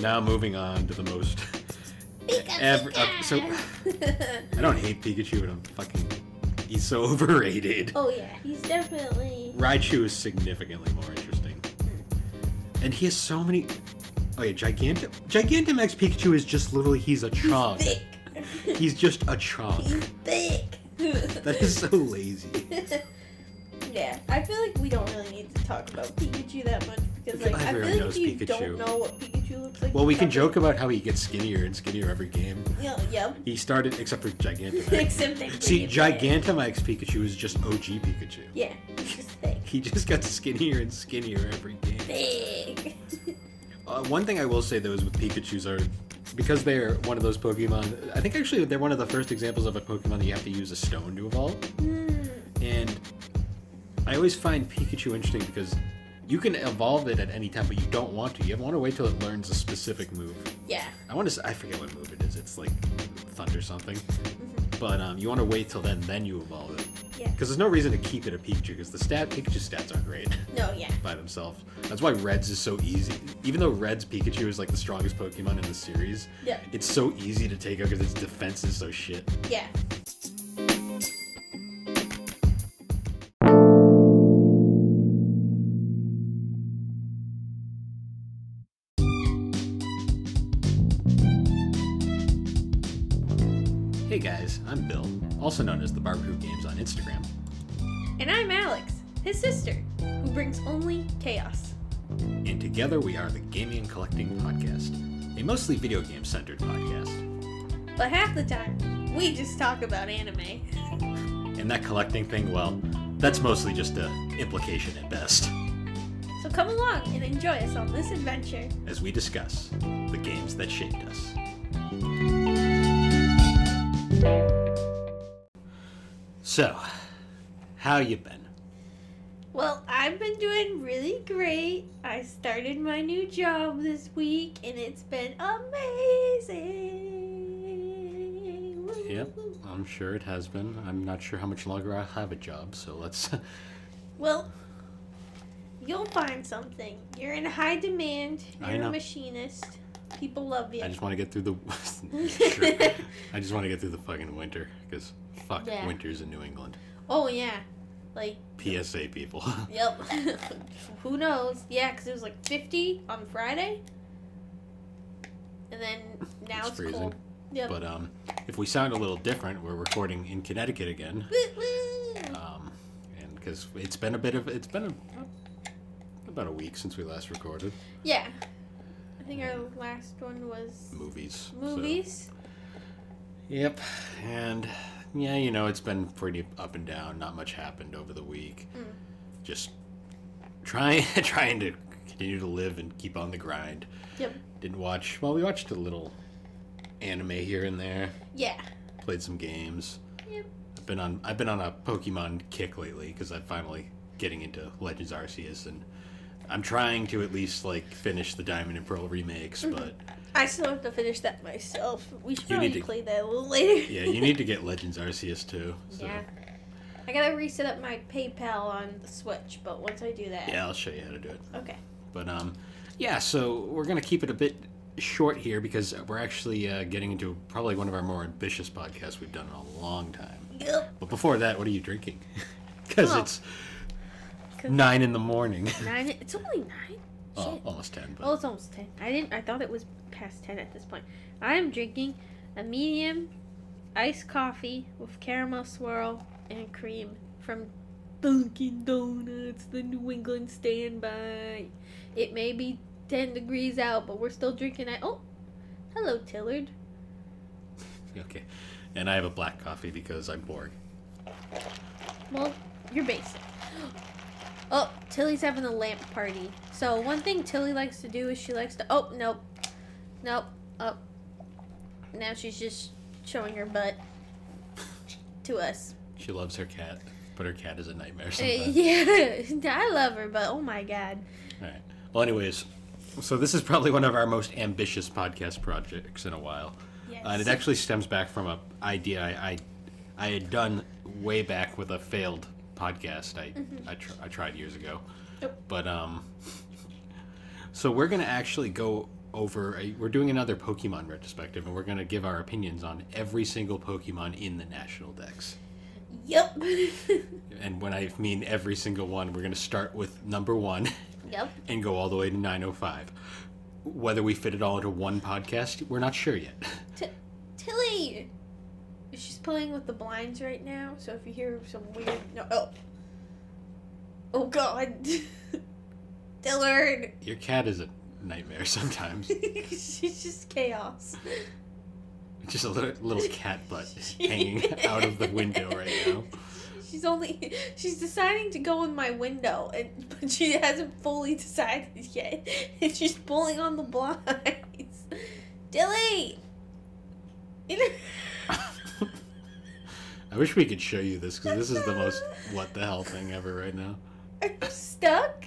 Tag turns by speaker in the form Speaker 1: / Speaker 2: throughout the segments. Speaker 1: Now moving on to the most.
Speaker 2: Pika,
Speaker 1: Every-
Speaker 2: pika.
Speaker 1: uh, I don't hate Pikachu, but I'm fucking. He's so overrated.
Speaker 2: oh yeah, he's definitely.
Speaker 1: Raichu is significantly more interesting. And he has so many. Oh yeah, Giganta Gigantamax Pikachu is just literally he's a chunk.
Speaker 2: Thick.
Speaker 1: He's just a chunk.
Speaker 2: he's thick.
Speaker 1: That is so lazy.
Speaker 2: yeah, I feel like we don't really need to talk about Pikachu that much because like I
Speaker 1: Everyone
Speaker 2: feel like
Speaker 1: knows
Speaker 2: you
Speaker 1: Pikachu.
Speaker 2: don't know what Pikachu looks like.
Speaker 1: Well, we can
Speaker 2: without
Speaker 1: joke about how he gets skinnier and skinnier every game.
Speaker 2: it. Yeah, yeah.
Speaker 1: He started except for Gigantamax.
Speaker 2: Except that
Speaker 1: See,
Speaker 2: he can play it.
Speaker 1: Gigantamax Pikachu is just OG Pikachu.
Speaker 2: Yeah, he's just thick.
Speaker 1: He just got skinnier and skinnier every game.
Speaker 2: Thick.
Speaker 1: Uh, one thing I will say though is with Pikachu's are because they're one of those Pokemon. I think actually they're one of the first examples of a Pokemon that you have to use a stone to evolve.
Speaker 2: Hmm.
Speaker 1: And I always find Pikachu interesting because you can evolve it at any time, but you don't want to. You want to wait till it learns a specific move.
Speaker 2: Yeah.
Speaker 1: I want to. s- I forget what move it is. It's like thunder something. But um, you want to wait till then, then you evolve it.
Speaker 2: Yeah.
Speaker 1: Because there's no reason to keep it a Pikachu because the stat Pikachu stats aren't great
Speaker 2: No. Yeah.
Speaker 1: by themselves. That's why Reds is so easy. Even though Reds Pikachu is like the strongest Pokemon in the series,
Speaker 2: Yeah.
Speaker 1: it's so easy to take out because its defense is so shit.
Speaker 2: Yeah.
Speaker 1: Hey guys, I'm Bill, also known as the Barbecue Games on Instagram.
Speaker 2: And I'm Alex, his sister, who brings only chaos.
Speaker 1: and together we are the Gaming and Collecting Podcast, a mostly video game centered podcast.
Speaker 2: But half the time, we just talk about anime.
Speaker 1: And that collecting thing, well, that's mostly just a implication at best,
Speaker 2: So come along and enjoy us on this adventure.
Speaker 1: as we discuss the games that shaped us. So, how you been?
Speaker 2: Well, I've been doing really great. I started my new job this week and it's been amazing.
Speaker 1: Yep. I'm sure it has been. I'm not sure how much longer I'll have a job, so let's.
Speaker 2: Well, you'll find something. You're in high demand. You're
Speaker 1: I know.
Speaker 2: a machinist. People love you.
Speaker 1: I just want to get through the. Sure. I just want to get through the fucking winter, because fuck,
Speaker 2: Yeah.
Speaker 1: winter's in New England.
Speaker 2: oh yeah. Like
Speaker 1: PSA people.
Speaker 2: Yep. Who knows? Yeah, because it was like 50 on Friday. And then now
Speaker 1: It's
Speaker 2: it's,
Speaker 1: freezing.
Speaker 2: cold. Yep.
Speaker 1: but um, if we sound a little different, we're recording in Connecticut again. Um, and because it's been a bit of it's been a, about a week since we last recorded
Speaker 2: yeah. I think our last one was
Speaker 1: movies. so-
Speaker 2: movies.
Speaker 1: Yep. And yeah, you know it's been pretty up and down. Not much happened over the week.
Speaker 2: Mm.
Speaker 1: Just trying trying to continue to live and keep on the grind.
Speaker 2: Yep.
Speaker 1: Didn't watch. Well, we watched a little anime here and there.
Speaker 2: Yeah.
Speaker 1: Played some games.
Speaker 2: Yep.
Speaker 1: I've been on I've been on a Pokemon kick lately because I'm finally getting into Legends Arceus and I'm trying to at least like finish the Diamond and Pearl remakes, but
Speaker 2: I still have to finish that myself. We should
Speaker 1: You
Speaker 2: probably
Speaker 1: need to-
Speaker 2: play that a little later.
Speaker 1: yeah, you need to get Legends Arceus too. So
Speaker 2: yeah. I gotta reset up my PayPal on the Switch, but once I do that.
Speaker 1: yeah, I'll show you how to do it.
Speaker 2: Okay.
Speaker 1: But um yeah, so we're going to keep it a bit short here because we're actually uh, getting into probably one of our more ambitious podcasts we've done in a long time.
Speaker 2: Yep.
Speaker 1: But before that, what are you drinking? Cuz
Speaker 2: Oh.
Speaker 1: it's
Speaker 2: 'Cause-
Speaker 1: 9 in the morning.
Speaker 2: Nine. It's only nine?
Speaker 1: Oh,
Speaker 2: Shit.
Speaker 1: almost 10, but
Speaker 2: Well, it's almost ten. I didn't. I thought it was past ten at this point. I am drinking a medium iced coffee with caramel swirl and cream from Dunkin' Donuts, the New England standby. It may be ten degrees out, but we're still drinking. I oh, hello Tillard.
Speaker 1: Okay. And I have a black coffee because I'm bored.
Speaker 2: Well, you're basic. Oh, Tilly's having a lamp party. So one thing Tilly likes to do is she likes to. Oh nope, nope. Oh, now she's just showing her butt to us.
Speaker 1: She loves her cat, but her cat is a nightmare
Speaker 2: Uh,
Speaker 1: sometimes.
Speaker 2: yeah, I love her, but oh my god.
Speaker 1: All right. Well, anyways, so this is probably one of our most ambitious podcast projects in a while.
Speaker 2: Yes.
Speaker 1: Uh, and it actually stems back from a idea I, I, I had done way back with a failed podcast I, I, tr- I tried years ago.
Speaker 2: Yep.
Speaker 1: But, um, so we're going to actually go over a, we're doing another Pokemon retrospective, and we're going to give our opinions on every single Pokemon in the national decks.
Speaker 2: Yep.
Speaker 1: And when I mean every single one, we're going to start with number one
Speaker 2: yep.
Speaker 1: and go all the way to 905. Whether we fit it all into one podcast, we're not sure yet.
Speaker 2: Tilly! She's playing with the blinds right now, so if you hear some weird. No. Oh. Oh, God. Dillard!
Speaker 1: Your cat is a nightmare sometimes.
Speaker 2: She's just chaos.
Speaker 1: Just a little, little cat butt hanging out of the window right now.
Speaker 2: She's only she's deciding to go in my window, and but she hasn't fully decided yet, and she's pulling on the blinds. Dilly,
Speaker 1: I wish we could show you this because this is the most what the hell thing ever right now.
Speaker 2: are you stuck?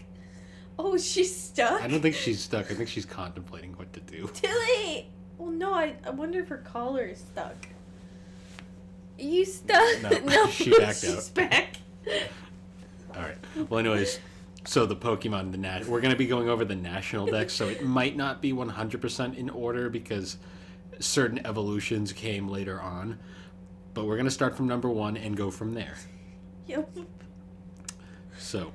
Speaker 2: Oh, she's stuck.
Speaker 1: I don't think she's stuck. I think she's contemplating what to do.
Speaker 2: Tilly. Well, no, I, I wonder if her collar is stuck. Are you stuck?
Speaker 1: No, she backed
Speaker 2: she's
Speaker 1: out.
Speaker 2: back.
Speaker 1: All right. Well, anyways, so the Pokemon, the nat- we're going to be going over the national decks, so it might not be 100% in order because certain evolutions came later on. But we're going to start from number one and go from there.
Speaker 2: Yep.
Speaker 1: So,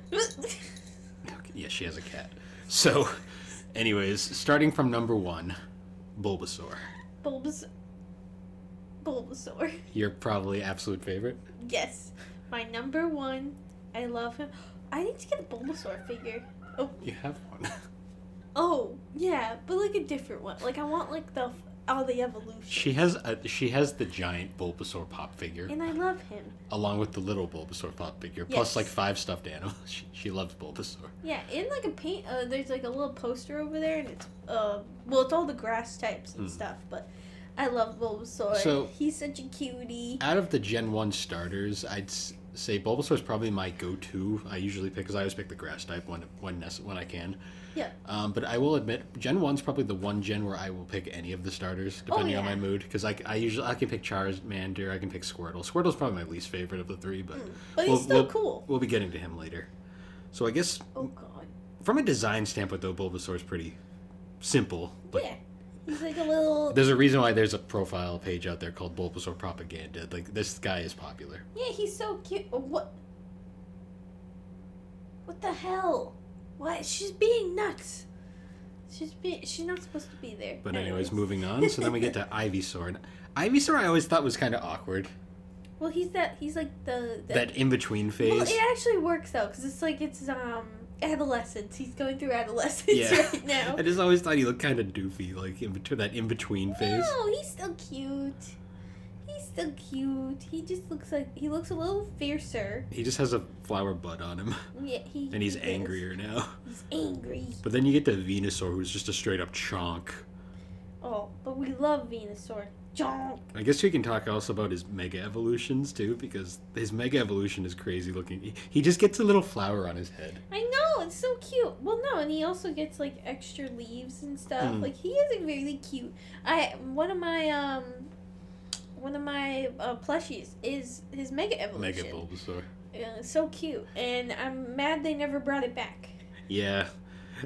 Speaker 1: yeah, she has a cat. So, anyways, starting from number one, Bulbasaur.
Speaker 2: Bulbas. Bulbasaur.
Speaker 1: Your probably absolute favorite.
Speaker 2: Yes, my number one. I love him. I need to get a Bulbasaur figure.
Speaker 1: You have one.
Speaker 2: Oh yeah, but like a different one. Like I want like the all the evolution.
Speaker 1: She has a, she has the giant Bulbasaur pop figure.
Speaker 2: and I love him.
Speaker 1: along with the little Bulbasaur pop figure,
Speaker 2: Yes.
Speaker 1: plus like five stuffed animals. She, she loves Bulbasaur.
Speaker 2: Yeah, and like a paint. Uh, there's like a little poster over there, and it's uh, well, it's all the grass types and
Speaker 1: Mm.
Speaker 2: stuff. But I love Bulbasaur.
Speaker 1: So-
Speaker 2: he's such a cutie.
Speaker 1: Out of the Gen One starters, I'd s- say Bulbasaur is probably my go-to. I usually pick because I always pick the grass type when when nece- when I can.
Speaker 2: Yeah.
Speaker 1: Um, but I will admit, Gen One's probably the one Gen where I will pick any of the starters depending on
Speaker 2: Oh, yeah.
Speaker 1: my mood. Because I, c- I usually I can pick Charmander, I can pick Squirtle. Squirtle's probably my least favorite of the three, but
Speaker 2: Mm, But
Speaker 1: Well,
Speaker 2: he's still
Speaker 1: well-
Speaker 2: cool.
Speaker 1: we'll be getting to him later. So I guess
Speaker 2: Oh god.
Speaker 1: from a design standpoint, though, Bulbasaur is pretty simple, but
Speaker 2: yeah. He's like a little.
Speaker 1: There's a reason why there's a profile page out there called Bulbasaur Propaganda. Like this guy is popular.
Speaker 2: Yeah, he's so cute. Oh, What? What the hell? What? She's being nuts. She's be. She's not supposed to be there.
Speaker 1: But anyways, moving on. So then we get to Ivysaur. And Ivysaur, I always thought was kind of awkward.
Speaker 2: Well, he's that. He's like the. the
Speaker 1: That in between
Speaker 2: well,
Speaker 1: phase.
Speaker 2: it actually works though, because it's like it's um adolescence. He's going through adolescence
Speaker 1: Yeah.
Speaker 2: right now.
Speaker 1: I just always thought he looked kind of doofy, like in between that in between phase.
Speaker 2: No, he's still cute. He's still cute. He just looks like he looks a little fiercer.
Speaker 1: He just has a flower bud on him,
Speaker 2: Yeah, he.
Speaker 1: and he's
Speaker 2: he is.
Speaker 1: angrier now.
Speaker 2: He's angry.
Speaker 1: But then you get to Venusaur, who's just a straight up chonk.
Speaker 2: Oh, but we love Venusaur. Jonk.
Speaker 1: I guess we can talk also about his mega evolutions too, because his mega evolution is crazy looking. He- He just gets a little flower on his head.
Speaker 2: I know it's so cute. Well, no, and he also gets like extra leaves and stuff.
Speaker 1: Mm.
Speaker 2: Like he is like, really cute. I one of my um, one of my uh, plushies is his Mega
Speaker 1: Mega
Speaker 2: Evolution.
Speaker 1: Bulbasaur.
Speaker 2: Uh, so cute, and I'm mad they never brought it back.
Speaker 1: Yeah.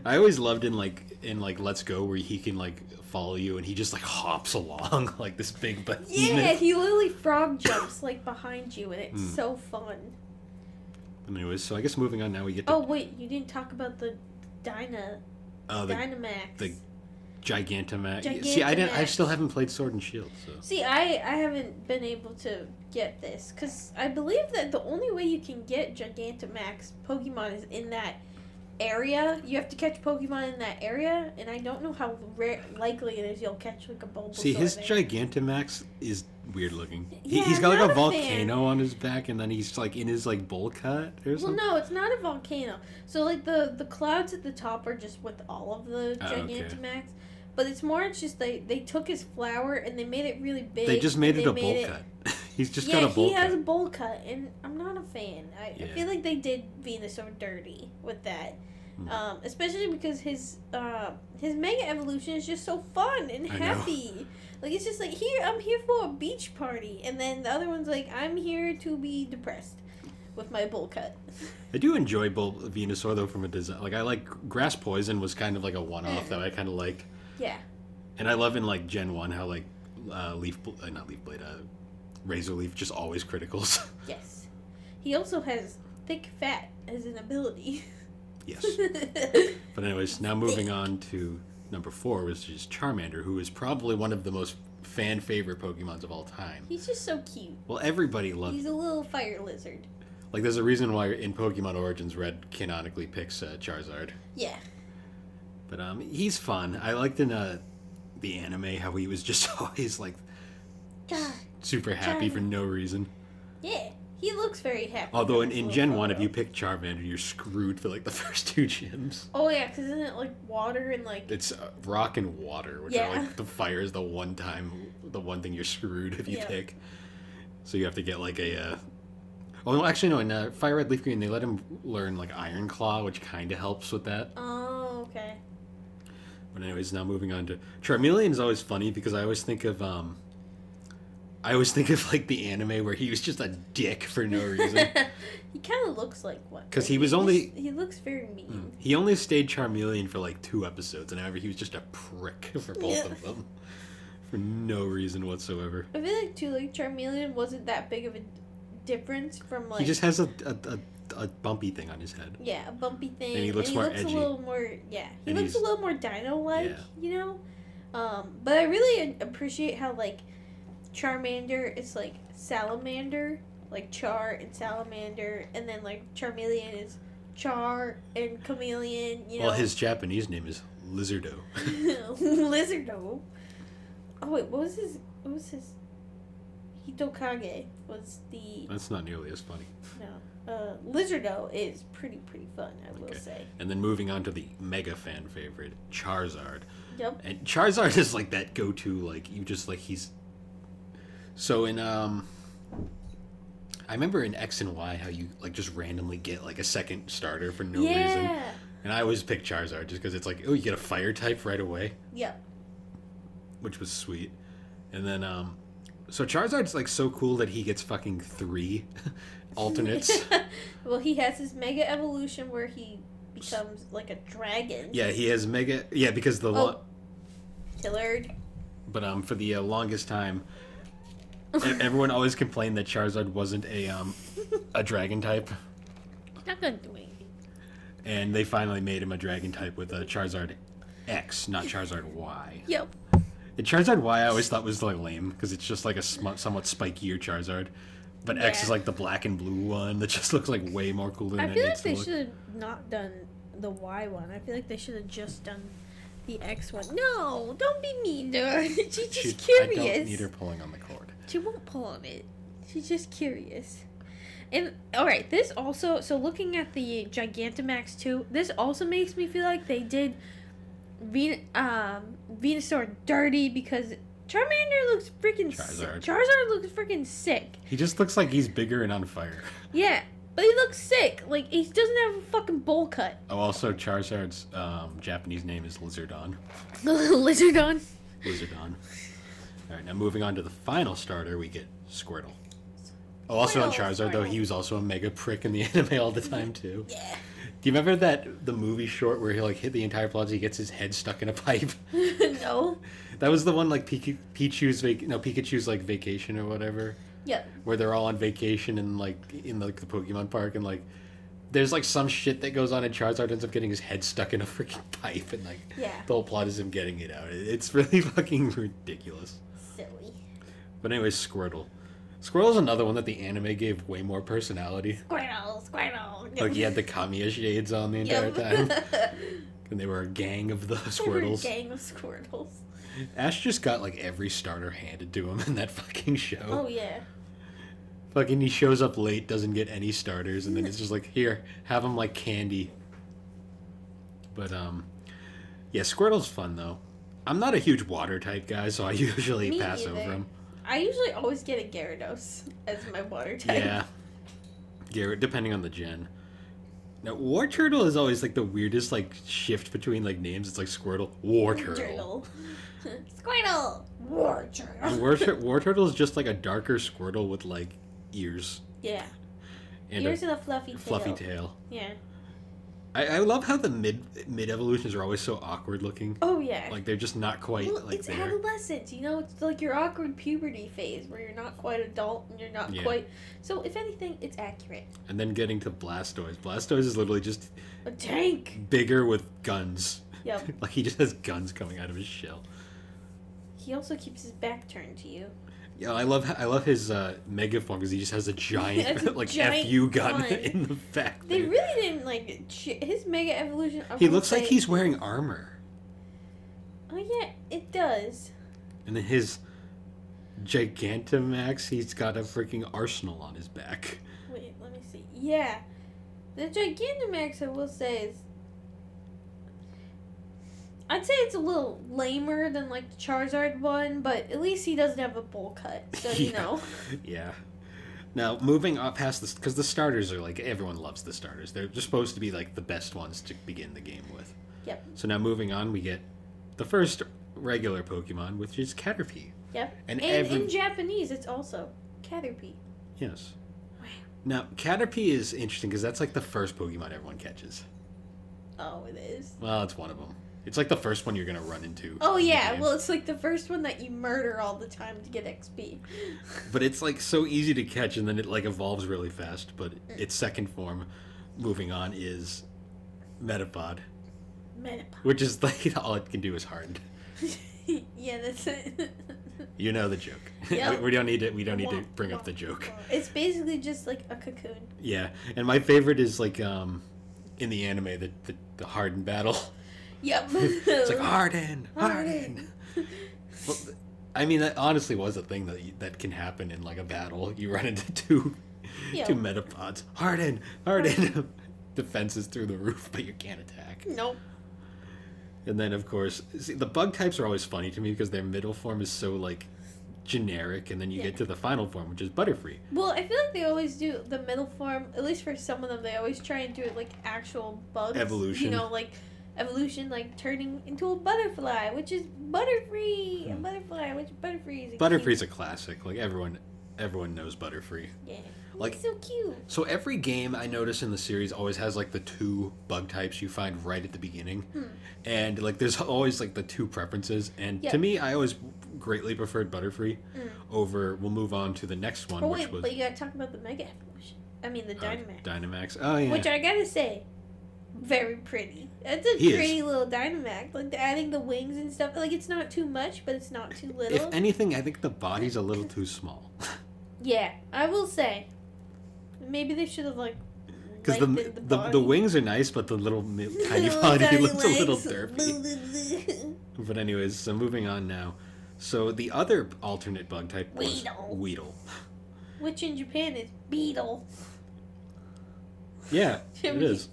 Speaker 1: I always loved in like in like Let's Go where he can like follow you and he just like hops along like this big but
Speaker 2: Yeah, he literally frog jumps like behind you, and it's
Speaker 1: Mm.
Speaker 2: so fun.
Speaker 1: Anyways, so I guess moving on now we get to
Speaker 2: Oh wait, you didn't talk about the Dyna
Speaker 1: uh, the
Speaker 2: Dynamax.
Speaker 1: the- Gigantamax. See, I didn't. I
Speaker 2: Gigantamax.
Speaker 1: still haven't played Sword and Shield, so
Speaker 2: See, I, I haven't been able to get this because I believe that the only way you can get Gigantamax Pokemon is in that area. You have to catch Pokemon in that area, and I don't know how rare likely it is you'll catch like a Bulbasaur.
Speaker 1: see his
Speaker 2: there.
Speaker 1: Gigantamax is weird looking. He,
Speaker 2: Yeah,
Speaker 1: he's got like
Speaker 2: not
Speaker 1: a
Speaker 2: a fan.
Speaker 1: volcano on his back, and then he's like in his like bowl cut or
Speaker 2: well,
Speaker 1: something.
Speaker 2: no, it's not a volcano. So like the the clouds at the top are just with all of the
Speaker 1: Oh, okay.
Speaker 2: Gigantamax. But it's more it's just they they took his flower and they made it really big.
Speaker 1: they just
Speaker 2: and
Speaker 1: made it
Speaker 2: they
Speaker 1: a bowl cut. he's just
Speaker 2: yeah,
Speaker 1: got a bowl
Speaker 2: he
Speaker 1: cut.
Speaker 2: has a bowl cut, and I'm not a fan. I, I
Speaker 1: Yeah.
Speaker 2: feel like they did Venusaur dirty with that,
Speaker 1: Hmm.
Speaker 2: um, especially because his uh, his Mega Evolution is just so fun and
Speaker 1: I know.
Speaker 2: happy. Like it's just like here I'm here for a beach party, and then the other one's like I'm here to be depressed with my bowl cut.
Speaker 1: I do enjoy Bul- Venusaur though from a design. Like I like Grass Poison was kind of like a one off that I kind of liked.
Speaker 2: Yeah.
Speaker 1: And I love in like Gen One how like uh, Leaf, Bl- uh, not Leaf Blade, uh, Razor Leaf just always criticals.
Speaker 2: Yes. He also has thick fat as an ability.
Speaker 1: yes. But anyways, now moving on to number four, which is Charmander, who is probably one of the most fan favorite Pokemons of all time.
Speaker 2: He's just so cute.
Speaker 1: Well, everybody loves
Speaker 2: He's a little fire lizard.
Speaker 1: like there's a reason why in Pokemon Origins Red canonically picks uh, Charizard.
Speaker 2: Yeah.
Speaker 1: But um, he's fun. I liked in uh, the anime how he was just always like
Speaker 2: God.
Speaker 1: super happy for no reason.
Speaker 2: Yeah. He looks very happy.
Speaker 1: Although
Speaker 2: for
Speaker 1: in,
Speaker 2: this
Speaker 1: in
Speaker 2: little
Speaker 1: Gen One, if
Speaker 2: photo.
Speaker 1: you pick Charmander, you're screwed for like the first two gyms.
Speaker 2: Oh yeah, because isn't it like water and like
Speaker 1: It's uh, rock and water, which
Speaker 2: Yeah.
Speaker 1: are like the fire is the one time, the one thing you're screwed if you
Speaker 2: Yeah.
Speaker 1: pick. So you have to get like a. Uh... Oh no, actually no. In uh, Fire Red Leaf Green, they let him learn like Iron Claw, which kind of helps with that.
Speaker 2: Oh, okay.
Speaker 1: But anyways, now moving on to Charmeleon is always funny because I always think of um. I always think of like the anime where he was just a dick for no reason.
Speaker 2: he kind of looks like one.
Speaker 1: 'Cause he was only- Hmm.
Speaker 2: looks- he looks very mean.
Speaker 1: He only stayed Charmeleon for like two episodes, and however, he was just a prick for both
Speaker 2: Yeah.
Speaker 1: of them for no reason whatsoever.
Speaker 2: I feel like too like Charmeleon wasn't that big of a d- difference from like
Speaker 1: he just has a, a, a, a bumpy thing on his head.
Speaker 2: yeah a bumpy thing.
Speaker 1: And he looks more edgy.
Speaker 2: a little more yeah. He
Speaker 1: And
Speaker 2: looks a
Speaker 1: he's-
Speaker 2: little more Dino like
Speaker 1: Yeah.
Speaker 2: you know. Um, but I really a- appreciate how like Charmander is like Salamander, like Char and Salamander, and then like Charmeleon is Char and Chameleon. You know.
Speaker 1: Well, his Japanese name is Lizardo.
Speaker 2: Lizardo. Oh wait, what was his? What was his? Hitokage was the
Speaker 1: That's not nearly as funny.
Speaker 2: no. Uh, Lizardo is pretty pretty fun, I will
Speaker 1: Okay.
Speaker 2: say.
Speaker 1: And then moving on to the mega fan favorite, Charizard.
Speaker 2: Yep.
Speaker 1: And Charizard is like that go to, like, you just, like, he's. So in, um. I remember in X and Y how you, like, just randomly get, like, a second starter for no
Speaker 2: yeah.
Speaker 1: reason. And I always pick Charizard just because it's like, oh, you get a fire type right away,
Speaker 2: Yep.
Speaker 1: which was sweet. And then, um, so Charizard's like so cool that he gets fucking three alternates.
Speaker 2: well, he has his mega evolution where he becomes like a dragon.
Speaker 1: yeah, he has mega. Yeah, because the lo-
Speaker 2: Oh. Killard.
Speaker 1: but um for the uh, longest time, e- everyone always complained that Charizard wasn't a um a dragon type,
Speaker 2: Not gonna do anything.
Speaker 1: and they finally made him a dragon type with a Charizard X, not Charizard Y.
Speaker 2: Yep.
Speaker 1: The Charizard Y I always thought was like lame because it's just like a sm- somewhat spikier Charizard, but X
Speaker 2: Yeah.
Speaker 1: is like the black and blue one that just looks like way more cooler than
Speaker 2: I
Speaker 1: it
Speaker 2: feel
Speaker 1: needs
Speaker 2: like they
Speaker 1: to look.
Speaker 2: should have not done the Y one. I feel like they should have just done the X one. No, don't be mean to her. She's just
Speaker 1: She-
Speaker 2: curious.
Speaker 1: I don't need her pulling on the cord.
Speaker 2: She won't pull on it. She's just curious. And all right, this also so looking at the Gigantamax two, this also makes me feel like they did Ven- um, Venusaur dirty because Charmander looks freaking
Speaker 1: Charizard.
Speaker 2: sick. Charizard looks freaking sick.
Speaker 1: He just looks like he's bigger and on fire.
Speaker 2: Yeah, but he looks sick. Like he doesn't have a fucking bowl cut.
Speaker 1: Oh, also Charizard's um, Japanese name is Lizardon.
Speaker 2: Lizard on.
Speaker 1: Lizardon. All right, now moving on to the final starter, we get Squirtle. Oh, also on
Speaker 2: Squirtle,
Speaker 1: Charizard though,
Speaker 2: Squirtle.
Speaker 1: he was also a mega prick in the anime all the time too.
Speaker 2: Yeah.
Speaker 1: Do you remember that the movie short where he like hit the entire plaza, he gets his head stuck in a pipe?
Speaker 2: no.
Speaker 1: That was the one like Pika- Pichu's vac- no Pikachu's like vacation or whatever,
Speaker 2: Yep.
Speaker 1: where they're all on vacation and like in like the Pokemon park and like there's like some shit that goes on and Charizard ends up getting his head stuck in a freaking pipe and like
Speaker 2: Yeah.
Speaker 1: the whole plot is him getting it out. It- It's really fucking ridiculous.
Speaker 2: Silly.
Speaker 1: But anyways, Squirtle. Squirtle's another one that the anime gave way more personality.
Speaker 2: Squirtle. Squirtle.
Speaker 1: Like he had the Kamiya shades on the entire
Speaker 2: Yep.
Speaker 1: time, and they were a gang of the uh, Squirtles.
Speaker 2: Gang of Squirtles.
Speaker 1: Ash just got like every starter handed to him in that fucking show.
Speaker 2: Oh yeah.
Speaker 1: Fucking he shows up late, doesn't get any starters, and then it's just like, here, have them like candy. But um yeah, Squirtle's fun though. I'm not a huge water type guy, so I usually
Speaker 2: Me
Speaker 1: pass over
Speaker 2: either.
Speaker 1: him.
Speaker 2: I usually always get a Gyarados as my water type.
Speaker 1: Yeah. Yeah, depending on the gen. Now War Turtle is always like the weirdest like shift between like names. It's like Squirtle, War Turtle.
Speaker 2: Turtle. Squirtle. War turtle.
Speaker 1: And War, Tur- War Turtle is just like a darker Squirtle with like ears
Speaker 2: yeah.
Speaker 1: and
Speaker 2: Ears
Speaker 1: a
Speaker 2: and a fluffy tail.
Speaker 1: fluffy tail.
Speaker 2: Yeah.
Speaker 1: I, I love how the mid mid evolutions are always so awkward looking.
Speaker 2: Oh yeah.
Speaker 1: Like they're just not quite
Speaker 2: well,
Speaker 1: like
Speaker 2: it's
Speaker 1: there.
Speaker 2: adolescence, you know. It's like your awkward puberty phase where you're not quite adult and you're not
Speaker 1: Yeah.
Speaker 2: quite. So if anything, it's accurate.
Speaker 1: And then getting to Blastoise. Blastoise is literally just
Speaker 2: A tank.
Speaker 1: bigger with guns.
Speaker 2: Yep.
Speaker 1: like he just has guns coming out of his shell.
Speaker 2: He also keeps his back turned to you.
Speaker 1: Yeah, I love I love his uh, megaphone because he just has a giant
Speaker 2: That's a
Speaker 1: like
Speaker 2: giant
Speaker 1: fu gun
Speaker 2: gun.
Speaker 1: in the back.
Speaker 2: They
Speaker 1: there.
Speaker 2: really didn't like ch- his mega evolution. I
Speaker 1: he
Speaker 2: will
Speaker 1: looks like
Speaker 2: say-
Speaker 1: he's wearing armor,
Speaker 2: Oh yeah, it does.
Speaker 1: and then his Gigantamax, he's got a freaking arsenal on his back.
Speaker 2: Wait, let me see. Yeah, the Gigantamax I will say is. I'd say it's a little lamer than like the Charizard one, but at least he doesn't have a bowl cut, so you
Speaker 1: Yeah.
Speaker 2: know.
Speaker 1: Yeah. Now moving up past this, because the starters are like everyone loves the starters. They're just supposed to be like the best ones to begin the game with.
Speaker 2: Yep.
Speaker 1: So now moving on, we get the first regular Pokemon, which is Caterpie.
Speaker 2: Yep.
Speaker 1: And,
Speaker 2: And
Speaker 1: every
Speaker 2: in Japanese, it's also Caterpie.
Speaker 1: yes.
Speaker 2: Wow.
Speaker 1: Now Caterpie is interesting because that's like the first Pokemon everyone catches.
Speaker 2: Oh, it is.
Speaker 1: Well, it's one of them. It's like the first one you're gonna run into.
Speaker 2: Oh
Speaker 1: in the
Speaker 2: yeah,
Speaker 1: game.
Speaker 2: well it's like the first one that you murder all the time to get XP.
Speaker 1: But it's like so easy to catch, and then it like evolves really fast. But
Speaker 2: Mm.
Speaker 1: its second form, moving on, is Metapod,
Speaker 2: Menopause.
Speaker 1: which is like all it can do is hard.
Speaker 2: yeah, that's it.
Speaker 1: You know the joke.
Speaker 2: Yeah.
Speaker 1: we, we don't need to. We don't need to
Speaker 2: Womp,
Speaker 1: bring up the
Speaker 2: womp,
Speaker 1: joke.
Speaker 2: womp. It's basically just like a cocoon.
Speaker 1: Yeah, and my favorite is like um, in the anime the the, the Harden battle.
Speaker 2: Yep.
Speaker 1: it's like "Ah, Harden, Harden.
Speaker 2: Harden.
Speaker 1: well, th- I mean, that honestly was a thing that you, that can happen in like a battle. You run into two
Speaker 2: Yeah.
Speaker 1: two metapods. Harden, Harden. Defenses through the roof, but you can't attack.
Speaker 2: Nope.
Speaker 1: And then, of course, see, the bug types are always funny to me because their middle form is so like generic, and then you
Speaker 2: Yeah.
Speaker 1: get to the final form, which is Butterfree.
Speaker 2: Well, I feel like they always do the middle form. At least for some of them, they always try and do it like actual bugs.
Speaker 1: Evolution.
Speaker 2: You know, like evolution, like turning into a butterfly, which is butterfree.
Speaker 1: Hmm.
Speaker 2: A butterfly, which butterfree is. a
Speaker 1: Butterfree's a classic. Like everyone, everyone knows Butterfree.
Speaker 2: cute- Yeah.
Speaker 1: like-
Speaker 2: Like so cute.
Speaker 1: So every game I notice in the series always has like the two bug types you find right at the beginning,
Speaker 2: Hmm.
Speaker 1: and like there's always like the two preferences. And
Speaker 2: Yeah.
Speaker 1: to me, I always greatly preferred Butterfree over. We'll move on to the next one,
Speaker 2: Hmm. Oh
Speaker 1: which
Speaker 2: wait,
Speaker 1: was
Speaker 2: but you gotta talk about the mega evolution. I mean the
Speaker 1: uh,
Speaker 2: Dynamax,
Speaker 1: Dynamax. Oh yeah,
Speaker 2: which I gotta say, very pretty. That's a
Speaker 1: He is.
Speaker 2: pretty little Dynamax. Like adding the wings and stuff. Like it's not too much, but it's not too little.
Speaker 1: if anything, I think the body's a little too small.
Speaker 2: Yeah, I will say. Maybe they should have like.
Speaker 1: Because the, the, the,
Speaker 2: body.
Speaker 1: wings are nice, but the little mi-
Speaker 2: The
Speaker 1: tiny
Speaker 2: little
Speaker 1: body
Speaker 2: tiny
Speaker 1: looks a little
Speaker 2: legs.
Speaker 1: derpy. But anyways, so moving on now. So the other alternate bug type was
Speaker 2: Weedle.
Speaker 1: Weedle.
Speaker 2: Which in Japan is beetle.
Speaker 1: Yeah, it is.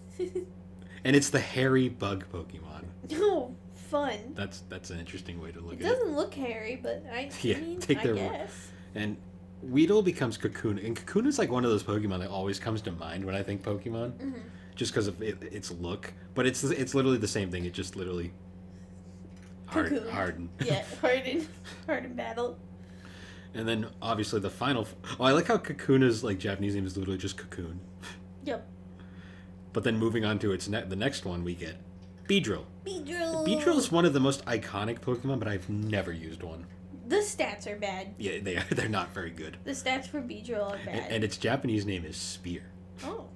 Speaker 1: And it's the hairy bug Pokemon.
Speaker 2: no fun.
Speaker 1: That's that's an interesting way to look
Speaker 2: It
Speaker 1: at it.
Speaker 2: doesn't look hairy, but I I
Speaker 1: Yeah,
Speaker 2: mean,
Speaker 1: take
Speaker 2: I
Speaker 1: their word.
Speaker 2: guess.
Speaker 1: And Weedle becomes Kakuna, and Kakuna's like one of those Pokemon that always comes to mind when I think Pokemon,
Speaker 2: Mhm.
Speaker 1: just because of it, its look. But it's it's literally the same thing. It just literally hard,
Speaker 2: Cocoon.
Speaker 1: harden.
Speaker 2: Yeah, hard in hard in battle.
Speaker 1: And then obviously the final. Oh, I like how Kakuna's like Japanese name is literally just Cocoon.
Speaker 2: Yep.
Speaker 1: But then moving on to its ne- the next one we get Beedrill.
Speaker 2: Beedrill.
Speaker 1: Beedrill is one of the most iconic Pokemon, but I've never used one.
Speaker 2: The stats are bad.
Speaker 1: Yeah, they are, they're not very good.
Speaker 2: The stats for Beedrill are
Speaker 1: A-
Speaker 2: bad.
Speaker 1: And, its Japanese name is Spear.
Speaker 2: oh.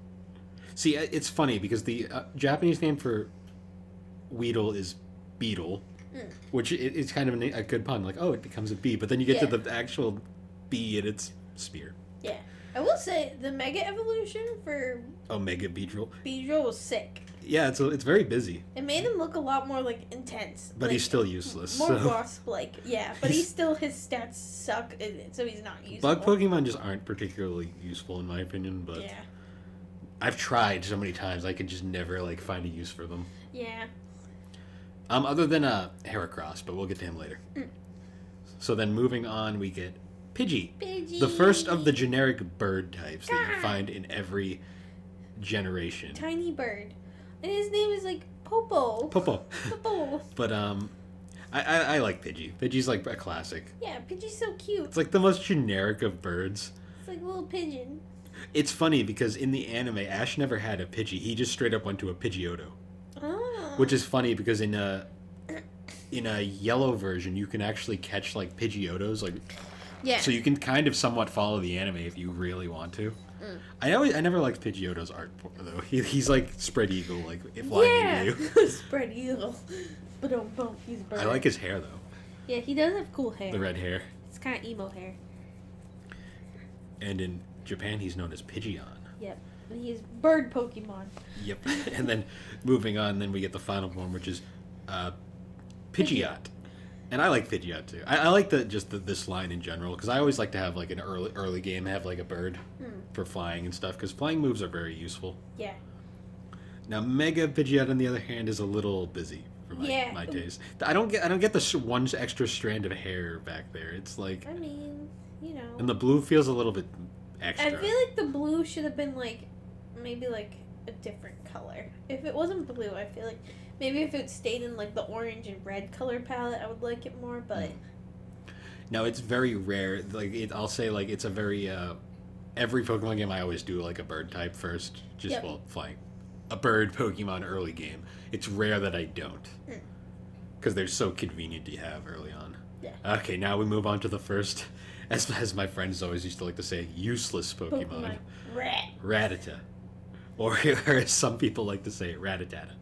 Speaker 1: See, i- it's funny because the uh, Japanese name for Weedle is Beetle,
Speaker 2: Mm.
Speaker 1: which i- is kind of an, a good pun. Like, oh, it becomes a bee, but then you get to
Speaker 2: Yeah.
Speaker 1: the actual bee and it's Spear.
Speaker 2: I will say the mega evolution for
Speaker 1: Omega Beedrill.
Speaker 2: Beedrill was sick.
Speaker 1: Yeah, it's, a, it's very busy,
Speaker 2: It made him look a lot more like intense.
Speaker 1: but
Speaker 2: like,
Speaker 1: he's still useless.
Speaker 2: more
Speaker 1: so.
Speaker 2: wasp like. Yeah, but he's still his stats suck, and so he's not useful.
Speaker 1: Bug Pokemon just aren't particularly useful in my opinion, but
Speaker 2: Yeah,
Speaker 1: I've tried so many times I could just never like find a use for them.
Speaker 2: yeah.
Speaker 1: Um, other than uh, Heracross, but we'll get to him later.
Speaker 2: Mm.
Speaker 1: So then moving on, we get Pidgey,
Speaker 2: Pidgey.
Speaker 1: the first of the generic bird types that you
Speaker 2: Gah.
Speaker 1: find in every generation.
Speaker 2: tiny bird, and his name is like Popo.
Speaker 1: Popo,
Speaker 2: Popo.
Speaker 1: but um, I, I I like Pidgey. Pidgey's like a classic.
Speaker 2: Yeah, Pidgey's so cute.
Speaker 1: It's like the most generic of birds.
Speaker 2: It's like a little pigeon.
Speaker 1: It's funny because in the anime, Ash never had a Pidgey. He just straight up went to a Pidgeotto,
Speaker 2: Oh.
Speaker 1: which is funny because in a in a yellow version, you can actually catch like Pidgeotos. Like,
Speaker 2: yeah.
Speaker 1: so you can kind of somewhat follow the anime if you really want to.
Speaker 2: Mm.
Speaker 1: I always I never liked Pidgeotto's art though. He, he's like spread eagle, like flying
Speaker 2: yeah.
Speaker 1: into you.
Speaker 2: Spread eagle. But don't bump. He's a bird.
Speaker 1: I like his hair though,
Speaker 2: Yeah, he does have cool hair.
Speaker 1: the red hair.
Speaker 2: It's kind of emo hair.
Speaker 1: And in Japan, he's known as Pidgeon.
Speaker 2: And he's bird Pokemon.
Speaker 1: Yep. and then moving on, then we get the final one, which is uh, Pidgeot. And I like Pidgeot too. I, I like the just the, this line in general because I always like to have like an early early game have like a bird
Speaker 2: Hmm.
Speaker 1: for flying and stuff because flying moves are very useful.
Speaker 2: Yeah.
Speaker 1: Now Mega Pidgeot on the other hand is a little busy for my,
Speaker 2: Yeah.
Speaker 1: my taste. I don't get I don't get the s- one extra strand of hair back there. It's like
Speaker 2: I mean, you know.
Speaker 1: and the blue feels a little bit extra.
Speaker 2: I feel like the blue should have been like maybe like a different color. If it wasn't blue, I feel like maybe if it stayed in like the orange and red color palette, I would like it more. But
Speaker 1: No, it's very rare. Like it, I'll say, like it's a very uh, every Pokemon game I always do like a bird type first, just
Speaker 2: Yep.
Speaker 1: well flying a bird Pokemon early game. It's rare that I don't
Speaker 2: Mm.
Speaker 1: because they're so convenient to have early on.
Speaker 2: Yeah.
Speaker 1: Okay, now we move on to the first, as as my friends always used to like to say, useless Pokemon,
Speaker 2: Pokemon red.
Speaker 1: Ratata, or, or as some people like to say, Ratatata,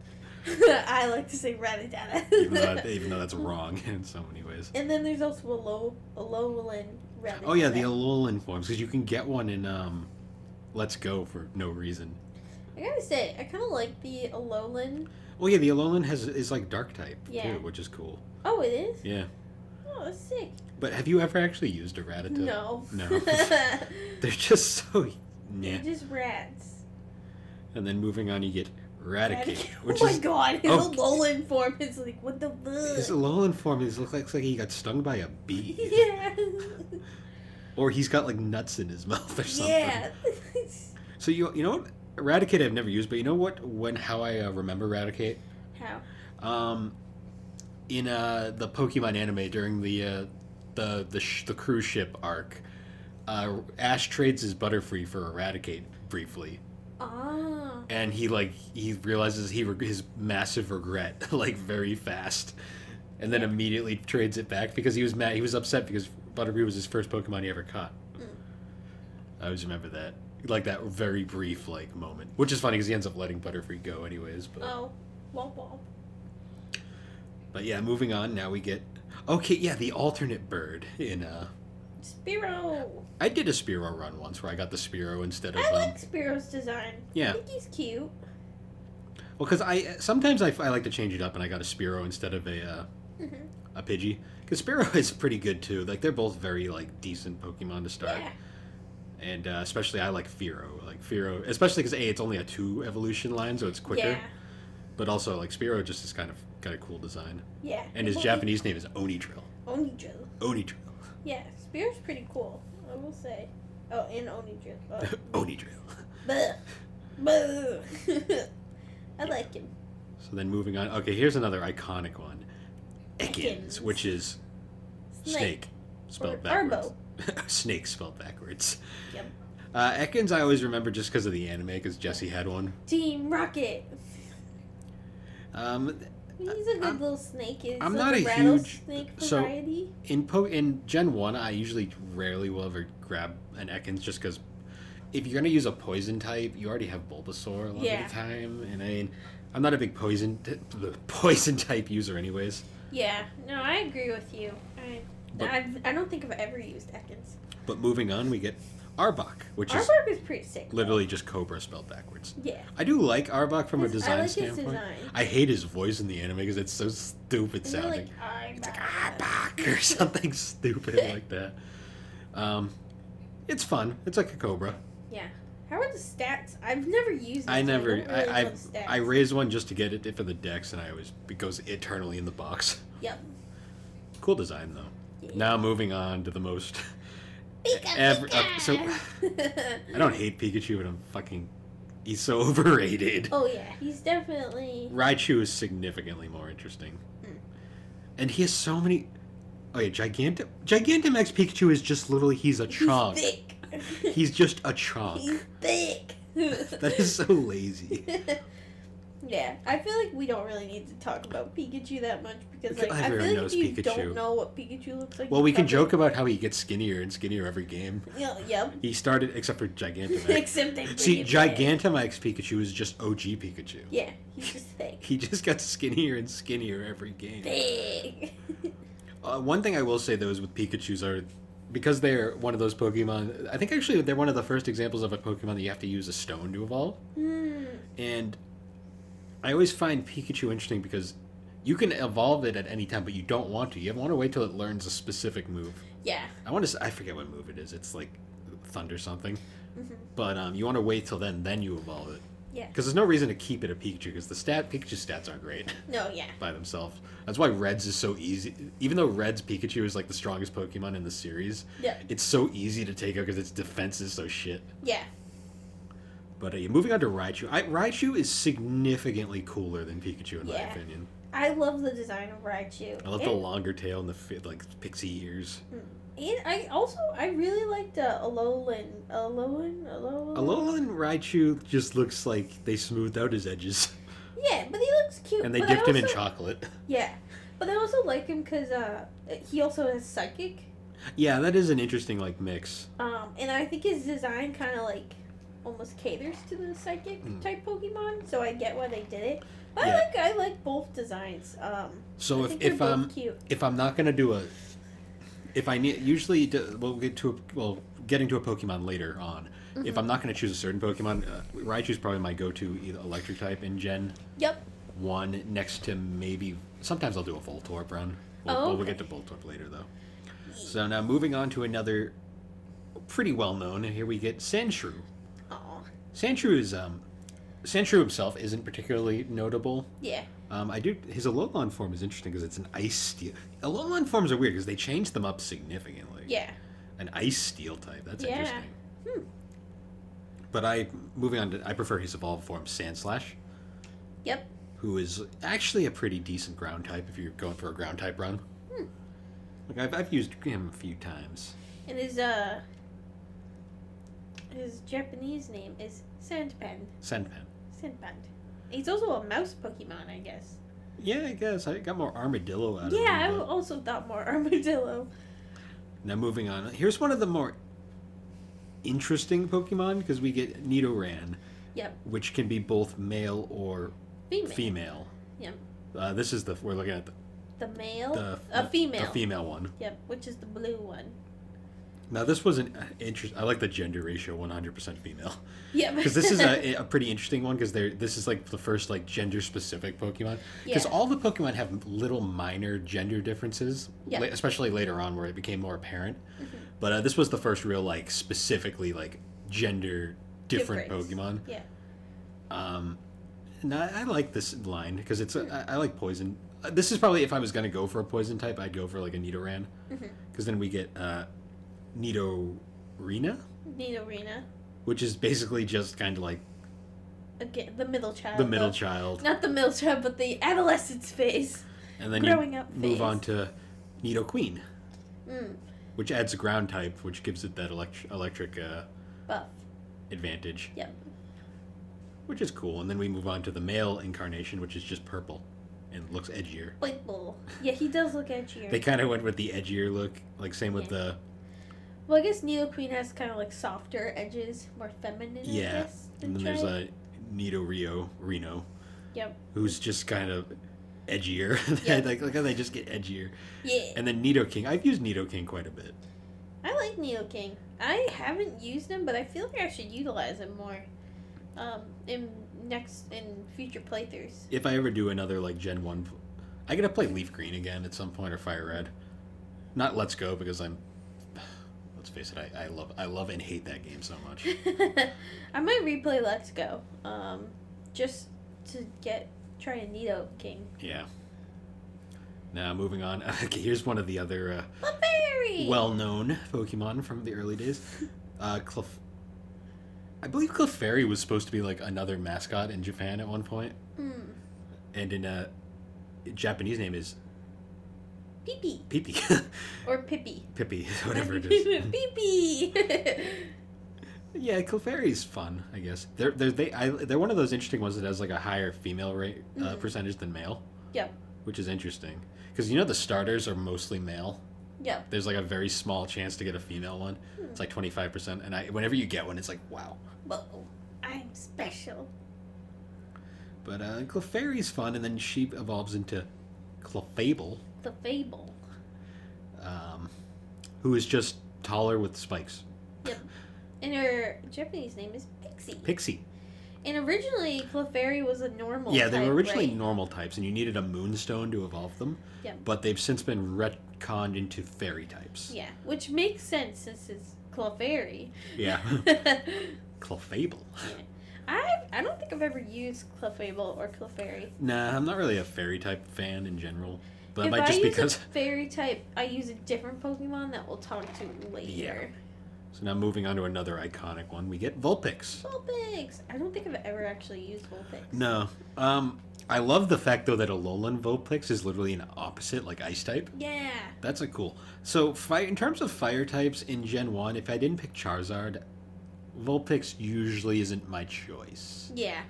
Speaker 2: I like to say Rattata.
Speaker 1: even though even though that's wrong in so many ways.
Speaker 2: and then there's also a low a lowland red.
Speaker 1: Oh yeah, the Alolan forms because you can get one in um, Let's Go for no reason.
Speaker 2: I gotta say, I kind of like the Alolan.
Speaker 1: Oh yeah, the Alolan has is like dark type
Speaker 2: Yeah.
Speaker 1: too, which is cool.
Speaker 2: Oh, it is.
Speaker 1: Yeah,
Speaker 2: Oh, that's sick.
Speaker 1: but have you ever actually used a Rattata?
Speaker 2: No.
Speaker 1: No. They're just so
Speaker 2: They're
Speaker 1: yeah.
Speaker 2: just rats.
Speaker 1: And then moving on, you get Raticate,
Speaker 2: Oh
Speaker 1: which
Speaker 2: my
Speaker 1: is
Speaker 2: god, his
Speaker 1: Oh.
Speaker 2: Alolan form is like, what the
Speaker 1: his
Speaker 2: fuck?
Speaker 1: Alolan form. Is looks like, looks like he got stung by a bee,
Speaker 2: Yeah.
Speaker 1: or he's got like nuts in his mouth or something.
Speaker 2: yeah.
Speaker 1: So you you know what? Raticate I've never used, but you know what? When how I uh, remember Raticate.
Speaker 2: How?
Speaker 1: um, in uh, the Pokemon anime during the uh, the the, sh- the cruise ship arc, uh, Ash trades his Butterfree for Eradicate briefly,
Speaker 2: Ah.
Speaker 1: and he like he realizes he reg- his massive regret like very fast, and then
Speaker 2: Yeah.
Speaker 1: immediately trades it back because he was mad. He was upset because Butterfree was his first Pokemon he ever caught.
Speaker 2: Mm.
Speaker 1: I always remember that. Like that very brief like moment, which is funny because he ends up letting Butterfree go anyways. But
Speaker 2: Oh. Womp womp.
Speaker 1: But yeah, moving on. Now we get okay. Yeah, the alternate bird in uh,
Speaker 2: Spiro.
Speaker 1: I did a Spiro run once where I got the Spiro instead of
Speaker 2: I
Speaker 1: um,
Speaker 2: like Spiro's design. I
Speaker 1: yeah.
Speaker 2: think he's cute.
Speaker 1: Well, because I sometimes I, I like to change it up and I got a Spiro instead of a uh,
Speaker 2: Mhm.
Speaker 1: a Pidgey. Because Spiro is pretty good too. Like they're both very like decent Pokemon to start,
Speaker 2: Yeah.
Speaker 1: and uh, especially I like Firo. Like Firo, especially because a it's only a two evolution line, so it's quicker.
Speaker 2: Yeah.
Speaker 1: But also like Spiro just is kind of kind of cool design,
Speaker 2: Yeah.
Speaker 1: and his
Speaker 2: Well,
Speaker 1: Japanese name is Onidrill.
Speaker 2: Onidrill.
Speaker 1: Onidrill.
Speaker 2: Yeah, Spiro's pretty cool. I will say. Oh, and Onidrill. Oh.
Speaker 1: Onidrill.
Speaker 2: Bleh. Bleh. I like him.
Speaker 1: So then moving on. Okay, here's another iconic one. Ekans,
Speaker 2: Ekans.
Speaker 1: which is snake,
Speaker 2: Or
Speaker 1: spelled backwards.
Speaker 2: Arbo.
Speaker 1: snake spelled backwards.
Speaker 2: Yep.
Speaker 1: Uh, Ekans, I always remember just because of the anime, because Jesse had one.
Speaker 2: Team Rocket.
Speaker 1: Um,
Speaker 2: He's a good
Speaker 1: I'm-
Speaker 2: little snake. He's
Speaker 1: I'm
Speaker 2: like
Speaker 1: not a
Speaker 2: rattlesnake
Speaker 1: huge- so-
Speaker 2: variety.
Speaker 1: in po- in Gen One, I usually rarely will ever grab an Ekans just because if you're gonna use a poison type, you already have Bulbasaur a lot
Speaker 2: Yeah.
Speaker 1: of the time, and I mean, I'm not a big poison t- poison type user, anyways.
Speaker 2: Yeah, no, I agree with you. I,
Speaker 1: But-
Speaker 2: I've, I don't think I've ever used Ekans.
Speaker 1: But moving on, we get Arbok, which is
Speaker 2: Arbok is pretty sick. though.
Speaker 1: literally just Cobra spelled backwards.
Speaker 2: Yeah.
Speaker 1: I do like Arbok from a
Speaker 2: His-
Speaker 1: design
Speaker 2: I like
Speaker 1: standpoint.
Speaker 2: his design.
Speaker 1: I hate his voice in the anime because it's so stupid
Speaker 2: And they're
Speaker 1: sounding.
Speaker 2: like, "Oh, Arbok.
Speaker 1: it's like ah, Arbok or something stupid like that. Um, it's fun. It's like a cobra.
Speaker 2: How are the stats? I've never used.
Speaker 1: I
Speaker 2: it, so
Speaker 1: never.
Speaker 2: don't really
Speaker 1: I,
Speaker 2: know
Speaker 1: I
Speaker 2: the stats.
Speaker 1: I raised one just to get it for the decks, and I always it goes eternally in the box.
Speaker 2: Yep.
Speaker 1: Cool design though.
Speaker 2: Yeah.
Speaker 1: Now moving on to the most.
Speaker 2: Pika,
Speaker 1: ever-
Speaker 2: Pika!
Speaker 1: uh, so- I don't hate Pikachu, but I'm fucking. He's so overrated.
Speaker 2: oh yeah, he's definitely.
Speaker 1: Raichu is significantly more interesting.
Speaker 2: Mm.
Speaker 1: And he has so many. Oh yeah, Giganta Gigantamax Pikachu is just literally he's a
Speaker 2: He's
Speaker 1: chunk.
Speaker 2: thick.
Speaker 1: He's just a chonk.
Speaker 2: He's thick.
Speaker 1: That is so lazy.
Speaker 2: yeah, I feel like we don't really need to talk about Pikachu that much because
Speaker 1: Because
Speaker 2: like I
Speaker 1: everyone
Speaker 2: feel like
Speaker 1: knows
Speaker 2: if you
Speaker 1: Pikachu.
Speaker 2: don't know what Pikachu looks like.
Speaker 1: Well, we can
Speaker 2: probably-
Speaker 1: joke about how he gets skinnier and skinnier every game.
Speaker 2: Yeah, yep.
Speaker 1: He started, except for Gigantamax.
Speaker 2: Except they bring
Speaker 1: See,
Speaker 2: it back.
Speaker 1: Gigantamax Pikachu is just OG Pikachu.
Speaker 2: Yeah, he's just thick.
Speaker 1: He just got skinnier and skinnier every game.
Speaker 2: Big.
Speaker 1: Uh, one thing I will say though is with Pikachu's are because they're one of those Pokemon. I think actually they're one of the first examples of a Pokemon that you have to use a stone to evolve.
Speaker 2: Hmm.
Speaker 1: And I always find Pikachu interesting because you can evolve it at any time, but you don't want to. You want to wait till it learns a specific move.
Speaker 2: yeah.
Speaker 1: I want to. I forget what move it is. It's like thunder something.
Speaker 2: Mhm.
Speaker 1: But um, you want to wait till then, then you evolve it.
Speaker 2: Yeah.
Speaker 1: Because there's no reason to keep it a Pikachu because the stat Pikachu stats aren't great
Speaker 2: No, yeah.
Speaker 1: by themselves. That's why Reds is so easy. Even though Reds Pikachu is like the strongest Pokemon in the series,
Speaker 2: Yeah.
Speaker 1: it's so easy to take out because its defense is so shit.
Speaker 2: Yeah.
Speaker 1: But uh, yeah, moving on to Raichu, I, Raichu is significantly cooler than Pikachu in my
Speaker 2: Yeah.
Speaker 1: opinion.
Speaker 2: I love the design of Raichu.
Speaker 1: I love
Speaker 2: and,
Speaker 1: the longer tail and the fi- like pixie ears.
Speaker 2: and I also I really liked uh, Alolan. Alolan. Alolan.
Speaker 1: Alolan Raichu just looks like they smoothed out his edges
Speaker 2: Yeah, but he looks cute.
Speaker 1: and they
Speaker 2: but I
Speaker 1: dipped him in
Speaker 2: also-
Speaker 1: chocolate.
Speaker 2: Yeah, but I also like him because uh, he also has psychic.
Speaker 1: Yeah, that is an interesting like mix.
Speaker 2: Um, and I think his design kind of like almost caters to the psychic
Speaker 1: Mm.
Speaker 2: type Pokemon, so I get why they did it. But
Speaker 1: Yeah.
Speaker 2: I like I like both designs. Um,
Speaker 1: So
Speaker 2: I
Speaker 1: if
Speaker 2: think they're
Speaker 1: if
Speaker 2: both
Speaker 1: um
Speaker 2: cute.
Speaker 1: if I'm not gonna do a, if I need usually d- we'll get to a, well getting to a Pokemon later on. If I'm not gonna choose a certain Pokemon, uh, Raichu's probably my go-to either electric type in Gen
Speaker 2: Yep.
Speaker 1: one next to maybe sometimes I'll do a Voltorb run. We'll,
Speaker 2: Oh,
Speaker 1: we'll- we'll get
Speaker 2: okay.
Speaker 1: to Voltorb later though. So now moving on to another pretty well known. Here we get Sandshrew.
Speaker 2: Aw.
Speaker 1: Sandshrew is um, Sandshrew himself isn't particularly notable.
Speaker 2: Yeah.
Speaker 1: Um, I do his Alolan form is interesting because it's an ice steel. Alolan forms are weird because they change them up significantly.
Speaker 2: Yeah.
Speaker 1: An ice steel type. That's
Speaker 2: Yeah.
Speaker 1: interesting.
Speaker 2: Hmm.
Speaker 1: But I moving on to I prefer his evolved form Sandslash,
Speaker 2: Yep.
Speaker 1: who is actually a pretty decent ground type if you're going for a ground type run.
Speaker 2: Hmm.
Speaker 1: Like I've, I've used him a few times.
Speaker 2: And his uh. His Japanese name is Sandpen.
Speaker 1: Sandpan.
Speaker 2: Sandband. He's also a mouse Pokemon, I guess.
Speaker 1: Yeah, I guess I got more armadillo out of him.
Speaker 2: Yeah, I
Speaker 1: but-
Speaker 2: also thought more armadillo.
Speaker 1: Now moving on. Here's one of the more interesting Pokemon because we get Nidoran.
Speaker 2: Yep.
Speaker 1: Which can be both male or
Speaker 2: Female.
Speaker 1: female.
Speaker 2: Yep.
Speaker 1: Uh, this is the we're looking at the,
Speaker 2: The male.
Speaker 1: the
Speaker 2: a
Speaker 1: the-
Speaker 2: female.
Speaker 1: the female one.
Speaker 2: yep, which is the blue one.
Speaker 1: Now this was an uh, interest. I like the gender ratio 100% female
Speaker 2: Yep.
Speaker 1: because this is a, a pretty interesting one because they're this is like the first like gender specific Pokemon because
Speaker 2: Yeah.
Speaker 1: all the Pokemon have little minor gender differences,
Speaker 2: Yeah. Mm-hmm.
Speaker 1: la- especially later on where it became more apparent. But uh, this was the first real like specifically like gender different
Speaker 2: Difference.
Speaker 1: Pokemon.
Speaker 2: Yeah.
Speaker 1: Um, and I, I like this line because it's
Speaker 2: Mm-hmm.
Speaker 1: a, I, I like poison. Uh, This is probably if I was gonna go for a poison type, I'd go for like a Nidoran because
Speaker 2: Mhm.
Speaker 1: then we get uh, Nidorina,
Speaker 2: Nidorina.
Speaker 1: which is basically just kind of like
Speaker 2: Again, the middle child.
Speaker 1: the middle
Speaker 2: though.
Speaker 1: child,
Speaker 2: Not the middle child, but the adolescence phase.
Speaker 1: and then
Speaker 2: growing
Speaker 1: you
Speaker 2: up
Speaker 1: move
Speaker 2: phase.
Speaker 1: on to Nidoqueen,
Speaker 2: Mm,
Speaker 1: which adds a ground type, which gives it that electric electric uh,
Speaker 2: buff.
Speaker 1: advantage.
Speaker 2: Yep.
Speaker 1: Which is cool, and then we move on to the male incarnation, which is just purple, and looks edgier.
Speaker 2: Blink bull. Yeah, he does look edgier.
Speaker 1: They kind of went with the edgier look, like same with
Speaker 2: Yeah.
Speaker 1: the
Speaker 2: well, I guess Nidoqueen has kind of like softer edges, more feminine, I
Speaker 1: Yeah,
Speaker 2: guess.
Speaker 1: And then
Speaker 2: than
Speaker 1: there's
Speaker 2: Tri-
Speaker 1: a Nito Rio Reno.
Speaker 2: Yep.
Speaker 1: Who's just kind of edgier.
Speaker 2: Yeah.
Speaker 1: like look how they just get edgier.
Speaker 2: Yeah.
Speaker 1: And then Nito King. I've used Nito King quite a bit.
Speaker 2: I like Neil King. I haven't used him, but I feel like I should utilize him more um, in next in future playthroughs.
Speaker 1: If I ever do another like Gen One, I gotta play Leaf Green again at some point or Fire Red. Not Let's Go because I'm. Let's face it, I, I love I love and hate that game so much.
Speaker 2: I might replay Let's Go um, just to get try a Neato King.
Speaker 1: Yeah. Now moving on. Okay, here's one of the other uh,
Speaker 2: A berry.
Speaker 1: well-known Pokemon from the early days. Uh, Clef- I believe Clefairy was supposed to be like another mascot in Japan at one point,
Speaker 2: mm,
Speaker 1: and in uh, Japanese name is
Speaker 2: Pee
Speaker 1: Pippi,
Speaker 2: or Pippi.
Speaker 1: Pippi, whatever it is.
Speaker 2: Pee Pee.
Speaker 1: Yeah, Clefairy's fun, I guess. They're they're they I, they're one of those interesting ones that has like a higher female rate uh,
Speaker 2: Mhm.
Speaker 1: percentage than male.
Speaker 2: Yeah.
Speaker 1: Which is interesting because you know the starters are mostly male.
Speaker 2: Yeah.
Speaker 1: There's like a very small chance to get a female one. It's like twenty five percent, and I whenever you get one, it's like wow.
Speaker 2: Well, I'm special.
Speaker 1: But uh, Clefairy's fun, and then she evolves into Clefable,
Speaker 2: The Fable.
Speaker 1: um, who is just taller with spikes.
Speaker 2: And her Japanese name is Pixie.
Speaker 1: Pixie.
Speaker 2: And originally, Clefairy was a normal.
Speaker 1: yeah, they were
Speaker 2: type,
Speaker 1: originally
Speaker 2: right?
Speaker 1: normal types, and you needed a moonstone to evolve them.
Speaker 2: Yeah.
Speaker 1: But they've since been retconned into fairy types.
Speaker 2: Yeah, which makes sense since it's Clefairy.
Speaker 1: Yeah.
Speaker 2: I
Speaker 1: Clefable.
Speaker 2: I don't think I've ever used Clefable or Clefairy.
Speaker 1: Nah, I'm not really a fairy type fan in general. But that
Speaker 2: if
Speaker 1: might
Speaker 2: I
Speaker 1: just
Speaker 2: use
Speaker 1: because.
Speaker 2: a fairy type, I use a different Pokemon that we'll talk to later.
Speaker 1: So now moving on to another iconic one, we get Vulpix.
Speaker 2: Vulpix. I don't think I've ever actually used Vulpix.
Speaker 1: No. Um, I love the fact, though, that Alolan Vulpix is literally an opposite, like ice type.
Speaker 2: Yeah.
Speaker 1: That's a cool. So, fire in terms of fire types in Gen One, if I didn't pick Charizard, Vulpix usually isn't my choice.
Speaker 2: Yeah.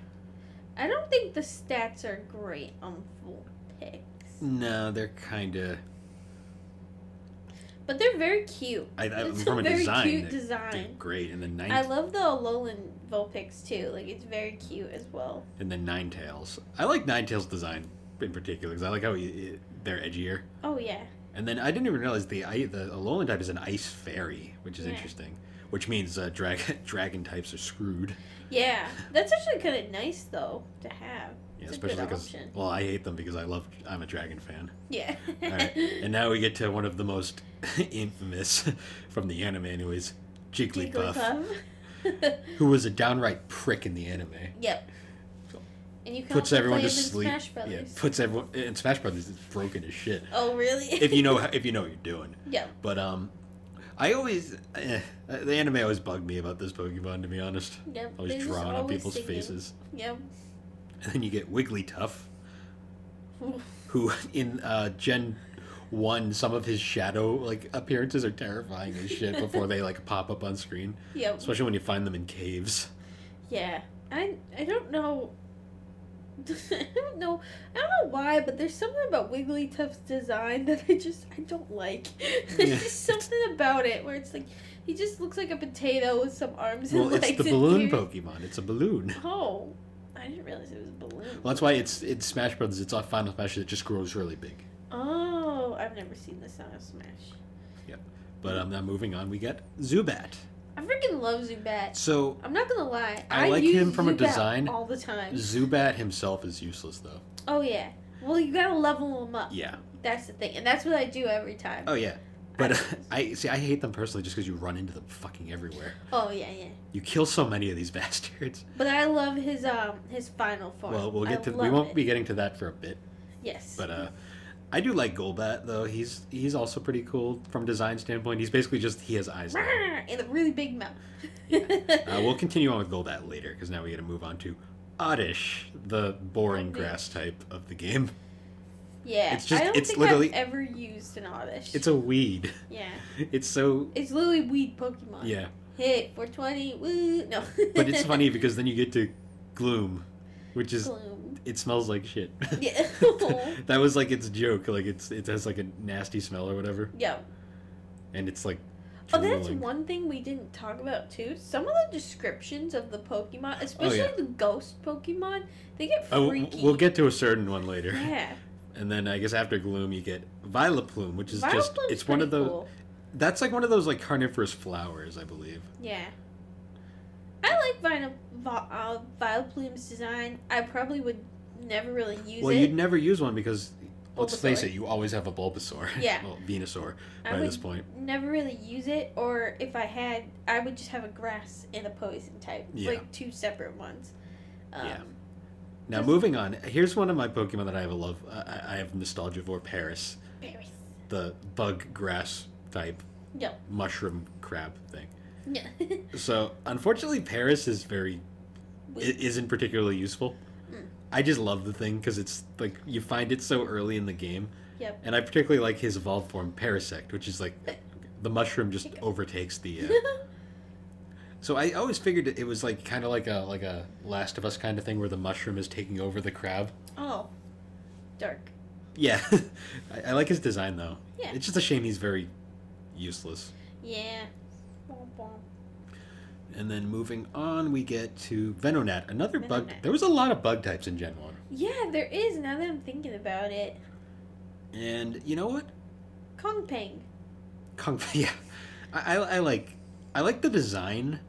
Speaker 2: I don't think the stats are great on Vulpix,
Speaker 1: No, they're kind of.
Speaker 2: but they're very cute.
Speaker 1: I, I,
Speaker 2: it's
Speaker 1: from
Speaker 2: a
Speaker 1: a
Speaker 2: very
Speaker 1: design,
Speaker 2: cute
Speaker 1: they're, they're
Speaker 2: design.
Speaker 1: great. And the nine
Speaker 2: I love the Alolan Vulpix too. Like it's very cute as well.
Speaker 1: and the nine tails. I like nine tails design in particular because I like how he- it, they're edgier.
Speaker 2: Oh yeah.
Speaker 1: And then I didn't even realize the I, the Alolan type is an ice fairy, which is
Speaker 2: Yeah.
Speaker 1: interesting. Which means uh, dragon dragon types are screwed.
Speaker 2: Yeah. That's actually kind of nice though to have.
Speaker 1: Yeah,
Speaker 2: It's a
Speaker 1: especially
Speaker 2: good
Speaker 1: because
Speaker 2: option.
Speaker 1: well, I hate them because I love I'm a dragon fan.
Speaker 2: Yeah.
Speaker 1: Alright, And now we get to one of the most infamous from the anime, anyways Jigglypuff,
Speaker 2: Jigglypuff.
Speaker 1: who was a downright prick in the anime.
Speaker 2: Yep. And you can
Speaker 1: Puts
Speaker 2: also
Speaker 1: everyone
Speaker 2: play
Speaker 1: to
Speaker 2: them in
Speaker 1: sleep.
Speaker 2: Smash
Speaker 1: Yeah,
Speaker 2: Brothers.
Speaker 1: puts everyone in Smash Brothers. It's broken as shit.
Speaker 2: Oh really?
Speaker 1: If you know, if you know what you're doing.
Speaker 2: yeah.
Speaker 1: But um, I always eh, the anime always bugged me about this Pokemon. To be honest,
Speaker 2: Yep.
Speaker 1: always
Speaker 2: they're just
Speaker 1: drawing on
Speaker 2: always
Speaker 1: people's
Speaker 2: singing.
Speaker 1: faces.
Speaker 2: Yep.
Speaker 1: And then you get Wigglytuff, who in uh, Gen One, some of his shadow like appearances are terrifying as shit before they like pop up on screen.
Speaker 2: Yep.
Speaker 1: especially when you find them in caves.
Speaker 2: Yeah. I I don't know. I don't know. I don't know why, but there's something about Wigglytuff's design that I just I don't like. There's
Speaker 1: Yeah.
Speaker 2: just something about it where it's like he just looks like a potato with some arms
Speaker 1: Well,
Speaker 2: and legs.
Speaker 1: it's the
Speaker 2: and
Speaker 1: balloon
Speaker 2: ears.
Speaker 1: Pokemon. It's a balloon.
Speaker 2: Oh, I didn't realize it was a balloon.
Speaker 1: Well, that's why it's it's Smash Brothers. It's on Final Smash that just grows really big.
Speaker 2: Oh, I've never seen the Sound of Smash.
Speaker 1: But
Speaker 2: Mm-hmm.
Speaker 1: um, now moving on, we get Zubat.
Speaker 2: I freaking love Zubat.
Speaker 1: So
Speaker 2: I'm not gonna lie.
Speaker 1: I like him
Speaker 2: use
Speaker 1: from a
Speaker 2: Zubat
Speaker 1: design.
Speaker 2: all the time.
Speaker 1: Zubat himself is useless though.
Speaker 2: Oh yeah. Well, you gotta level him up.
Speaker 1: Yeah.
Speaker 2: That's the thing, and that's what I do every time.
Speaker 1: Oh yeah. But I see. I hate them personally just because you run into them fucking everywhere.
Speaker 2: Oh yeah, yeah.
Speaker 1: You kill so many of these bastards.
Speaker 2: But I love his um his final form.
Speaker 1: Well, we'll get
Speaker 2: I
Speaker 1: to. We
Speaker 2: love
Speaker 1: won't
Speaker 2: it.
Speaker 1: be getting to that for a bit.
Speaker 2: Yes.
Speaker 1: But uh, I do like Golbat though. He's he's also pretty cool from design standpoint. He's basically just he has eyes. now.
Speaker 2: Rah! and a really big mouth.
Speaker 1: Uh, we'll continue on with Golbat later because now we got to move on to Oddish, the boring grass type of the game.
Speaker 2: yeah.
Speaker 1: it's just-
Speaker 2: I don't
Speaker 1: it's
Speaker 2: think
Speaker 1: literally-
Speaker 2: I've ever used an Oddish.
Speaker 1: It's a weed.
Speaker 2: yeah.
Speaker 1: It's so
Speaker 2: It's literally weed Pokemon.
Speaker 1: yeah,
Speaker 2: Hit 420. Woo. No.
Speaker 1: but it's funny because then you get to Gloom, which is
Speaker 2: Gloom.
Speaker 1: it smells like shit.
Speaker 2: Yeah.
Speaker 1: that was like its joke. Like it's it has like a nasty smell or whatever,
Speaker 2: Yeah.
Speaker 1: and it's like.
Speaker 2: Oh, that's
Speaker 1: drooling.
Speaker 2: one thing we didn't talk about too. Some of the descriptions of the Pokemon, especially
Speaker 1: Oh, yeah.
Speaker 2: the ghost Pokemon, they get
Speaker 1: Oh,
Speaker 2: freaky.
Speaker 1: we'll get to a certain one later,
Speaker 2: Yeah,
Speaker 1: and then I guess after Gloom you get Vileplume, which is just
Speaker 2: Vileplume's
Speaker 1: it's one of
Speaker 2: pretty
Speaker 1: those
Speaker 2: cool.
Speaker 1: that's like one of those like carnivorous flowers, I believe.
Speaker 2: Yeah, I like Vine uh, Vileplume's design. I probably would never really use
Speaker 1: Well,
Speaker 2: it.
Speaker 1: you'd never use one because let's face
Speaker 2: Bulbasaur.
Speaker 1: it, you always have a Bulbasaur.
Speaker 2: Yeah.
Speaker 1: well, Venusaur
Speaker 2: I
Speaker 1: by
Speaker 2: would
Speaker 1: this point.
Speaker 2: never really use it, or if I had, I would just have a grass and a poison type,
Speaker 1: Yeah.
Speaker 2: like two separate ones. Um,
Speaker 1: Yeah. Now
Speaker 2: Just-
Speaker 1: moving on. Here's one of my Pokemon that I have a love. I, I have nostalgia for Paris,
Speaker 2: Paris.
Speaker 1: the bug grass type
Speaker 2: Yep.
Speaker 1: mushroom crab thing.
Speaker 2: Yeah.
Speaker 1: So unfortunately, Paris is very i-
Speaker 2: Weird.
Speaker 1: isn't particularly useful.
Speaker 2: Mm.
Speaker 1: I just love the thing because it's like you find it so early in the game.
Speaker 2: Yep.
Speaker 1: And I particularly like his evolved form, Parasect, which is like the mushroom just overtakes the. Uh, So I always figured it was like kind of like a like a Last of Us kind of thing where the mushroom is taking over the crab.
Speaker 2: Oh, dark.
Speaker 1: Yeah, I, I like his design though.
Speaker 2: Yeah.
Speaker 1: It's just a shame he's very useless.
Speaker 2: Yeah.
Speaker 1: And then moving on, we get to Venonat, another bug.
Speaker 2: Venonat.
Speaker 1: There was a lot of bug types in Gen One,
Speaker 2: Yeah, there is. Now that I'm thinking about it,
Speaker 1: and you know what?
Speaker 2: Kong Peng.
Speaker 1: Kung Fu. Yeah, I, I, I like I like the design,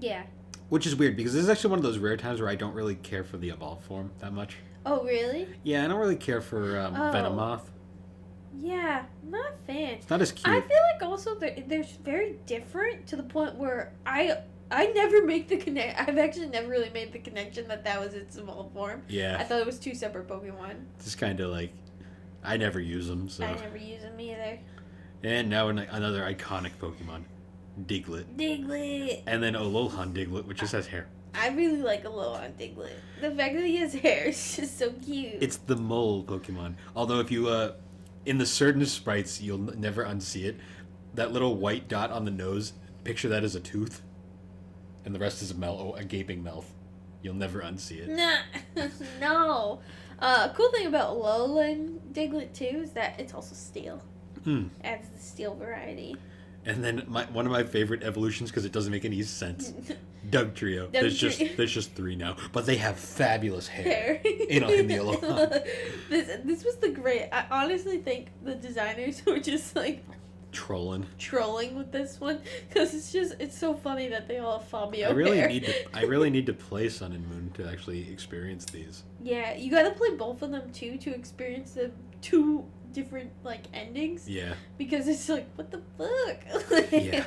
Speaker 2: Yeah.
Speaker 1: which is weird because this is actually one of those rare times where I don't really care for the evolved form that much.
Speaker 2: Oh, really?
Speaker 1: Yeah, I don't really care for um,
Speaker 2: Oh.
Speaker 1: Venomoth.
Speaker 2: Yeah, not a fan.
Speaker 1: It's not as
Speaker 2: I
Speaker 1: cute.
Speaker 2: feel like also they're, they're very different to the point where I I never make the connect. I've actually never really made the connection that that was its evolved form. I
Speaker 1: yeah,
Speaker 2: thought it was two separate Pokemon.
Speaker 1: just kind of like I never use them. So
Speaker 2: I never use them either.
Speaker 1: and now an, another iconic Pokemon, Diglett,
Speaker 2: Diglett.
Speaker 1: and then Alolan Diglett, which
Speaker 2: Ah.
Speaker 1: just has hair.
Speaker 2: I really like Alolan Diglett. The fact that he has hair is just so cute.
Speaker 1: It's the mole Pokemon. Although if you uh, in the certain sprites, you'll n- never unsee it. That little white dot on the nose, picture that as a tooth, and the rest is a mouth, oh, a gaping mouth. You'll never unsee it.
Speaker 2: Nah, no. Uh, cool thing about Alolan Diglett too is that it's also steel.
Speaker 1: Hmm.
Speaker 2: Adds the steel variety.
Speaker 1: And then my, one of my favorite evolutions because it doesn't make any sense. Doug Trio. there's
Speaker 2: Dugtrio.
Speaker 1: just there's just three now, but they have fabulous hair.
Speaker 2: Hair.
Speaker 1: It'll hit the Alolan.
Speaker 2: this this was the great. I honestly think the designers were just like
Speaker 1: Trolling.
Speaker 2: trolling with this one because it's just it's so funny that they all have Fabio
Speaker 1: I really
Speaker 2: hair.
Speaker 1: need to I really need to play Sun and Moon to actually experience these.
Speaker 2: yeah, you gotta play both of them too to experience the two different like endings
Speaker 1: Yeah,
Speaker 2: because it's like what the fuck.
Speaker 1: yeah.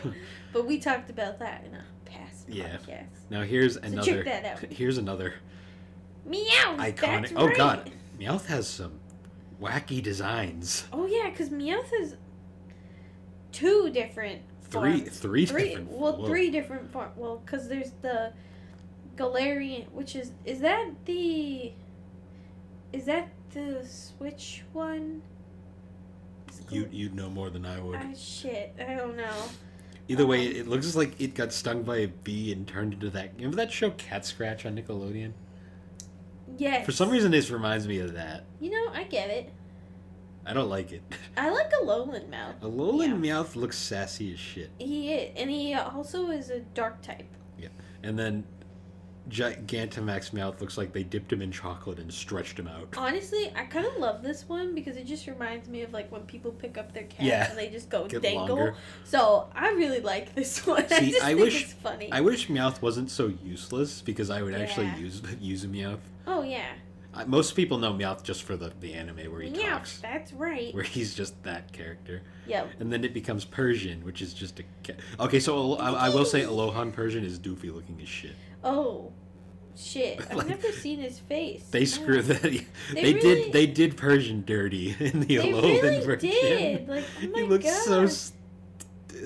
Speaker 2: But we talked about that in a past
Speaker 1: Yeah.
Speaker 2: podcast.
Speaker 1: now here's
Speaker 2: So check
Speaker 1: another.
Speaker 2: that out.
Speaker 1: Here's another
Speaker 2: Meow.
Speaker 1: iconic.
Speaker 2: That's
Speaker 1: Oh
Speaker 2: right.
Speaker 1: god, Meowth has some wacky designs.
Speaker 2: Oh yeah, because Meowth is two different.
Speaker 1: Three,
Speaker 2: forms.
Speaker 1: three,
Speaker 2: Three.
Speaker 1: different.
Speaker 2: Well,
Speaker 1: whoa.
Speaker 2: three different forms. Well, because there's the Galarian, which is is that the is that the Switch one? Is
Speaker 1: You
Speaker 2: Gal-
Speaker 1: you'd know more than I would.
Speaker 2: Ah, shit, I don't know.
Speaker 1: Either way,
Speaker 2: um,
Speaker 1: it looks just like it got stung by a bee and turned into that. Remember that show Cat Scratch on Nickelodeon?
Speaker 2: Yes.
Speaker 1: For some reason, this reminds me of that.
Speaker 2: You know, I get it.
Speaker 1: I don't like it.
Speaker 2: I like Alolan Mouth.
Speaker 1: Alolan Meowth looks sassy as shit.
Speaker 2: He is, and he also is a dark type.
Speaker 1: And then Gigantamax Meowth looks like they dipped him in chocolate and stretched him
Speaker 2: Oh,
Speaker 1: out.
Speaker 2: Honestly, I kind of love this one because it just reminds me of like when people pick up their cats
Speaker 1: Yeah.
Speaker 2: and they just go
Speaker 1: Get
Speaker 2: dangle.
Speaker 1: longer.
Speaker 2: So I really like this one. I
Speaker 1: See,
Speaker 2: just
Speaker 1: I
Speaker 2: think
Speaker 1: wish-
Speaker 2: it's funny.
Speaker 1: I wish Meowth wasn't so useless because I would actually
Speaker 2: Yeah.
Speaker 1: use use Meowth.
Speaker 2: oh yeah,
Speaker 1: I, most people know Meowth just for the, the anime where he
Speaker 2: yeah,
Speaker 1: talks,
Speaker 2: that's right.
Speaker 1: where he's just that character.
Speaker 2: Yep.
Speaker 1: And then it becomes Persian, which is just a. Ca- okay, so Al- I, I will say Alohan Persian is doofy looking as shit.
Speaker 2: Oh, shit! I've
Speaker 1: Like,
Speaker 2: never seen his face.
Speaker 1: They screw that. They,
Speaker 2: really-
Speaker 1: did they did Persian dirty in the
Speaker 2: They
Speaker 1: Alolan
Speaker 2: really
Speaker 1: version.
Speaker 2: did. Like, oh my
Speaker 1: he looks
Speaker 2: god.
Speaker 1: so. St-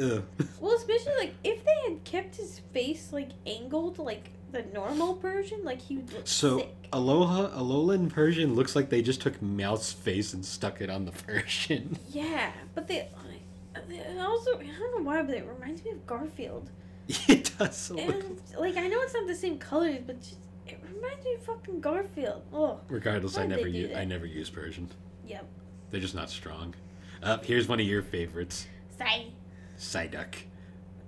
Speaker 1: ugh.
Speaker 2: Well, especially like if they had kept his face like angled like the normal version, like he would look
Speaker 1: So
Speaker 2: sick.
Speaker 1: Aloha Alolan Persian looks like they just took Meowth's face and stuck it on the Persian.
Speaker 2: Yeah, but they, they also I don't know why, but it reminds me of Garfield.
Speaker 1: it does a little.
Speaker 2: And like I know it's not the same colors, but just it reminds me of fucking Garfield. Oh,
Speaker 1: Regardless,
Speaker 2: Why
Speaker 1: I
Speaker 2: did they
Speaker 1: never
Speaker 2: do
Speaker 1: use
Speaker 2: that?
Speaker 1: I never use Persian.
Speaker 2: yep.
Speaker 1: They're just not strong. Uh, here's one of your favorites,
Speaker 2: Sai
Speaker 1: Psyduck,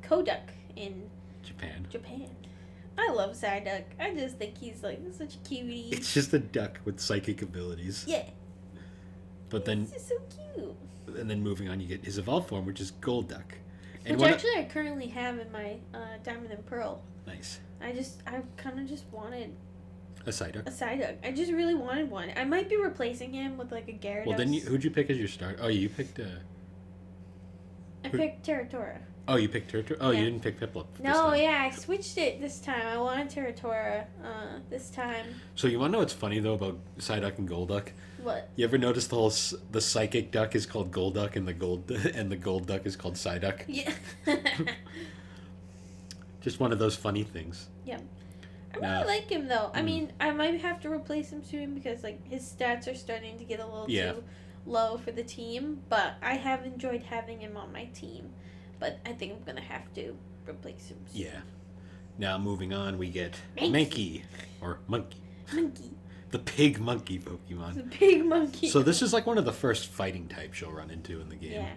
Speaker 2: Koduck in
Speaker 1: Japan.
Speaker 2: Japan. I love Psyduck. I just think he's like such a cutie.
Speaker 1: It's just a duck with psychic abilities.
Speaker 2: yeah,
Speaker 1: But then,
Speaker 2: he's just so cute.
Speaker 1: and then moving on, you get his evolved form, which is Golduck. And
Speaker 2: Which
Speaker 1: one
Speaker 2: actually I currently have in my uh, Diamond and Pearl.
Speaker 1: nice,
Speaker 2: I just I kind of just wanted
Speaker 1: a Psyduck.
Speaker 2: a Psyduck. I just really wanted one. I might be replacing him with like a Gyarados.
Speaker 1: Well, then you, who'd you pick as your start? Oh, you picked. Uh,
Speaker 2: I picked Territora.
Speaker 1: oh, you picked Turtle. Oh,
Speaker 2: Yeah.
Speaker 1: you didn't pick Piplup. this
Speaker 2: No,
Speaker 1: time.
Speaker 2: yeah, I switched it this time. I wanted Territora uh, this time.
Speaker 1: So you want to know what's funny though about Psyduck and Golduck?
Speaker 2: What?
Speaker 1: You ever notice the whole s- the psychic duck is called Golduck and the gold and the gold duck is called Psyduck?
Speaker 2: Yeah.
Speaker 1: Just one of those funny things.
Speaker 2: I really
Speaker 1: Nah.
Speaker 2: like him though. I
Speaker 1: Mm.
Speaker 2: mean, I might have to replace him soon because like his stats are starting to get a little
Speaker 1: Yeah.
Speaker 2: too low for the team. But I have enjoyed having him on my team. But I think I'm gonna have to replace him. Soon.
Speaker 1: Yeah. Now moving on, we get
Speaker 2: Mankey.
Speaker 1: Mankey or Monkey,
Speaker 2: Monkey.
Speaker 1: the pig monkey Pokemon.
Speaker 2: The big monkey.
Speaker 1: So this is like one of the first fighting types you'll run into in the game.
Speaker 2: Yeah.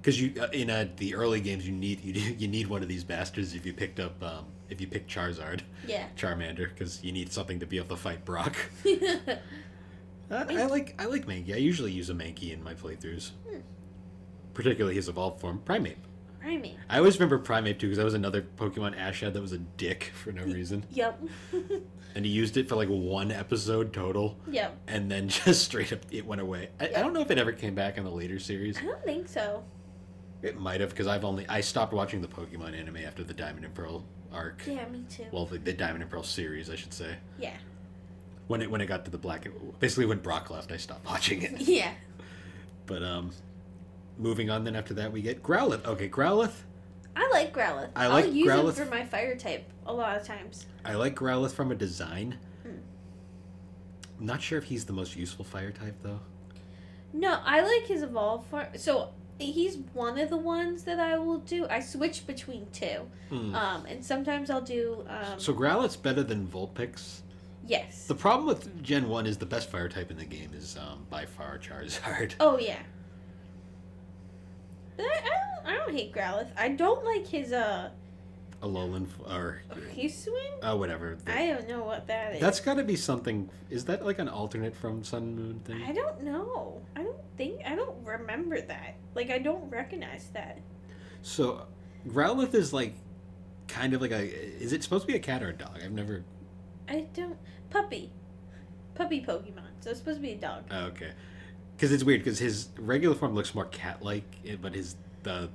Speaker 1: Because you uh, in uh, the early games you need you, do- you need one of these bastards if you picked up um, if you picked Charizard,
Speaker 2: Yeah.
Speaker 1: Charmander, because you need something to be able to fight Brock.
Speaker 2: yeah.
Speaker 1: I, I like I like Mankey. I usually use a Mankey in my playthroughs,
Speaker 2: Hmm.
Speaker 1: particularly his evolved form, Primate.
Speaker 2: Primate.
Speaker 1: I always remember Primate too because that was another Pokemon Ash had that was a dick for no reason,
Speaker 2: Yep.
Speaker 1: and he used it for like one episode total,
Speaker 2: yep.
Speaker 1: and then just straight up it went away. I, I
Speaker 2: Yeah.
Speaker 1: don't know if it ever came back in the later series.
Speaker 2: I don't think so.
Speaker 1: It might have because I've only I stopped watching the Pokemon anime after the Diamond and Pearl arc.
Speaker 2: Yeah, me too.
Speaker 1: Well, the, the Diamond and Pearl series, I should say.
Speaker 2: yeah.
Speaker 1: When it when it got to the black, basically when Brock left, I stopped watching it.
Speaker 2: Yeah.
Speaker 1: But um, moving on then after that we get Growlithe. Okay, Growlithe.
Speaker 2: I like Growlithe.
Speaker 1: I like
Speaker 2: I'll use
Speaker 1: Growlithe.
Speaker 2: him for my fire type a lot of times.
Speaker 1: I like Growlithe from a design.
Speaker 2: Hmm.
Speaker 1: Not sure if he's the most useful fire type though.
Speaker 2: No, I like his evolve form. So he's one of the ones that I will do. I switch between two,
Speaker 1: Hmm.
Speaker 2: um, and sometimes I'll do. Um,
Speaker 1: so Growlithe's better than Vulpix.
Speaker 2: yes.
Speaker 1: The problem with Gen One is the best fire type in the game is um, by far Charizard.
Speaker 2: oh yeah. But I, I don't. I don't hate Growlithe. I don't like his uh
Speaker 1: Alolan f- or
Speaker 2: Hisuian.
Speaker 1: uh, whatever. the-
Speaker 2: I don't know what that is.
Speaker 1: That's got to be something. Is that like an alternate from Sun Moon
Speaker 2: I
Speaker 1: thing?
Speaker 2: don't know. I don't think. I don't remember that. Like I don't recognize that.
Speaker 1: So, Growlithe is like kind of like a. Is it supposed to be a cat or a dog? I've never.
Speaker 2: I don't. Puppy. Puppy Pokemon. So it's supposed to be a dog.
Speaker 1: Oh, okay, because it's weird because his regular form looks more cat-like, eh, but his the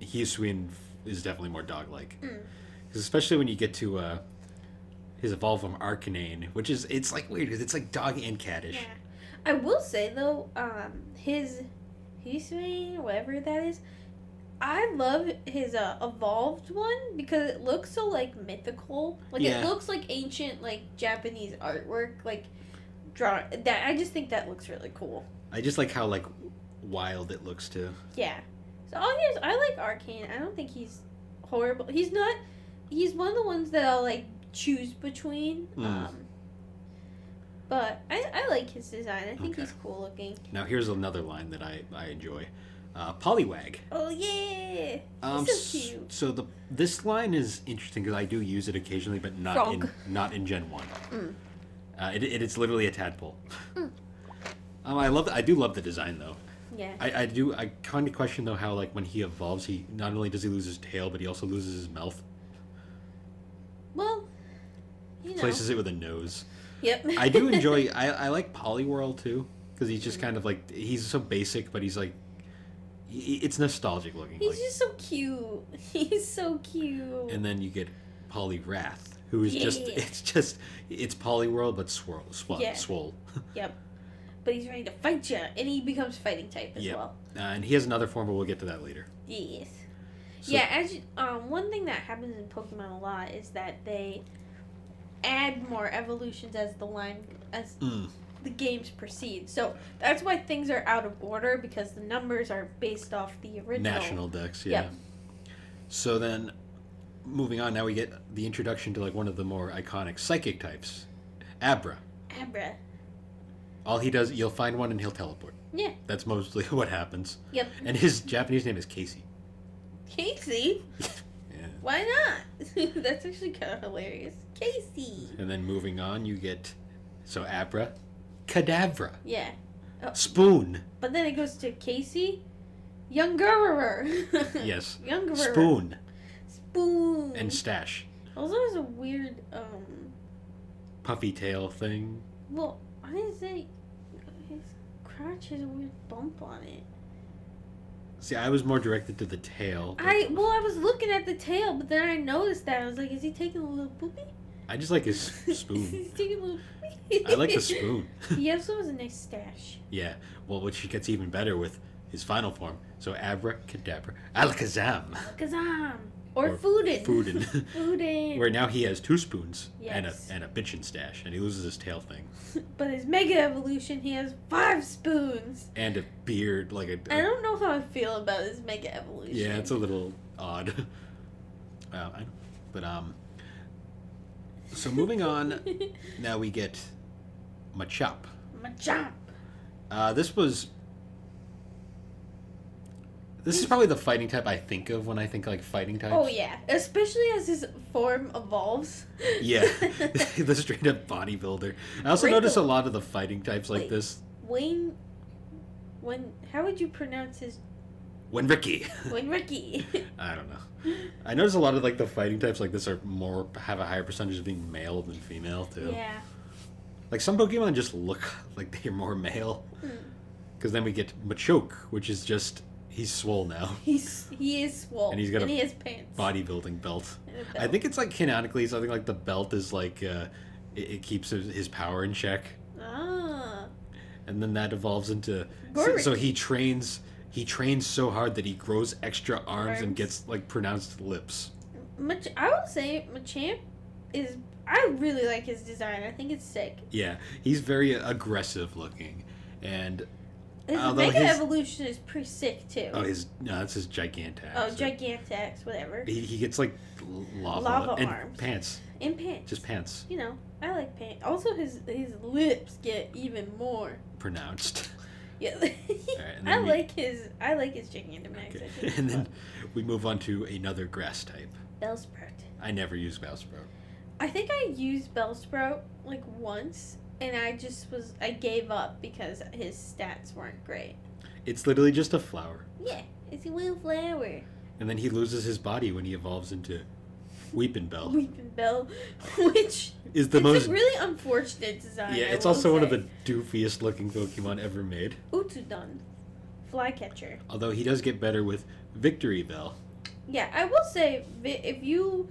Speaker 1: Hisuian is definitely more dog-like.
Speaker 2: Mm.
Speaker 1: 'Cause especially when you get to uh, his evolved form Arcanine, which is it's like weird 'cause it's like dog and catish.
Speaker 2: Yeah. I will say though, um, his Hisui, whatever that is, I love his uh, evolved one because it looks so like mythical. Like
Speaker 1: Yeah.
Speaker 2: it looks like ancient like Japanese artwork, like draw that I just think that looks really cool.
Speaker 1: I just like how like wild it looks too.
Speaker 2: Yeah. So all he is, I like Arcane. I don't think he's horrible. He's not. He's one of the ones that I'll like choose between.
Speaker 1: Mm.
Speaker 2: Um, but I, I like his design. I think
Speaker 1: Okay.
Speaker 2: he's cool looking.
Speaker 1: Now here's another line that I I enjoy, uh, Poliwag.
Speaker 2: Oh yeah.
Speaker 1: Um,
Speaker 2: so
Speaker 1: s-
Speaker 2: cute.
Speaker 1: So the this line is interesting because I do use it occasionally, but not
Speaker 2: Frog.
Speaker 1: in not in Gen One.
Speaker 2: Mm.
Speaker 1: Uh, it, it is literally a tadpole.
Speaker 2: Mm.
Speaker 1: Um, I love I do love the design though.
Speaker 2: Yeah.
Speaker 1: I, I do I kind of question though how like when he evolves he not only does he lose his tail but he also loses his mouth
Speaker 2: Well, you know.
Speaker 1: places it with a nose.
Speaker 2: Yep.
Speaker 1: I do enjoy I, I like Poliwhirl too because he's just kind of like he's so basic but he's like he- he, it's nostalgic looking.
Speaker 2: He's
Speaker 1: like,
Speaker 2: just so cute. He's so cute.
Speaker 1: and then you get Polly Wrath, who is just
Speaker 2: Yeah.
Speaker 1: it's just it's Polyworld but swirl swell
Speaker 2: Yeah.
Speaker 1: swole.
Speaker 2: but he's ready to fight you, and he becomes fighting type as
Speaker 1: Yep.
Speaker 2: well.
Speaker 1: Uh, and he has another form, but we'll get to that later.
Speaker 2: Yes.
Speaker 1: So-
Speaker 2: yeah, as you, um, one thing that happens in Pokemon a lot is that they add more evolutions as the line as
Speaker 1: Mm.
Speaker 2: the games proceed. So that's why things are out of order because the numbers are based off the original.
Speaker 1: National decks, yeah.
Speaker 2: Yep.
Speaker 1: So then moving on, now we get the introduction to like one of the more iconic psychic types, Abra.
Speaker 2: Abra.
Speaker 1: All he does, you'll find one and he'll teleport.
Speaker 2: Yeah.
Speaker 1: That's mostly what happens.
Speaker 2: Yep.
Speaker 1: And his Japanese name is Casey.
Speaker 2: Casey.
Speaker 1: Yeah.
Speaker 2: Why not? that's actually kind of hilarious. Casey.
Speaker 1: And then moving on, you get so Abra, Cadabra,
Speaker 2: Yeah.
Speaker 1: Spoon.
Speaker 2: But then it goes to Casey. Youngerer.
Speaker 1: Yes.
Speaker 2: Youngerer.
Speaker 1: Spoon
Speaker 2: Spoon.
Speaker 1: and Stash.
Speaker 2: Also, there's a weird, um,
Speaker 1: puffy tail thing.
Speaker 2: well, I didn't say his crotch has a weird bump on it.
Speaker 1: See, I was more directed to the tail. but
Speaker 2: I, well, I was looking at the tail, but then I noticed that. I was like, is he taking a little poopy?
Speaker 1: I just like his spoon.
Speaker 2: He's taking a little poopy.
Speaker 1: I like the spoon.
Speaker 2: he also has a nice stash.
Speaker 1: Yeah. Well, which gets even better with his final form. So abracadabra, alakazam,
Speaker 2: Kazam! um, Or,
Speaker 1: Or
Speaker 2: Fudin.
Speaker 1: Fudin.
Speaker 2: Fudin.
Speaker 1: where now he has two spoons and a
Speaker 2: Yes.
Speaker 1: and a bitchin' stash, and he loses his tail thing
Speaker 2: But his mega evolution, he has five spoons.
Speaker 1: and a beard like a.
Speaker 2: I don't know how I feel about his mega evolution.
Speaker 1: yeah, it's a little odd. Uh, I- but um, So moving on, now we get Machop.
Speaker 2: Machop.
Speaker 1: Uh, this was. This is probably the fighting type I think of when I think like fighting types.
Speaker 2: Oh yeah, especially as his form evolves.
Speaker 1: Yeah, the straight up bodybuilder. I also
Speaker 2: Wrinkle-
Speaker 1: notice a lot of the fighting types like
Speaker 2: Wait.
Speaker 1: this.
Speaker 2: Wayne. When how would you pronounce his
Speaker 1: When Ricky,
Speaker 2: Wayne Ricky?
Speaker 1: I don't know. I notice a lot of like the fighting types like this are more have a higher percentage of being male than female too.
Speaker 2: yeah.
Speaker 1: Like some Pokemon just look like they're more male.
Speaker 2: Mm.
Speaker 1: Because then we get Machoke, which is just he's swole now,
Speaker 2: He's he is swole.
Speaker 1: And he's got a
Speaker 2: he has pants.
Speaker 1: bodybuilding belt.
Speaker 2: and a
Speaker 1: I
Speaker 2: belt.
Speaker 1: think it's like canonically something like the belt is like uh, it, it keeps his, his power in check,
Speaker 2: Ah.
Speaker 1: and then that evolves into so,
Speaker 2: Gorik.
Speaker 1: so he trains he trains so hard that he grows extra arms, and
Speaker 2: Arms.
Speaker 1: gets like pronounced lips.
Speaker 2: Mach- I would say Machamp is. I really like his design. I think it's sick.
Speaker 1: Yeah, he's very aggressive looking, and
Speaker 2: His
Speaker 1: Although
Speaker 2: Mega
Speaker 1: his-
Speaker 2: Evolution is pretty sick too.
Speaker 1: oh his no that's his Gigantax.
Speaker 2: Oh, Gigantax, whatever.
Speaker 1: he, he gets like l- lava,
Speaker 2: Lava
Speaker 1: and
Speaker 2: arms.
Speaker 1: pants,
Speaker 2: And pants.
Speaker 1: just pants
Speaker 2: You know, I like pants. Also, his his lips get even more.
Speaker 1: pronounced.
Speaker 2: Yeah.
Speaker 1: Alright, and
Speaker 2: I
Speaker 1: then we-
Speaker 2: like his. I like his Gigantamax.
Speaker 1: Okay.
Speaker 2: I think
Speaker 1: and then we move on to another grass type.
Speaker 2: Bellsprout.
Speaker 1: I never use Bellsprout.
Speaker 2: I think I used Bellsprout like once, and I just was. I gave up because his stats weren't great.
Speaker 1: It's literally just a flower.
Speaker 2: Yeah, it's a wildflower.
Speaker 1: And then he loses his body when he evolves into Weepin' Bell.
Speaker 2: Weeping Bell, which
Speaker 1: Is Oh. the
Speaker 2: it's
Speaker 1: most
Speaker 2: a really unfortunate design.
Speaker 1: Yeah,
Speaker 2: I
Speaker 1: it's
Speaker 2: will
Speaker 1: also one of
Speaker 2: say.
Speaker 1: the doofiest looking Pokemon ever made.
Speaker 2: Utsudon, Flycatcher.
Speaker 1: Although he does get better with Victory Bell.
Speaker 2: Yeah, I will say vi- if you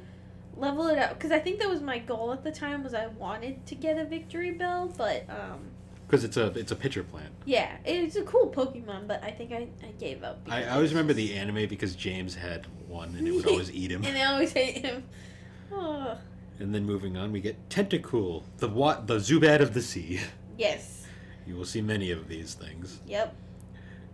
Speaker 2: level it up, because I think that was my goal at the time was I wanted to get a Victory Bell, but um,
Speaker 1: Because it's a it's a pitcher plant.
Speaker 2: yeah, it's a cool Pokemon, but I think I, I gave up.
Speaker 1: I,
Speaker 2: because
Speaker 1: I always remember the E anime because James had one and it would always eat him.
Speaker 2: And I always hate him. Oh,
Speaker 1: And then moving on, we get Tentacool, the wa- the Zubat of the sea.
Speaker 2: yes.
Speaker 1: You will see many of these things.
Speaker 2: Yep.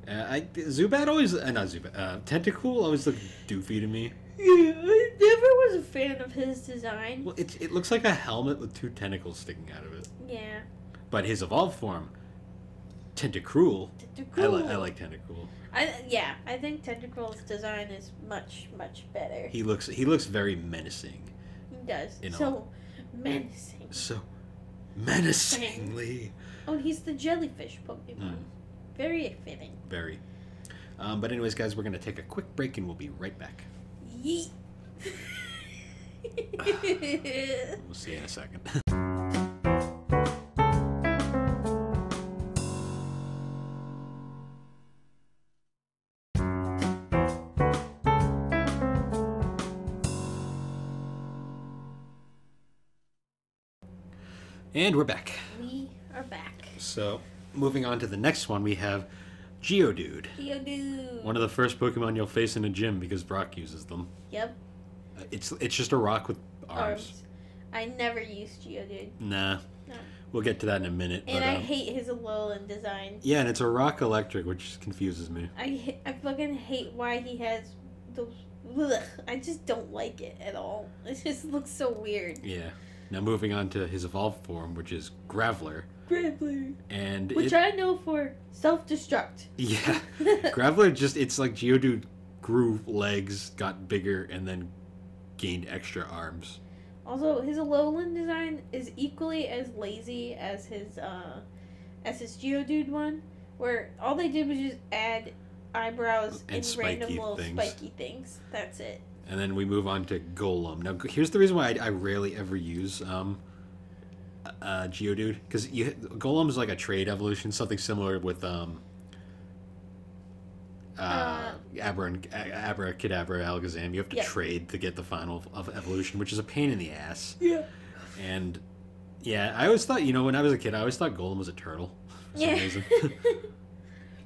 Speaker 1: Uh, I, Zubat always, uh, not Zubat, uh, Tentacool always looked doofy to me.
Speaker 2: I never was a fan of his design.
Speaker 1: Well, it, it looks like a helmet with two tentacles sticking out of it.
Speaker 2: Yeah.
Speaker 1: But his evolved form, Tentacruel, I, li- I
Speaker 2: Cool.
Speaker 1: like Tentacruel.
Speaker 2: I yeah, I think Tentacruel's design is much much better.
Speaker 1: He looks he looks very menacing.
Speaker 2: He does
Speaker 1: You know.
Speaker 2: so menacing.
Speaker 1: So menacingly
Speaker 2: Oh, and he's the jellyfish Pokemon.
Speaker 1: Mm.
Speaker 2: Very fitting.
Speaker 1: very. Um, but anyways, guys, we're gonna take a quick break and we'll be right back.
Speaker 2: Yeet.
Speaker 1: We'll see you in a second. And we're back.
Speaker 2: we are back.
Speaker 1: So, moving on to the next one, we have Geodude,
Speaker 2: Geodude.
Speaker 1: one of the first Pokemon you'll face in a gym because Brock uses them.
Speaker 2: yep.
Speaker 1: Uh, It's it's just a rock with arms.
Speaker 2: Arms. I never used Geodude,
Speaker 1: Nah,
Speaker 2: No.
Speaker 1: we'll get to that in a minute.
Speaker 2: and
Speaker 1: but,
Speaker 2: I
Speaker 1: um,
Speaker 2: hate his Alolan design.
Speaker 1: yeah, and it's a rock electric, which confuses me.
Speaker 2: I h- I fucking hate why he has those. Ugh, I just don't like it at all. It just looks so weird.
Speaker 1: Yeah. Now moving on to his evolved form, which is Graveler,
Speaker 2: Graveler.
Speaker 1: and
Speaker 2: Which
Speaker 1: it,
Speaker 2: I know for self destruct.
Speaker 1: yeah, Graveler just it's like Geodude grew legs, got bigger, and then gained extra arms.
Speaker 2: also, his Alolan design is equally as lazy as his uh as his Geodude one, where all they did was just add eyebrows
Speaker 1: And
Speaker 2: and, random
Speaker 1: spiky
Speaker 2: little
Speaker 1: things.
Speaker 2: spiky things. That's it.
Speaker 1: And then we move on to Golem. Now g- here's the reason why I, I rarely ever use um, uh, Geodude because you Golem is like a trade evolution, something similar with um, uh,
Speaker 2: Uh,
Speaker 1: Abra and A- Abra Kadabra Alakazam. You have to
Speaker 2: Yeah.
Speaker 1: trade to get the final of evolution, which is a pain in the ass.
Speaker 2: Yeah.
Speaker 1: And yeah, I always thought you know when I was a kid, I always thought Golem was a turtle. For some
Speaker 2: Yeah.
Speaker 1: reason.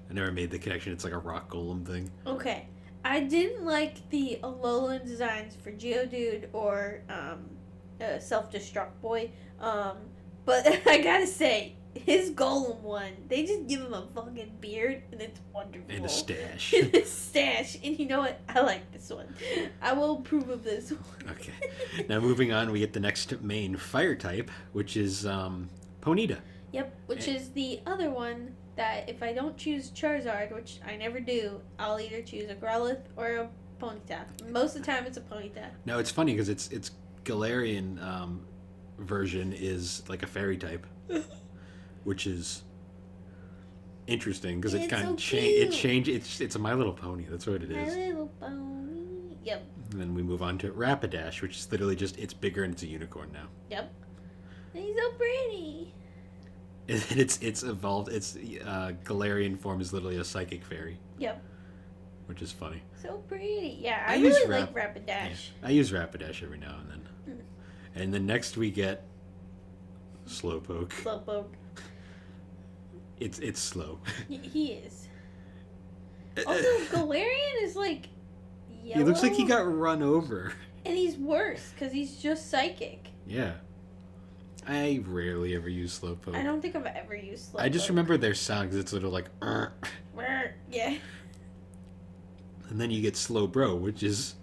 Speaker 1: I never made the connection. It's like a rock golem thing.
Speaker 2: okay. I didn't like the Alolan designs for Geodude or um, uh, Self Destruct Boy, um, but I gotta say, his golem one. They just give him a fucking beard, and it's wonderful.
Speaker 1: in a stash.
Speaker 2: In a stash, and you know what? I like this one. I will approve of this one.
Speaker 1: Okay. now moving on, we get the next main fire type, which is um, Ponita.
Speaker 2: Yep, which is the other one that if I don't choose Charizard, which I never do, I'll either choose a Growlithe or a Ponyta. Most of the time, it's a Ponyta.
Speaker 1: Now it's funny because it's it's Galarian um, version is like a fairy type, which is interesting because it
Speaker 2: It's
Speaker 1: kind
Speaker 2: so
Speaker 1: of changed. It
Speaker 2: cute.
Speaker 1: changed. It's it's a My Little Pony. That's what it
Speaker 2: My
Speaker 1: is.
Speaker 2: little pony. Yep,
Speaker 1: And then we move on to Rapidash, which is literally just it's bigger and it's a unicorn now.
Speaker 2: and he's so pretty.
Speaker 1: And it's it's evolved. Its uh, Galarian form is literally a psychic fairy.
Speaker 2: Yep.
Speaker 1: Which is funny.
Speaker 2: So pretty. Yeah,
Speaker 1: I
Speaker 2: I,
Speaker 1: use
Speaker 2: really
Speaker 1: Rap-
Speaker 2: like Rapidash.
Speaker 1: I use Rapidash every now and then. And then next we get Slowpoke.
Speaker 2: Slowpoke.
Speaker 1: It's it's slow.
Speaker 2: He- He is. Also, Galarian is like yellow.
Speaker 1: He looks like he got run over.
Speaker 2: And he's worse because he's just psychic.
Speaker 1: Yeah. I rarely ever use Slowpoke.
Speaker 2: I don't think I've ever used.
Speaker 1: Oh. I just
Speaker 2: Slowpoke.
Speaker 1: remember their sound because it's little like, "Arr."
Speaker 2: Brr, Yeah,
Speaker 1: and then you get Slowbro, which is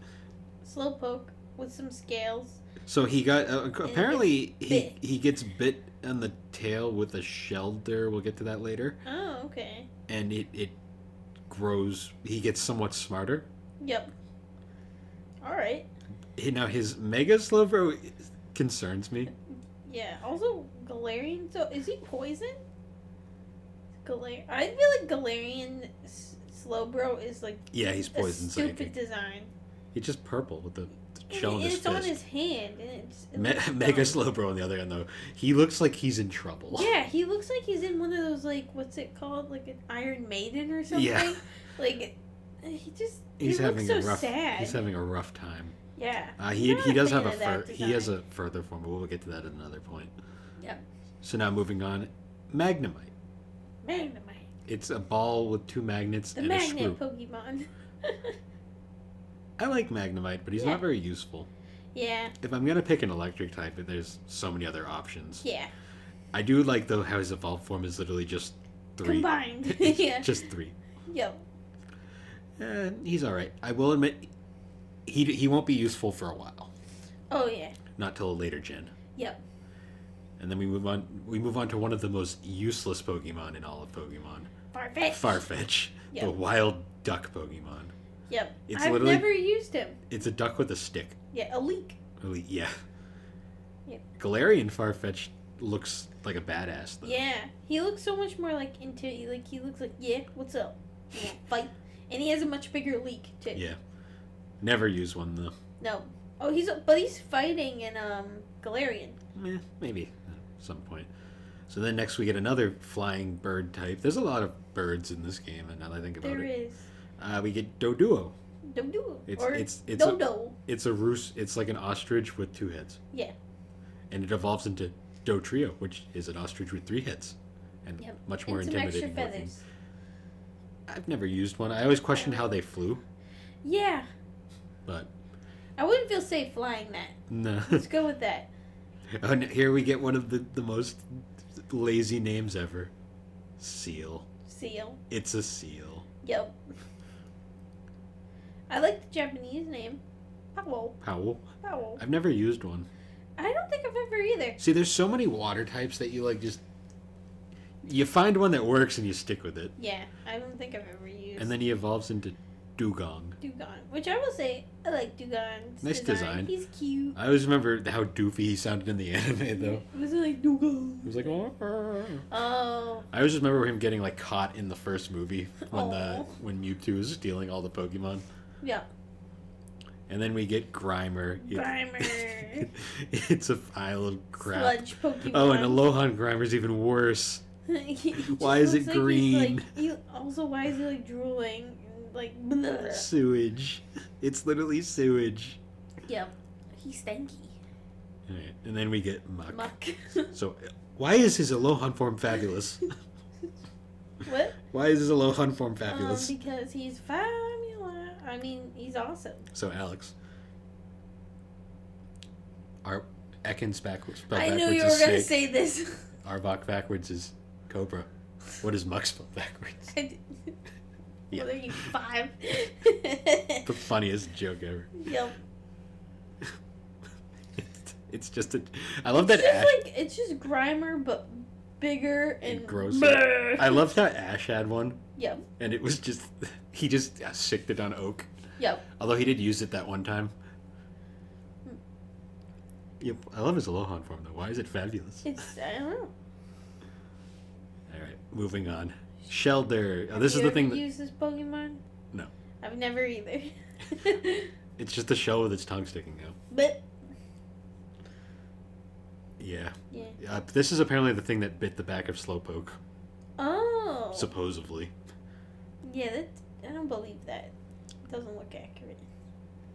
Speaker 2: Slowpoke with some scales.
Speaker 1: so he got uh,
Speaker 2: gets
Speaker 1: apparently he
Speaker 2: bit.
Speaker 1: he gets bit on the tail with a shelter. We'll get to that later,
Speaker 2: Oh, okay.
Speaker 1: and it it grows. He gets somewhat smarter.
Speaker 2: Yep. All right.
Speaker 1: He, now his Mega Slowbro concerns me.
Speaker 2: Yeah. Also, Galarian. So is he poison? Galar. I feel like Galarian S- Slowbro is like
Speaker 1: Yeah, he's
Speaker 2: a
Speaker 1: poison
Speaker 2: stupid
Speaker 1: psychic.
Speaker 2: design.
Speaker 1: He's just purple with the, the shell
Speaker 2: And
Speaker 1: in his
Speaker 2: it's on
Speaker 1: fist.
Speaker 2: his hand, and it's it
Speaker 1: Me-
Speaker 2: looks
Speaker 1: Mega
Speaker 2: dumb.
Speaker 1: Slowbro on the other end though, he looks like he's in trouble.
Speaker 2: Yeah, he looks like he's in one of those like what's it called, like an Iron Maiden or something.
Speaker 1: Yeah.
Speaker 2: Like he just
Speaker 1: He's
Speaker 2: he
Speaker 1: having
Speaker 2: looks so
Speaker 1: a rough.
Speaker 2: sad.
Speaker 1: He's having a rough time.
Speaker 2: yeah.
Speaker 1: Uh, he
Speaker 2: Not
Speaker 1: he
Speaker 2: a
Speaker 1: does
Speaker 2: fan
Speaker 1: have a
Speaker 2: of that
Speaker 1: fur, he has
Speaker 2: design.
Speaker 1: a further form, but we'll get to that at another point.
Speaker 2: Yep.
Speaker 1: So now moving on, Magnemite.
Speaker 2: Magnemite.
Speaker 1: It's a ball with two magnets
Speaker 2: The
Speaker 1: and a screw.
Speaker 2: magnet Pokemon.
Speaker 1: I like Magnemite, but he's
Speaker 2: Yeah.
Speaker 1: not very useful.
Speaker 2: yeah.
Speaker 1: If I'm gonna pick an electric type, there's so many other options.
Speaker 2: Yeah.
Speaker 1: I do like though how his evolved form is literally just three.
Speaker 2: Combined.
Speaker 1: It's
Speaker 2: yeah.
Speaker 1: Just three.
Speaker 2: Yep.
Speaker 1: Eh, he's all right. I will admit, he he won't be useful for a while.
Speaker 2: Oh yeah.
Speaker 1: Not till a later gen.
Speaker 2: Yep.
Speaker 1: And then we move on. We move on to one of the most useless Pokemon in all of Pokemon,
Speaker 2: Farfetch.
Speaker 1: Farfetch, the
Speaker 2: Yep.
Speaker 1: wild duck Pokemon.
Speaker 2: Yep.
Speaker 1: It's
Speaker 2: I've
Speaker 1: literally-
Speaker 2: never used him.
Speaker 1: It's a duck with a stick.
Speaker 2: Yeah, a leak.
Speaker 1: Really, yeah.
Speaker 2: Yep.
Speaker 1: Galarian Farfetch looks like a badass though.
Speaker 2: Yeah. He looks so much more like into like he looks like, yeah, what's up? You wanna fight. And he has a much bigger leak too.
Speaker 1: Yeah. Never use one though.
Speaker 2: No. Oh, he's but he's fighting in um Galarian.
Speaker 1: Meh, maybe at some point. So then next we get another flying bird type. There's a lot of birds in this game, and now that I think about
Speaker 2: There
Speaker 1: it,
Speaker 2: is
Speaker 1: uh, we get Doduo.
Speaker 2: Dodo
Speaker 1: It's
Speaker 2: or
Speaker 1: it's it's a,
Speaker 2: Dodo.
Speaker 1: it's a roost. It's like an ostrich with two heads.
Speaker 2: Yeah.
Speaker 1: And it evolves into Dotrio, which is an ostrich with three heads, and
Speaker 2: Yep.
Speaker 1: much more
Speaker 2: And some extra
Speaker 1: intimidating. looking.
Speaker 2: feathers.
Speaker 1: I've never used one. I always questioned how they flew,
Speaker 2: Yeah,
Speaker 1: but
Speaker 2: I wouldn't feel safe flying that.
Speaker 1: no.
Speaker 2: Let's go with that.
Speaker 1: and here we get one of the the most lazy names ever. Seal.
Speaker 2: Seal.
Speaker 1: It's a seal.
Speaker 2: Yep. I like the Japanese name. Powell.
Speaker 1: Powell.
Speaker 2: Powell.
Speaker 1: I've never used one.
Speaker 2: I don't think I've ever either.
Speaker 1: See, there's so many water types that you like just you find one that works and you stick with it,
Speaker 2: Yeah, I don't think I've ever used
Speaker 1: and then he evolves into dugong.
Speaker 2: Dugon, which I will say I like Dugon's
Speaker 1: Nice design.
Speaker 2: He's cute.
Speaker 1: I always remember how doofy he sounded in the anime, though.
Speaker 2: It was like Dugon.
Speaker 1: He was like, "Arr."
Speaker 2: Oh,
Speaker 1: I always remember him getting like caught in the first movie when
Speaker 2: Aw.
Speaker 1: the when Mewtwo was stealing all the Pokemon,
Speaker 2: yeah.
Speaker 1: and then we get Grimer.
Speaker 2: Grimer.
Speaker 1: it's a pile of crap.
Speaker 2: Sludge Pokemon.
Speaker 1: Oh, and Alohan Grimer's even worse.
Speaker 2: He- he just
Speaker 1: Why is it
Speaker 2: looks like he's, like-
Speaker 1: green?
Speaker 2: he- also, why is he like drooling? and, Like, bleh.
Speaker 1: Sewage. It's literally sewage.
Speaker 2: yep, he's stanky.
Speaker 1: Alright, and then we get Muck.
Speaker 2: Muck.
Speaker 1: So, why is his Alohan form fabulous?
Speaker 2: what?
Speaker 1: why is his Alohan form
Speaker 2: Um,
Speaker 1: fabulous?
Speaker 2: because he's fabulous. I mean, he's awesome.
Speaker 1: so, Alex. Our Ekans backwards. Spelled
Speaker 2: I knew
Speaker 1: backwards
Speaker 2: you were
Speaker 1: is
Speaker 2: gonna
Speaker 1: sick.
Speaker 2: say this.
Speaker 1: Arbok backwards is Cobra. What is Muck spelled backwards?
Speaker 2: I did.
Speaker 1: Yeah.
Speaker 2: Well, there you five.
Speaker 1: The funniest joke ever.
Speaker 2: yep.
Speaker 1: It's just a. I love that
Speaker 2: it's
Speaker 1: Ash.
Speaker 2: just like it's just Grimer but bigger and
Speaker 1: grosser.
Speaker 2: Brrr.
Speaker 1: I love how Ash had one,
Speaker 2: Yep,
Speaker 1: and it was just he just uh, sicked it on Oak.
Speaker 2: yep. Hmm.
Speaker 1: Although he did use it that one time. Yep, I love his Alohan form though. Why is it fabulous?
Speaker 2: It's I don't know.
Speaker 1: All right, moving on. Shelder. Oh, this is the thing that
Speaker 2: Use this Pokemon?
Speaker 1: No.
Speaker 2: I've never either.
Speaker 1: it's just a shell with its tongue sticking out.
Speaker 2: but
Speaker 1: Yeah.
Speaker 2: yeah.
Speaker 1: Uh, this is apparently the thing that bit the back of Slowpoke,
Speaker 2: Oh.
Speaker 1: supposedly.
Speaker 2: yeah, that I don't believe that. It doesn't look accurate.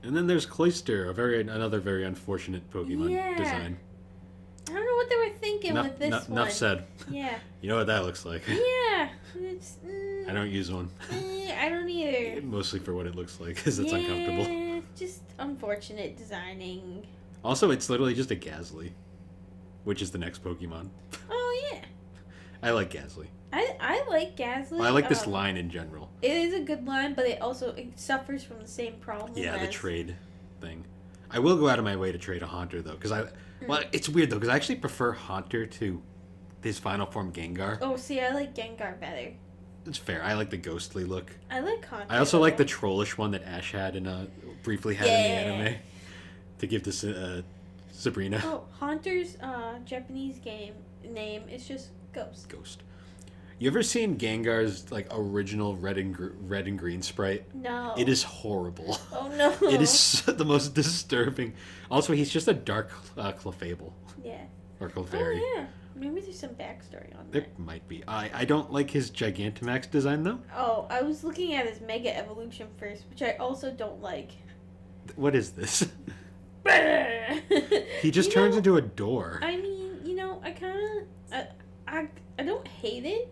Speaker 1: And then there's Cloyster, a very another very unfortunate Pokemon
Speaker 2: Yeah.
Speaker 1: design.
Speaker 2: I don't know what they were thinking
Speaker 1: Nuff-
Speaker 2: with this
Speaker 1: nuff-
Speaker 2: one.
Speaker 1: nuff said.
Speaker 2: Yeah.
Speaker 1: You know what that looks like.
Speaker 2: Yeah. It's, mm,
Speaker 1: I don't use one.
Speaker 2: eh, I don't either.
Speaker 1: Mostly for what it looks like, because it's
Speaker 2: yeah,
Speaker 1: uncomfortable.
Speaker 2: it's Just unfortunate designing.
Speaker 1: Also, it's literally just a Ghastly, which is the next Pokemon.
Speaker 2: Oh yeah.
Speaker 1: I like Ghastly.
Speaker 2: I, I like Um, Gasly.
Speaker 1: Well, I like this
Speaker 2: line.
Speaker 1: line in general.
Speaker 2: It is a good line, but it also it suffers from the same problem.
Speaker 1: Yeah, the
Speaker 2: as-
Speaker 1: trade thing. I will go out of my way to trade a Haunter though, because I.
Speaker 2: Hmm.
Speaker 1: Well, it's weird though, because I actually prefer Haunter to his final form Gengar.
Speaker 2: Oh, see, I like Gengar better.
Speaker 1: It's fair. I like the ghostly look.
Speaker 2: I like Haunter.
Speaker 1: I also like the
Speaker 2: better.
Speaker 1: trollish one that Ash had and uh, briefly had in the
Speaker 2: Yeah.
Speaker 1: anime to give to uh, Sabrina.
Speaker 2: Oh, Haunter's uh, Japanese game name is just Ghost.
Speaker 1: Ghost. You ever seen Gengar's like original red and gr- red and green sprite?
Speaker 2: No.
Speaker 1: It is horrible.
Speaker 2: Oh no.
Speaker 1: It is so- the most disturbing. Also, he's just a dark uh, Clefable
Speaker 2: Yeah.
Speaker 1: or Clefairy.
Speaker 2: Oh yeah. Maybe there's some backstory on
Speaker 1: There
Speaker 2: that.
Speaker 1: might be. I I don't like his Gigantamax design though.
Speaker 2: Oh, I was looking at his Mega Evolution first, which I also don't like.
Speaker 1: Th- What is this?
Speaker 2: he
Speaker 1: He just turns into a door.
Speaker 2: I mean, you know, I kind of, I, I, I don't hate it,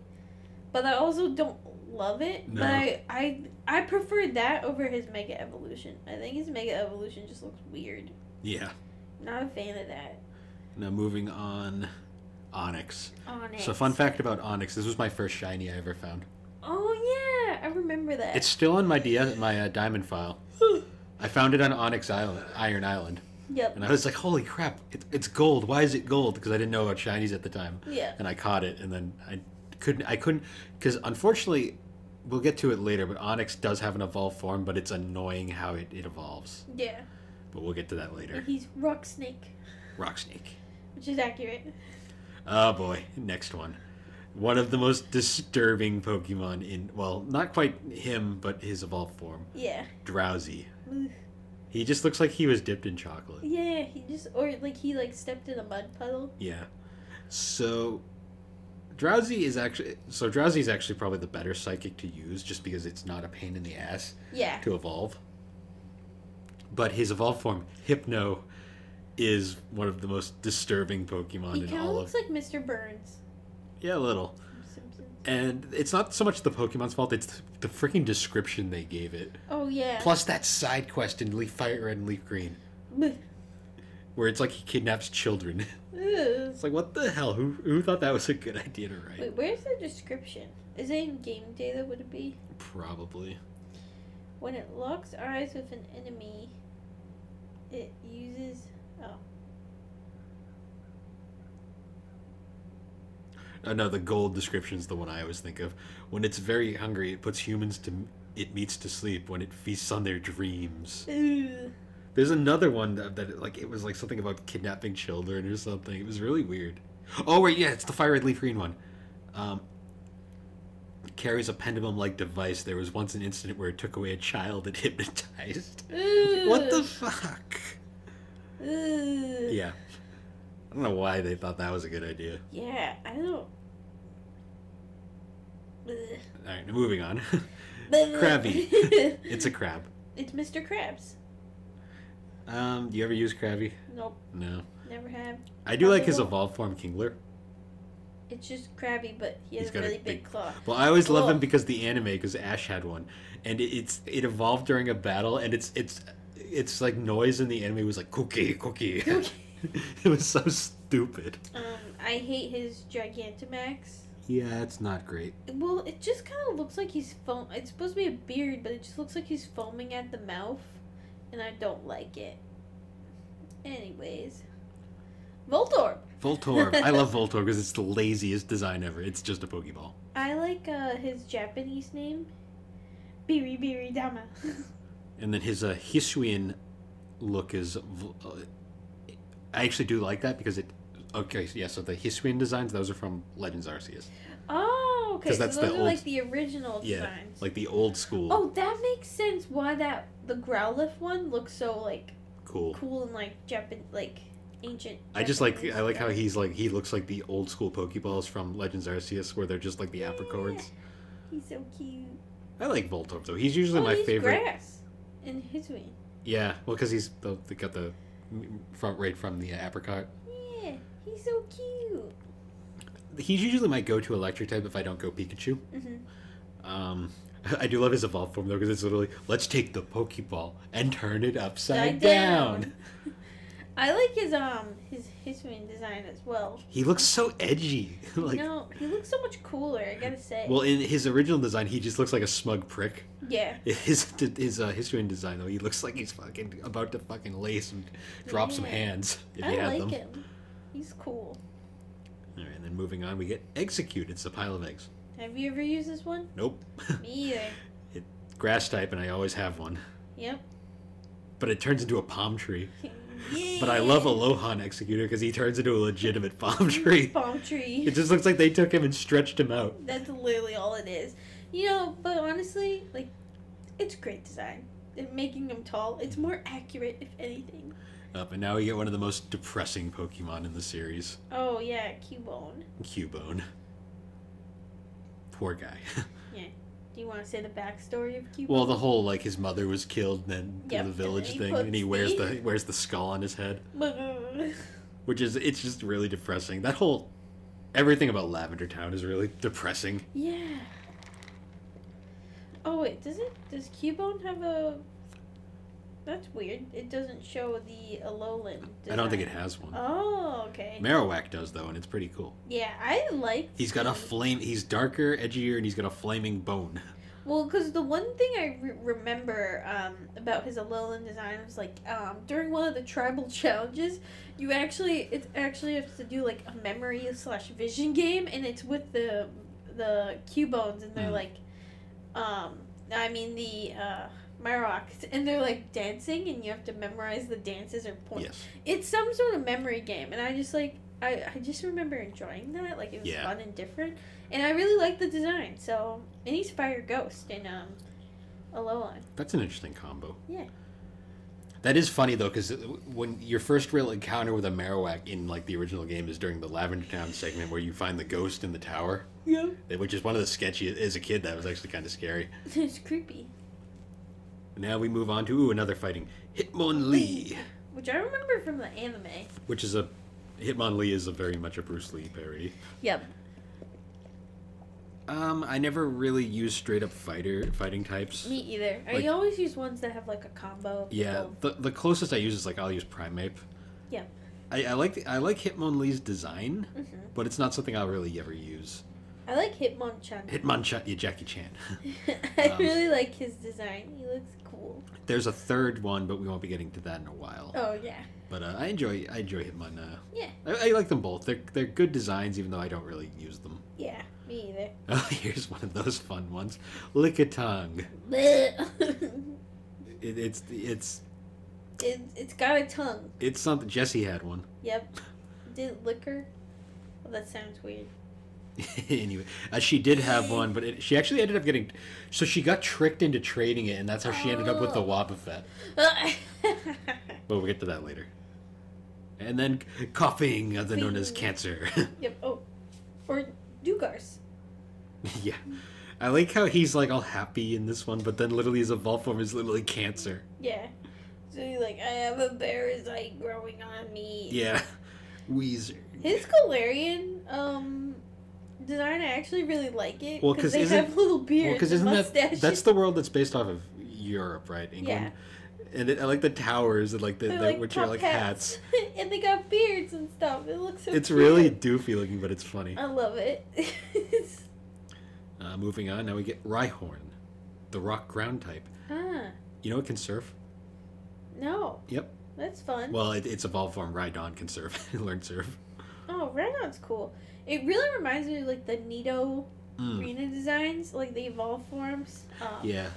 Speaker 2: but I also don't love it.
Speaker 1: No.
Speaker 2: But I, I, I prefer that over his Mega Evolution. I think his Mega Evolution just looks weird.
Speaker 1: yeah.
Speaker 2: Not a fan of that.
Speaker 1: Now moving on, Onyx.
Speaker 2: On it.
Speaker 1: So fun fact about Onyx: this was my first shiny I ever found.
Speaker 2: Oh yeah, I remember that.
Speaker 1: It's still on my DS, my uh, diamond file. I found it on Onyx Island, Iron Island,
Speaker 2: yep.
Speaker 1: and I was like, "Holy crap! It, it's gold! Why is it gold?" Because I didn't know about shinies at the time,
Speaker 2: Yeah.
Speaker 1: and I caught it, and then I couldn't. I couldn't because unfortunately, we'll get to it later. But Onyx does have an evolved form, but it's annoying how it, it evolves.
Speaker 2: Yeah.
Speaker 1: But we'll get to that later.
Speaker 2: He's Rock Snake,
Speaker 1: Rock Snake.
Speaker 2: which is accurate.
Speaker 1: Oh boy, next one. One of the most disturbing Pokemon in well, not quite him, but his evolved form,
Speaker 2: Yeah.
Speaker 1: Drowsy.
Speaker 2: Ugh.
Speaker 1: He just looks like he was dipped in chocolate.
Speaker 2: Yeah. He just or like he like stepped in a mud puddle.
Speaker 1: Yeah. So Drowsy is actually so Drowsy is actually probably the better psychic to use just because it's not a pain in the ass
Speaker 2: Yeah.
Speaker 1: to evolve. But his evolved form, Hypno, is one of the most disturbing Pokemon
Speaker 2: He
Speaker 1: in
Speaker 2: kind of
Speaker 1: all of
Speaker 2: looks like Mr. Burns
Speaker 1: Yeah, a little.
Speaker 2: from Simpsons.
Speaker 1: and it's not so much the Pokemon's fault; it's the freaking description they gave it.
Speaker 2: Oh yeah.
Speaker 1: Plus that side quest in Leaf Fire Red and Leaf Green,
Speaker 2: Ugh.
Speaker 1: where it's like he kidnaps children.
Speaker 2: Ugh.
Speaker 1: It's like what the hell? Who who thought that was a good idea to write?
Speaker 2: Wait, where's the description? Is it in game data? Would it be
Speaker 1: Probably.
Speaker 2: when it locks eyes with an enemy? It uses.
Speaker 1: Oh no, the gold description's the one I always think of. When it's very hungry, it puts humans to it meets to sleep. When it feasts on their dreams.
Speaker 2: Ugh.
Speaker 1: There's another one that, that like it was like something about kidnapping children or something. It was really weird. Oh wait, yeah, it's the fire red leaf green one. Um, carries a pendulum-like device. There was once an incident where it took away a child it hypnotized.
Speaker 2: Ugh.
Speaker 1: What the fuck?
Speaker 2: Ugh.
Speaker 1: Yeah, I don't know why they thought that was a good idea.
Speaker 2: Yeah, I don't. Ugh.
Speaker 1: All right, moving on. Krabby.
Speaker 2: Krabby.
Speaker 1: it's a crab.
Speaker 2: It's Mr. Krabs.
Speaker 1: Um, do you ever use Krabby?
Speaker 2: Nope,
Speaker 1: No.
Speaker 2: never have.
Speaker 1: I do like his evolved form, Kingler.
Speaker 2: It's just Krabby, but he
Speaker 1: He's
Speaker 2: has a
Speaker 1: got a
Speaker 2: really big,
Speaker 1: big-
Speaker 2: claw.
Speaker 1: Well, I always love
Speaker 2: Cool.
Speaker 1: them because the anime, because Ash had one, and it, it's it evolved during a battle, and it's it's it's like noise in the anime was like cookie cookie.
Speaker 2: Cookie.
Speaker 1: it was so stupid.
Speaker 2: Um, I hate his Gigantamax.
Speaker 1: Yeah, it's not great.
Speaker 2: Well, it just kind of looks like he's foam. It's supposed to be a beard, but it just looks like he's foaming at the mouth, and I don't like it. Anyways, Voltorb.
Speaker 1: Voltorb. I love Voltorb because it's the laziest design ever. It's just a Pokeball.
Speaker 2: I like uh, his Japanese name, Biri Biri Dama.
Speaker 1: And then his uh, Hisuian look is. v- Uh, I actually do like that because it. Okay, so yeah, so the Hisuian designs, those are from Legends Arceus.
Speaker 2: oh, okay.
Speaker 1: 'Cause
Speaker 2: So
Speaker 1: that's
Speaker 2: those
Speaker 1: the
Speaker 2: are
Speaker 1: old-
Speaker 2: like the original
Speaker 1: Yeah,
Speaker 2: designs.
Speaker 1: Like the old school.
Speaker 2: Oh, that makes sense. Why that the Growlithe one looks so like
Speaker 1: cool.
Speaker 2: cool and like Japan like ancient.
Speaker 1: Oh. I just like
Speaker 2: Japanese
Speaker 1: I like how
Speaker 2: stuff.
Speaker 1: he's like he looks like the old school Pokeballs from Legends Arceus, where they're just like the
Speaker 2: Yeah.
Speaker 1: apricorns.
Speaker 2: He's so cute.
Speaker 1: I like Voltorb though; he's usually
Speaker 2: oh,
Speaker 1: my
Speaker 2: he's
Speaker 1: favorite.
Speaker 2: grass in his wing.
Speaker 1: Yeah, well, because he's the, they got the m- front right from the apricot.
Speaker 2: Yeah, he's so cute.
Speaker 1: He's usually my go-to electric type if I don't go Pikachu.
Speaker 2: hmm
Speaker 1: Um, I do love his evolved form though, because it's literally let's take the Pokeball and turn it upside
Speaker 2: Upside
Speaker 1: down.
Speaker 2: down. I like his um his his wing design as well.
Speaker 1: He looks so edgy. like,
Speaker 2: no, he looks so much cooler. I gotta say.
Speaker 1: well, in his original design, he just looks like a smug prick.
Speaker 2: yeah.
Speaker 1: His his uh, history and design though, he looks like he's fucking about to fucking lace and drop some
Speaker 2: Yeah.
Speaker 1: hands if
Speaker 2: I
Speaker 1: he had
Speaker 2: like
Speaker 1: them.
Speaker 2: him. He's cool.
Speaker 1: All right, and then moving on, we get execute. It's a pile of eggs.
Speaker 2: Have you ever used this one?
Speaker 1: Nope,
Speaker 2: Me either.
Speaker 1: grass type, and I always have one.
Speaker 2: Yep.
Speaker 1: But it turns into a palm tree.
Speaker 2: Yeah.
Speaker 1: But I love Alohan Executor because he turns into a legitimate palm tree.
Speaker 2: Palm tree.
Speaker 1: It just looks like they took him and stretched him out.
Speaker 2: That's literally all it is. You know, but honestly, like, it's great design. And making them tall, it's more accurate, if anything.
Speaker 1: Up, and Uh, now we get one of the most depressing Pokemon in the series,
Speaker 2: Oh, yeah, Cubone.
Speaker 1: Cubone. Poor guy.
Speaker 2: Do you want to say the backstory of Cubone?
Speaker 1: Well, the whole like his mother was killed, and then
Speaker 2: Yep,
Speaker 1: the
Speaker 2: and
Speaker 1: village
Speaker 2: then he
Speaker 1: thing,
Speaker 2: puts
Speaker 1: and he wears
Speaker 2: the-
Speaker 1: the wears the skull on his head,
Speaker 2: uh,
Speaker 1: which is it's just really depressing. That whole everything about Lavender Town is really depressing.
Speaker 2: yeah. Oh, wait, does it. Does Cubone have a. That's weird. It doesn't show the Alolan.
Speaker 1: I don't think it
Speaker 2: design.
Speaker 1: has one.
Speaker 2: Oh, okay.
Speaker 1: Marowak does though, and it's pretty cool.
Speaker 2: yeah, I like.
Speaker 1: He's got a
Speaker 2: the-
Speaker 1: flame. He's darker, edgier, and he's got a flaming bone.
Speaker 2: Well, because the one thing I re- remember um, about his Alolan design was like um, during one of the tribal challenges, you actually it actually has to do like a memory slash vision game, and it's with the the Cubones, and they're
Speaker 1: Mm.
Speaker 2: like, um, I mean the uh, Myrocks, and they're like dancing, and you have to memorize the dances or points.
Speaker 1: Yes.
Speaker 2: It's some sort of memory game, and I just like. I, I just remember enjoying that like it was
Speaker 1: Yeah.
Speaker 2: fun and different and i really liked the design so and he's fire ghost and um alolan
Speaker 1: That's an interesting combo.
Speaker 2: Yeah.
Speaker 1: That is funny though, because when your first real encounter with a Marowak in like the original game is during the Lavender Town segment where you find the ghost in the tower,
Speaker 2: yeah
Speaker 1: which is one of the sketchy. As a kid, that was actually kind of scary.
Speaker 2: it's creepy
Speaker 1: Now we move on to ooh, another fighting Hitmonlee,
Speaker 2: which i remember from the anime
Speaker 1: which is a Hitmonlee is a very much a Bruce Lee parody.
Speaker 2: yep
Speaker 1: Um, I never really used straight up fighter fighting types.
Speaker 2: me either i
Speaker 1: Like-
Speaker 2: always use ones that have like a combo of
Speaker 1: Yeah,
Speaker 2: both.
Speaker 1: the, the closest I use is like I'll use Primeape.
Speaker 2: Yeah.
Speaker 1: I, I like the, I like Hitmonlee's design,
Speaker 2: Mhm.
Speaker 1: but it's not something I'll really ever use.
Speaker 2: i like hitmonchan
Speaker 1: Hitmonchan, yeah, Jackie Chan.
Speaker 2: i
Speaker 1: Um,
Speaker 2: really like his design he looks cool
Speaker 1: There's a third one, but we won't be getting to that in a while.
Speaker 2: oh yeah
Speaker 1: But uh, I enjoy I enjoy Hitmon. Uh,
Speaker 2: Yeah.
Speaker 1: I, I like them both. They're they're good designs, even though I don't really use them.
Speaker 2: yeah me either
Speaker 1: Oh, here's one of those fun ones, Lickitung.
Speaker 2: Bleh.
Speaker 1: It, it's it's
Speaker 2: it, it's got a tongue
Speaker 1: it's something Jesse had one.
Speaker 2: yep did liquor well, that sounds weird
Speaker 1: anyway, uh, she did have one, but it, she actually ended up getting. So she got tricked into trading it, and that's how she ended up with the
Speaker 2: Oh.
Speaker 1: Wobbuffet. But we'll get to that later. And then coughing, other known as
Speaker 2: Coughing.
Speaker 1: cancer.
Speaker 2: yep oh or dugars
Speaker 1: yeah. I like how he's like all happy in this one, but then literally his evolved form is literally cancer.
Speaker 2: Yeah. So he's like, I have a parasite growing on me.
Speaker 1: Yeah. Weezer.
Speaker 2: His Galarian um design, I actually really like it.
Speaker 1: Well,
Speaker 2: Well,
Speaker 1: 'cause
Speaker 2: because they
Speaker 1: isn't-
Speaker 2: have little beards
Speaker 1: Well, because
Speaker 2: and
Speaker 1: isn't that
Speaker 2: mustaches.
Speaker 1: that's the world that's based off of Europe, right? England. and it, I like the towers and like the,
Speaker 2: They're,
Speaker 1: the which are
Speaker 2: top
Speaker 1: like hats.
Speaker 2: and they got beards and stuff. It looks so.
Speaker 1: It's
Speaker 2: cute.
Speaker 1: really doofy looking, but it's funny.
Speaker 2: I love it. It's-
Speaker 1: Uh, moving on, now we get Rhyhorn, the rock ground type.
Speaker 2: ah,
Speaker 1: You know it can surf.
Speaker 2: no.
Speaker 1: Yep.
Speaker 2: That's fun.
Speaker 1: Well, it, it's evolved form Rhydon can surf. It learned surf.
Speaker 2: Oh, Rhydon's cool. It really reminds me of like the Nido
Speaker 1: Mm,
Speaker 2: Arena designs, like the evolve forms. Um,
Speaker 1: Yeah,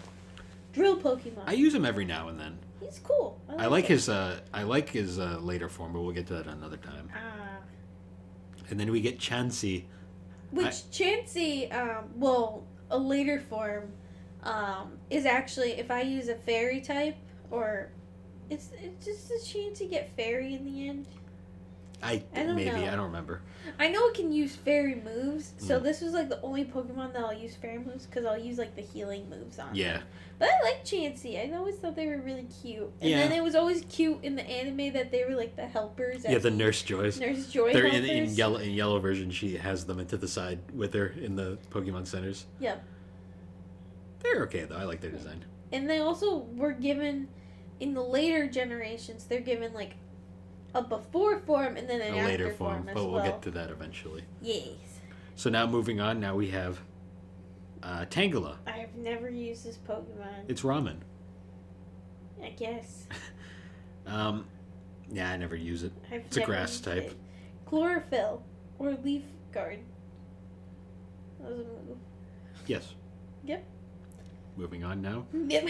Speaker 2: Drill Pokemon.
Speaker 1: I use him every now and then.
Speaker 2: He's cool.
Speaker 1: I like
Speaker 2: it.
Speaker 1: his uh, I like his uh, later form, but we'll get to that another time.
Speaker 2: Ah.
Speaker 1: And then we get Chansey.
Speaker 2: Which Chansey, um, well, a later form, um, is actually if I use a fairy type or it's it's just does Chansey get fairy in the end?
Speaker 1: I,
Speaker 2: I don't
Speaker 1: maybe
Speaker 2: know.
Speaker 1: I don't remember.
Speaker 2: I know it can use fairy moves, so
Speaker 1: Mm.
Speaker 2: this was like the only Pokemon that I'll use fairy moves because I'll use like the healing moves on. it.
Speaker 1: Yeah,
Speaker 2: But I like Chansey. I always thought they were really cute, and then
Speaker 1: Yeah.
Speaker 2: it was always cute in the anime that they were like the helpers.
Speaker 1: yeah.
Speaker 2: at
Speaker 1: The Nurse Joys.
Speaker 2: Nurse Joy.
Speaker 1: They're in,
Speaker 2: helpers.
Speaker 1: in yellow. In yellow version, she has them into the side with her in the Pokemon centers.
Speaker 2: Yep.
Speaker 1: They're okay though. I like their design.
Speaker 2: and they also were given in the later generations they're given like a before form and then an
Speaker 1: a
Speaker 2: after
Speaker 1: later
Speaker 2: form,
Speaker 1: form,
Speaker 2: as
Speaker 1: but
Speaker 2: well
Speaker 1: we'll get to that eventually.
Speaker 2: yes
Speaker 1: So now moving on, now we have uh, Tangela.
Speaker 2: i've never used this pokemon
Speaker 1: It's ramen.
Speaker 2: i guess
Speaker 1: Um, yeah, I never use it.
Speaker 2: I've
Speaker 1: It's a
Speaker 2: never
Speaker 1: grass
Speaker 2: used
Speaker 1: type.
Speaker 2: it. chlorophyll or leaf guard that was a move
Speaker 1: Yes.
Speaker 2: Yep.
Speaker 1: Moving on now,
Speaker 2: yep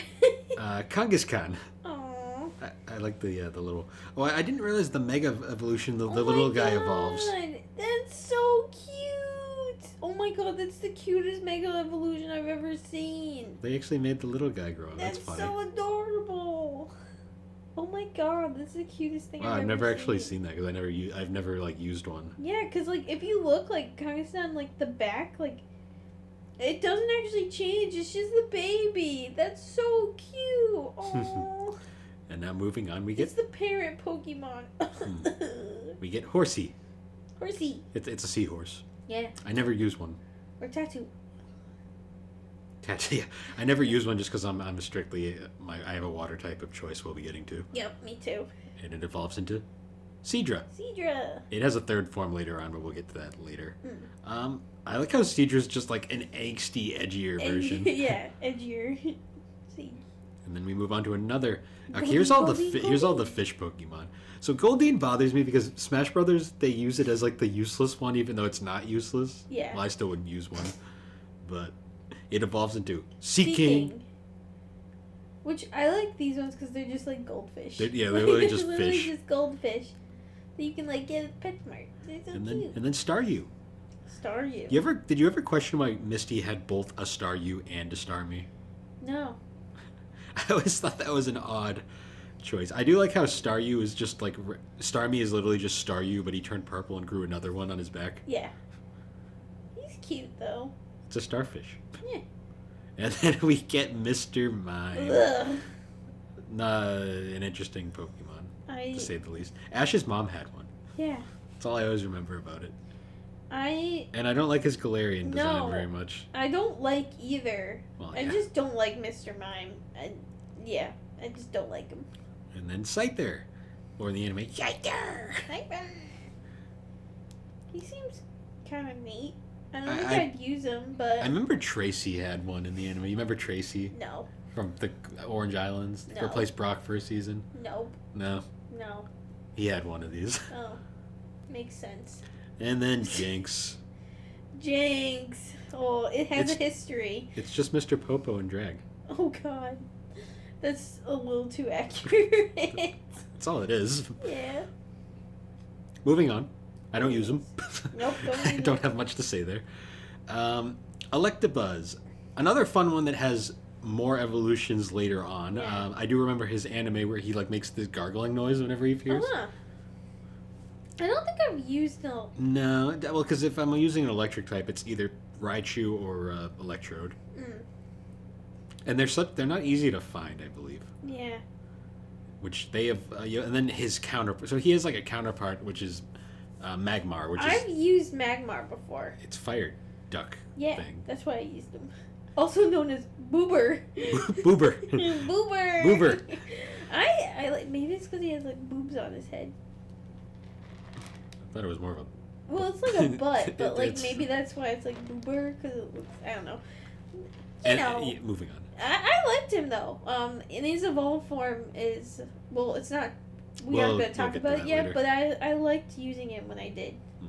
Speaker 1: uh, Kangaskhan.
Speaker 2: Aww.
Speaker 1: I, I like the uh, the little. Oh, I, I didn't realize the mega ev- evolution. The, the little guy evolves.
Speaker 2: Oh That's so cute. Oh my god, that's the cutest Mega Evolution I've ever seen.
Speaker 1: They actually made the little guy grow. That's, funny.
Speaker 2: That's so adorable. Oh my god, this is the cutest thing
Speaker 1: wow,
Speaker 2: I've,
Speaker 1: I've never actually
Speaker 2: seen.
Speaker 1: seen that because I never u- I've never like used one.
Speaker 2: Yeah, because like if you look like Kangaskhan, like the back, like it doesn't actually change. It's just the baby. That's so cute. Oh,
Speaker 1: And now moving on, we
Speaker 2: it's
Speaker 1: get Hmm.
Speaker 2: the parent Pokemon.
Speaker 1: we get Horsey.
Speaker 2: Horsey.
Speaker 1: It's it's a seahorse.
Speaker 2: Yeah,
Speaker 1: I never use one.
Speaker 2: or tattoo.
Speaker 1: Tat- yeah, I never use one just because I'm I'm strictly uh, my I have a water type of choice. We'll be getting to,
Speaker 2: Yep, me too.
Speaker 1: and it evolves into Seedra.
Speaker 2: Cedra.
Speaker 1: It has a third form later on, but we'll get to that later.
Speaker 2: Mm.
Speaker 1: Um, I like how Seedra's just like an angsty, edgier version.
Speaker 2: yeah, edgier. See.
Speaker 1: And then we move on to another. Okay,
Speaker 2: Goldeen,
Speaker 1: here's all the
Speaker 2: Goldeen,
Speaker 1: fi- here's all the
Speaker 2: Goldeen.
Speaker 1: fish Pokemon. So Goldeen bothers me because Smash Brothers they use it as like the useless one, even though it's not useless.
Speaker 2: Yeah.
Speaker 1: Well, I still would use one, but it evolves into Sea King.
Speaker 2: Seeking. Which I like these ones because they're just like goldfish.
Speaker 1: They're- yeah, they're literally
Speaker 2: It's
Speaker 1: just
Speaker 2: literally
Speaker 1: fish.
Speaker 2: just goldfish that you can like get at PetSmart. They're so
Speaker 1: And then
Speaker 2: cute.
Speaker 1: and then Staryu.
Speaker 2: Star you.
Speaker 1: You ever did you ever question why Misty had both a Staryu and a Starmie?
Speaker 2: No.
Speaker 1: I always thought that was an odd choice. I do like how Staryu is just like re- Starmie is literally just Staryu, but he turned purple and grew another one on his back.
Speaker 2: Yeah. He's cute though.
Speaker 1: It's a starfish.
Speaker 2: Yeah.
Speaker 1: And then we get Mr. Mime,
Speaker 2: Ugh.
Speaker 1: Nah, an interesting Pokemon
Speaker 2: I
Speaker 1: to say the least. Ash's mom had one.
Speaker 2: yeah.
Speaker 1: That's all I always remember about it.
Speaker 2: I
Speaker 1: And I don't like his Galarian design
Speaker 2: No.
Speaker 1: very much.
Speaker 2: I don't like either.
Speaker 1: Well,
Speaker 2: I
Speaker 1: Oh, yeah.
Speaker 2: just don't like Mr. Mime. I, yeah. I just don't like him.
Speaker 1: And then Scyther, or in the anime Scyther.
Speaker 2: Hi, Ron. He seems kind of neat. I don't
Speaker 1: I-
Speaker 2: think
Speaker 1: I-
Speaker 2: I, would use him, but
Speaker 1: I remember Tracy had one in the anime. You remember Tracy
Speaker 2: no,
Speaker 1: from the Orange Islands?
Speaker 2: No.
Speaker 1: Replaced Brock for a season.
Speaker 2: nope,
Speaker 1: No,
Speaker 2: no.
Speaker 1: he had one of these.
Speaker 2: Oh, makes sense.
Speaker 1: And then Jinx.
Speaker 2: Jinx. Oh, it has
Speaker 1: It's-
Speaker 2: a history.
Speaker 1: It's just Mr. Popo and drag.
Speaker 2: Oh God, that's a little too accurate.
Speaker 1: That's all it is.
Speaker 2: yeah.
Speaker 1: Moving on. I don't use them.
Speaker 2: Nope, don't
Speaker 1: I
Speaker 2: use
Speaker 1: don't have much to say there. Um, Electabuzz. Another fun one that has more evolutions later on.
Speaker 2: Yeah.
Speaker 1: Um, I do remember his anime where he like makes this gargling noise whenever he appears.
Speaker 2: Uh-huh. I don't think I've used them.
Speaker 1: No, that- well, because if I'm using an electric type, it's either Raichu or uh, Electrode,
Speaker 2: Mm,
Speaker 1: and they're such, they're not easy to find, I believe.
Speaker 2: yeah.
Speaker 1: Which they have, uh, you know, and then his counterpart. So he has like a counterpart, which is uh, Magmar, which
Speaker 2: I've
Speaker 1: is
Speaker 2: used Magmar before.
Speaker 1: it's fire duck
Speaker 2: Yeah,
Speaker 1: thing.
Speaker 2: that's why I used them. Also known as Boober.
Speaker 1: Boober.
Speaker 2: Boober.
Speaker 1: Boober.
Speaker 2: I, I like maybe it's because he has like boobs on his head.
Speaker 1: I thought it was more of a.
Speaker 2: Well, it's like a butt, but
Speaker 1: It-
Speaker 2: like
Speaker 1: it's-
Speaker 2: maybe that's why it's like boober because it looks. I don't know. You
Speaker 1: And, uh,
Speaker 2: know,
Speaker 1: yeah, moving on.
Speaker 2: I, I liked him though. Um, in his evolved form is well, it's not. We
Speaker 1: Well,
Speaker 2: aren't
Speaker 1: we'll
Speaker 2: gonna talk
Speaker 1: get to
Speaker 2: about
Speaker 1: that
Speaker 2: it yet,
Speaker 1: later.
Speaker 2: but I I liked using him when I did.
Speaker 1: Mm.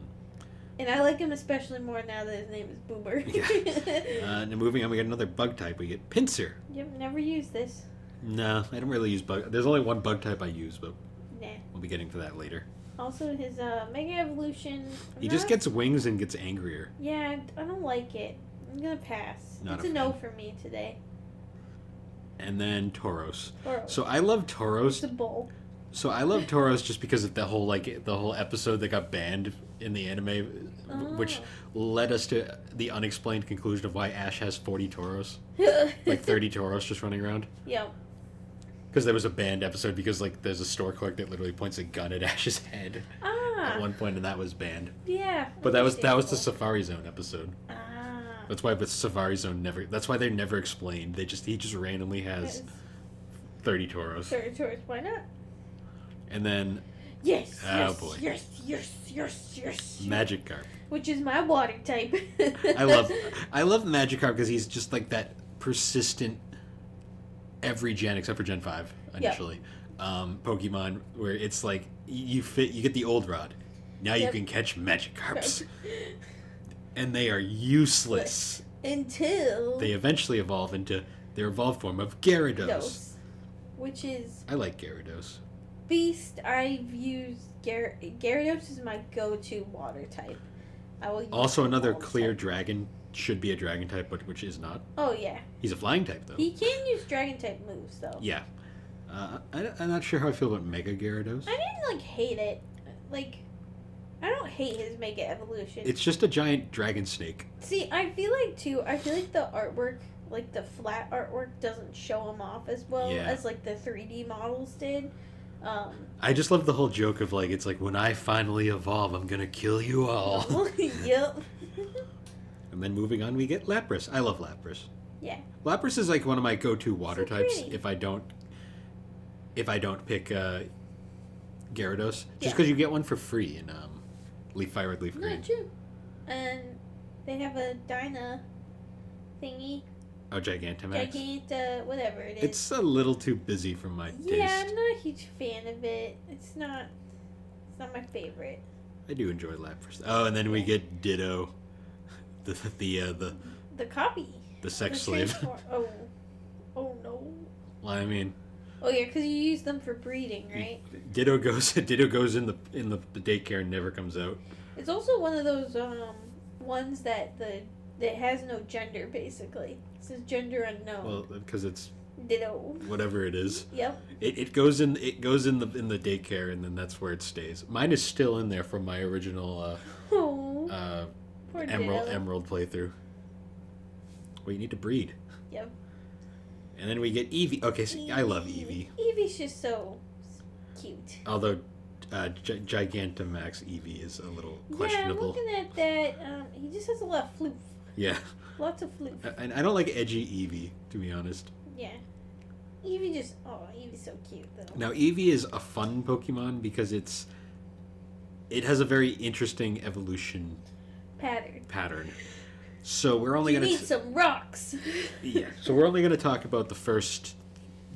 Speaker 2: And I like him especially more now that his name is Boober.
Speaker 1: Uh, now moving on, we get another bug type. We get pincer.
Speaker 2: Yep, never used this.
Speaker 1: No, I don't really use bug. There's only one bug type I use, but
Speaker 2: Nah.
Speaker 1: we'll be getting to that later.
Speaker 2: Also, his uh, Mega Evolution. I'm
Speaker 1: He just
Speaker 2: not-
Speaker 1: gets wings and gets angrier.
Speaker 2: Yeah, I don't like it. I'm gonna pass.
Speaker 1: Not
Speaker 2: it's
Speaker 1: a
Speaker 2: a no for me today.
Speaker 1: And then Tauros.
Speaker 2: Or
Speaker 1: So I love
Speaker 2: it's
Speaker 1: Tauros.
Speaker 2: a bowl.
Speaker 1: So I love Tauros just because of the whole like the whole episode that got banned in the anime, uh, w- which led us to the unexplained conclusion of why Ash has 40 Tauros,
Speaker 2: Oh.
Speaker 1: like 30 Tauros just running around.
Speaker 2: Yep.
Speaker 1: Because there was a banned episode because like there's a store clerk that literally points a gun at Ash's head at
Speaker 2: Ah.
Speaker 1: one point, and that was banned.
Speaker 2: Yeah.
Speaker 1: But that was that was the
Speaker 2: understandable.
Speaker 1: Safari Zone episode.
Speaker 2: Ah.
Speaker 1: That's why the Safari Zone never. That's why they're never explained. They just he just randomly has
Speaker 2: Yes.
Speaker 1: 30 Tauros,
Speaker 2: Sorry, Taurus, why not?
Speaker 1: and then
Speaker 2: Yes.
Speaker 1: Oh,
Speaker 2: yes,
Speaker 1: boy.
Speaker 2: Yes. Yes. Yes. Yes.
Speaker 1: Magic Magikarp.
Speaker 2: Which is my water type.
Speaker 1: I love I love Magikarp because he's just like that persistent every gen except for Gen five initially. Um, Pokemon where it's like y- you fit you get the old rod. Now you
Speaker 2: Yep.
Speaker 1: can catch Magikarps. And they are useless.
Speaker 2: Until
Speaker 1: They eventually evolve into their evolved form of Gyarados.
Speaker 2: Dose, which is
Speaker 1: I like Gyarados.
Speaker 2: Beast, I've used Gyar- Gyarados is my go-to water type. I will use
Speaker 1: Also
Speaker 2: him
Speaker 1: another
Speaker 2: all the
Speaker 1: clear
Speaker 2: time.
Speaker 1: dragon should be a dragon type, but which is not.
Speaker 2: Oh yeah,
Speaker 1: He's a flying type though.
Speaker 2: he can use dragon type moves though.
Speaker 1: yeah. Uh, I, I'm not sure how I feel about Mega Gyarados.
Speaker 2: I didn't like hate it. Like, I don't hate his Mega Evolution.
Speaker 1: It's just a giant dragon snake.
Speaker 2: See, I feel like too. I feel like the artwork, like the flat artwork, doesn't show him off as well
Speaker 1: Yeah.
Speaker 2: as like the three D models did. Um,
Speaker 1: I just love the whole joke of like it's like when I finally evolve, I'm gonna kill you all.
Speaker 2: yep.
Speaker 1: and then moving on, we get Lapras. I love Lapras.
Speaker 2: Yeah.
Speaker 1: Lapras is like one of my go-to water
Speaker 2: So
Speaker 1: types.
Speaker 2: pretty.
Speaker 1: If I don't, if I don't pick uh, Gyarados,
Speaker 2: Yeah.
Speaker 1: just because you get one for free in um, Leaf Fire with Leaf
Speaker 2: No,
Speaker 1: Green.
Speaker 2: true. And they have a Dyna thingy,
Speaker 1: Oh, Gigantamax.
Speaker 2: Giganta, uh, whatever it is.
Speaker 1: It's a little too busy for my
Speaker 2: yeah,
Speaker 1: taste.
Speaker 2: I'm not a huge fan of it. It's not. It's not my favorite.
Speaker 1: I do enjoy Lapras. Oh, and then we get Ditto, the the uh, the
Speaker 2: The copy.
Speaker 1: the sex
Speaker 2: the
Speaker 1: slave.
Speaker 2: transform- Oh. Oh no.
Speaker 1: well, I mean,
Speaker 2: Oh yeah, because you use them for breeding, right?
Speaker 1: Ditto goes. Ditto goes in the in the daycare and never comes out.
Speaker 2: It's also one of those um ones that the that has no gender basically. It says gender unknown.
Speaker 1: Well, because it's
Speaker 2: Ditto.
Speaker 1: whatever it is.
Speaker 2: Yep.
Speaker 1: It, it goes in. It goes in the in the daycare, and then that's where it stays. Mine is still in there from my original
Speaker 2: Oh,
Speaker 1: uh, uh,
Speaker 2: poor
Speaker 1: emerald
Speaker 2: Ditto.
Speaker 1: emerald playthrough. Well, you need to breed.
Speaker 2: Yep.
Speaker 1: And then we get Eevee. Okay, see, I love Eevee.
Speaker 2: Eevee's just so cute.
Speaker 1: Although, uh, G- Gigantamax Eevee is a little
Speaker 2: Yeah, I'm
Speaker 1: questionable.
Speaker 2: looking at that. Um, he just has a lot of floof.
Speaker 1: Yeah,
Speaker 2: Lots of floof.
Speaker 1: A- and I don't like edgy Eevee to be honest.
Speaker 2: Yeah. Eevee just oh, Eevee's so cute though.
Speaker 1: Now Eevee is a fun Pokemon because it's it has a very interesting evolution
Speaker 2: Pattern.
Speaker 1: pattern. So we're only
Speaker 2: you
Speaker 1: gonna
Speaker 2: need some rocks.
Speaker 1: yeah. So we're only gonna talk about the first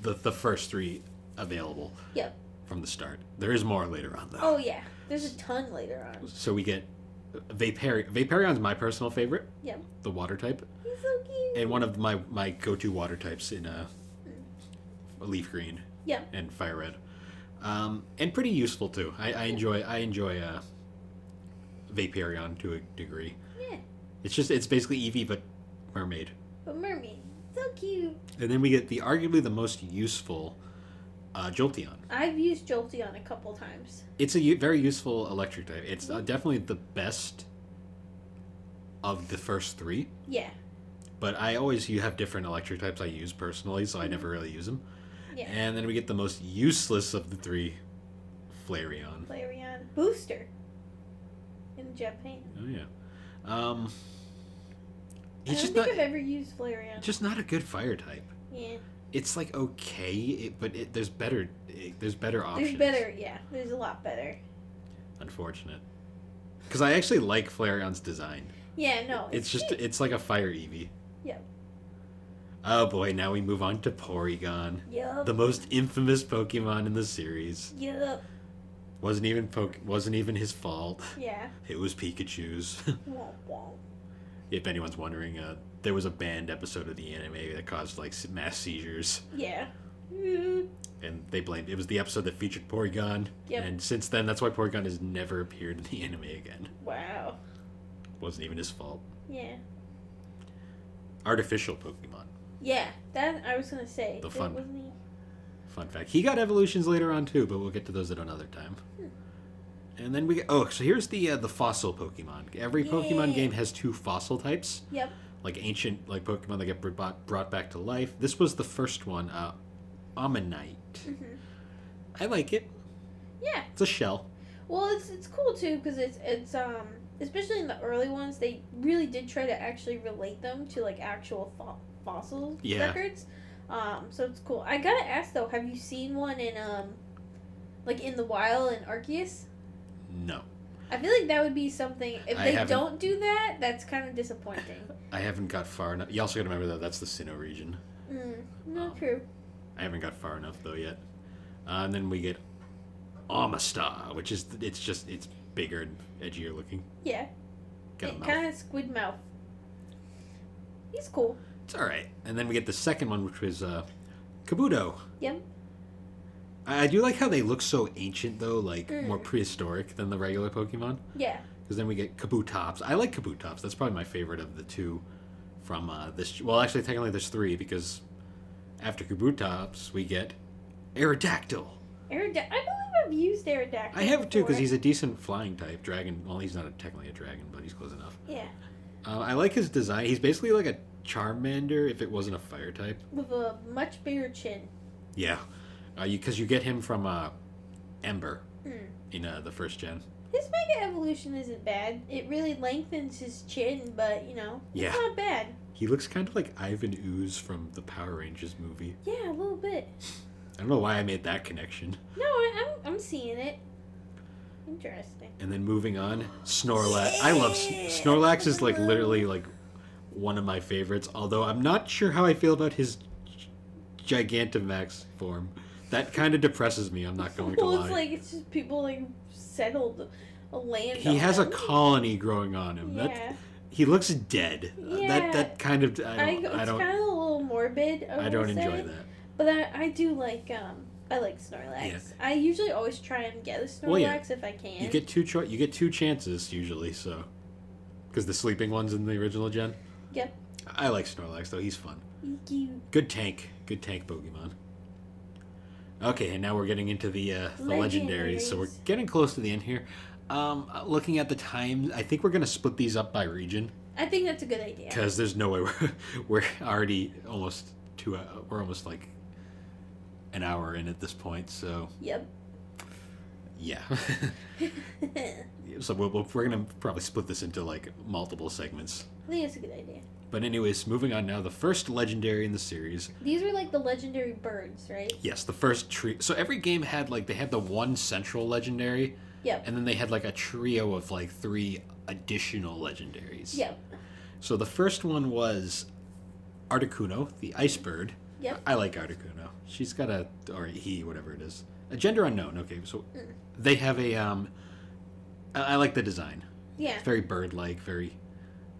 Speaker 1: the the first three available.
Speaker 2: Yep.
Speaker 1: From the start, there is more later on though.
Speaker 2: oh yeah. There's a ton later on.
Speaker 1: So we get Vaporeon. Vaporeon's my personal favorite.
Speaker 2: Yep.
Speaker 1: The water type
Speaker 2: He's so cute.
Speaker 1: and one of my my go to water types in uh, leaf green.
Speaker 2: Yep.
Speaker 1: And fire red, um, and pretty useful too. I, I enjoy I enjoy uh, Vaporeon to a degree.
Speaker 2: Yeah.
Speaker 1: It's just it's basically Eevee but mermaid.
Speaker 2: But mermaid. So cute.
Speaker 1: And then we get the arguably the most useful uh, Jolteon.
Speaker 2: I've used Jolteon a couple times.
Speaker 1: It's a u- very useful electric type. It's uh, definitely the best of the first three.
Speaker 2: Yeah.
Speaker 1: But I always you have different electric types I use personally, so I never really use them.
Speaker 2: Mm-hmm. Yeah.
Speaker 1: And then we get the most useless of the three, Flareon.
Speaker 2: Flareon. Booster. In Japan.
Speaker 1: Oh yeah. Um,
Speaker 2: I don't
Speaker 1: he's just
Speaker 2: think
Speaker 1: not
Speaker 2: I've ever used Flareon.
Speaker 1: just not a good fire type.
Speaker 2: Yeah.
Speaker 1: it's like okay, it, but it, there's better it, there's better
Speaker 2: There's
Speaker 1: options.
Speaker 2: better, yeah. There's a lot better.
Speaker 1: Unfortunate. Because I actually like Flareon's design.
Speaker 2: Yeah, no.
Speaker 1: It's just it's like a fire Eevee.
Speaker 2: Yep.
Speaker 1: Oh boy, now we move on to Porygon,
Speaker 2: Yup.
Speaker 1: the most infamous Pokemon in the series.
Speaker 2: Yup.
Speaker 1: Wasn't even poke wasn't even his fault.
Speaker 2: Yeah.
Speaker 1: It was Pikachu's.
Speaker 2: Womp womp.
Speaker 1: if anyone's wondering, uh, there was a banned episode of the anime that caused like s- mass seizures,
Speaker 2: Yeah. Mm.
Speaker 1: and they blamed it was the episode that featured Porygon.
Speaker 2: Yep.
Speaker 1: And since then, that's why Porygon has never appeared in the anime again.
Speaker 2: Wow.
Speaker 1: Wasn't even his fault.
Speaker 2: Yeah.
Speaker 1: Artificial Pokemon.
Speaker 2: Yeah. That I was gonna say.
Speaker 1: The
Speaker 2: that
Speaker 1: fun.
Speaker 2: wasn't even-
Speaker 1: Fun fact. He got evolutions later on too, but we'll get to those at another time.
Speaker 2: Hmm.
Speaker 1: And then we get, oh, so here's the uh, the fossil Pokemon. Every Pokemon
Speaker 2: Yeah.
Speaker 1: game has two fossil types,
Speaker 2: Yep.
Speaker 1: like ancient like Pokemon that get br- brought brought back to life. This was the first one, uh, Ammonite.
Speaker 2: hmm
Speaker 1: I like it.
Speaker 2: Yeah.
Speaker 1: It's a shell.
Speaker 2: Well, it's it's cool too because it's it's um especially in the early ones they really did try to actually relate them to like actual fo- fossil
Speaker 1: Yeah.
Speaker 2: records. Um, so it's cool. I gotta ask though, have you seen one in um, like in the wild in Arceus?
Speaker 1: No,
Speaker 2: I feel like that would be something. If
Speaker 1: I
Speaker 2: they
Speaker 1: haven't-
Speaker 2: don't do that, that's kind of disappointing.
Speaker 1: I haven't got far enough. You also got to remember that that's the Sinnoh region.
Speaker 2: Mm, not
Speaker 1: Um,
Speaker 2: true.
Speaker 1: I haven't got far enough though yet. Uh, and then we get Amistad, which is it's just it's bigger and edgier looking.
Speaker 2: Yeah,
Speaker 1: Got a mouth.
Speaker 2: kind of squid mouth. He's cool.
Speaker 1: It's all right. And then we get the second one, which was uh, Kabuto.
Speaker 2: Yep.
Speaker 1: I I do like how they look so ancient, though, like
Speaker 2: Mm.
Speaker 1: more prehistoric than the regular Pokemon.
Speaker 2: Yeah,
Speaker 1: Because then we get Kabutops. I like Kabutops. That's probably my favorite of the two from uh, this. Well, actually, technically, there's three because after Kabutops, we get Aerodactyl.
Speaker 2: Aerod- I believe I've used Aerodactyl.
Speaker 1: I have two because
Speaker 2: before.
Speaker 1: he's a decent flying type dragon. Well, he's not a, technically a dragon, but he's close enough.
Speaker 2: yeah
Speaker 1: Uh, I like his design. He's basically like a Charmander if it wasn't a fire type.
Speaker 2: with a much bigger chin.
Speaker 1: Yeah, because you, 'cause you get him from uh, Ember
Speaker 2: Mm.
Speaker 1: in uh, the first gen.
Speaker 2: His mega evolution isn't bad. It really lengthens his chin, but you know,
Speaker 1: Yeah.
Speaker 2: it's not bad.
Speaker 1: He looks kind of like Ivan Ooze from the Power Rangers movie.
Speaker 2: Yeah, a little bit.
Speaker 1: I don't know why I made that connection.
Speaker 2: No, I, I'm I'm seeing it. Interesting.
Speaker 1: And then moving on, Snorlax. I love Sn- Snorlax is like literally like one of my favorites. Although I'm not sure how I feel about his Gigantamax form. That kind of depresses me. I'm not going to
Speaker 2: well,
Speaker 1: lie.
Speaker 2: it's like it's just people like settled a land.
Speaker 1: he
Speaker 2: on
Speaker 1: has a
Speaker 2: them.
Speaker 1: colony growing on him.
Speaker 2: Yeah,
Speaker 1: That he looks dead. Uh,
Speaker 2: Yeah.
Speaker 1: That that kind of I
Speaker 2: I,
Speaker 1: don't
Speaker 2: it's
Speaker 1: I don't,
Speaker 2: kind of a little morbid. I,
Speaker 1: I
Speaker 2: will
Speaker 1: don't
Speaker 2: say.
Speaker 1: enjoy that.
Speaker 2: But I, I do like um I like Snorlax.
Speaker 1: Yeah.
Speaker 2: I usually always try and get a Snorlax
Speaker 1: Well, yeah.
Speaker 2: if I can.
Speaker 1: You get two cho- you get two chances usually, so because the sleeping ones in the original gen.
Speaker 2: Yep.
Speaker 1: I like Snorlax though; he's fun.
Speaker 2: He's cute.
Speaker 1: Good tank, good tank Pokemon. Okay, and now we're getting into the uh, the legendaries. So we're
Speaker 2: Legendaries.
Speaker 1: getting close to the end here. Um, uh, looking at the time, I think we're gonna split these up by region
Speaker 2: I think that's a good idea.
Speaker 1: because there's no way we're we're already almost two. Uh, we're almost like an hour in at this point. So
Speaker 2: Yep.
Speaker 1: yeah. so we'll, we'll- we're gonna probably split this into like multiple segments.
Speaker 2: I think it's a good idea.
Speaker 1: But anyways, moving on now. The first legendary in the series,
Speaker 2: These were like the legendary birds, right?
Speaker 1: yes, the first tree. So every game had like they had the one central legendary,
Speaker 2: Yep.
Speaker 1: and then they had like a trio of like three additional legendaries.
Speaker 2: Yep.
Speaker 1: So the first one was Articuno, the ice bird.
Speaker 2: Yep.
Speaker 1: I like Articuno. She's got a or he, whatever it is, a gender unknown. Okay, so
Speaker 2: Mm.
Speaker 1: they have a um. I I like the design.
Speaker 2: Yeah.
Speaker 1: It's very bird-like. Very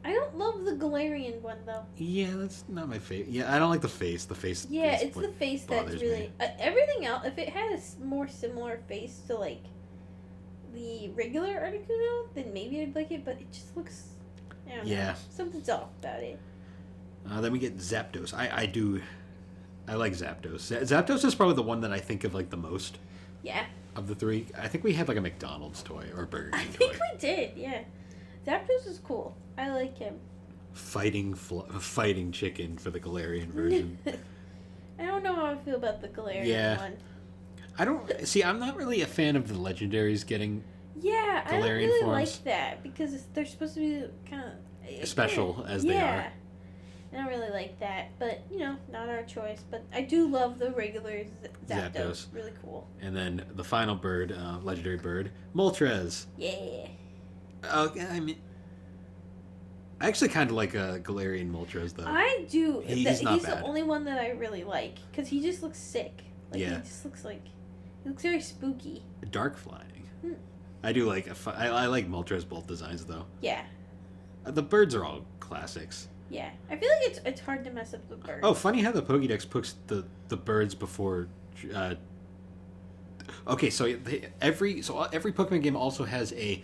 Speaker 2: I don't love the Galarian one though.
Speaker 1: yeah. That's not my favorite. Yeah, I don't like the face. The face.
Speaker 2: Yeah,
Speaker 1: is
Speaker 2: it's
Speaker 1: what-
Speaker 2: the face that's
Speaker 1: bothers
Speaker 2: really
Speaker 1: me.
Speaker 2: uh, everything else. If it had a s- more similar face to like the regular Articuno, then maybe I'd like it. But it just looks, I don't know,
Speaker 1: Yeah.
Speaker 2: something's off about it.
Speaker 1: Uh, then we get Zapdos. I, I do, I like Zapdos. Z- Zapdos is probably the one that I think of like the most
Speaker 2: Yeah,
Speaker 1: of the three. I think we had like a McDonald's toy or a Burger
Speaker 2: I
Speaker 1: King
Speaker 2: think
Speaker 1: toy.
Speaker 2: we did. Yeah, Zapdos is cool. I like him.
Speaker 1: Fighting fl- fighting chicken for the Galarian version.
Speaker 2: I don't know how I feel about the Galarian
Speaker 1: Yeah.
Speaker 2: one.
Speaker 1: I don't see. I'm not really a fan of the legendaries getting
Speaker 2: Yeah, I don't
Speaker 1: Galarian
Speaker 2: really
Speaker 1: forms.
Speaker 2: like that because it's, they're supposed to be kind of
Speaker 1: special as they
Speaker 2: eh, yeah.
Speaker 1: are.
Speaker 2: I don't really like that, but you know, not our choice. But I do love the regular Z- Zapdos.
Speaker 1: Zapdos.
Speaker 2: Really cool.
Speaker 1: And then the final bird, uh, legendary bird, Moltres.
Speaker 2: Yeah.
Speaker 1: Okay, I mean, I actually kind of like uh, Galarian Moltres though.
Speaker 2: I do.
Speaker 1: He's
Speaker 2: that-
Speaker 1: not
Speaker 2: he's
Speaker 1: bad.
Speaker 2: the only one that I really like because he just looks sick. Like
Speaker 1: Yeah.
Speaker 2: he just looks like he looks very spooky.
Speaker 1: Dark flying.
Speaker 2: Hmm.
Speaker 1: I do like. a fi- I, I like Moltres both designs though.
Speaker 2: Yeah,
Speaker 1: Uh, The birds are all classics.
Speaker 2: yeah. I feel like it's it's hard to mess up the bird.
Speaker 1: Oh, funny how the Pokédex puts the the birds before. Uh, okay, so they, every so every Pokemon game also has a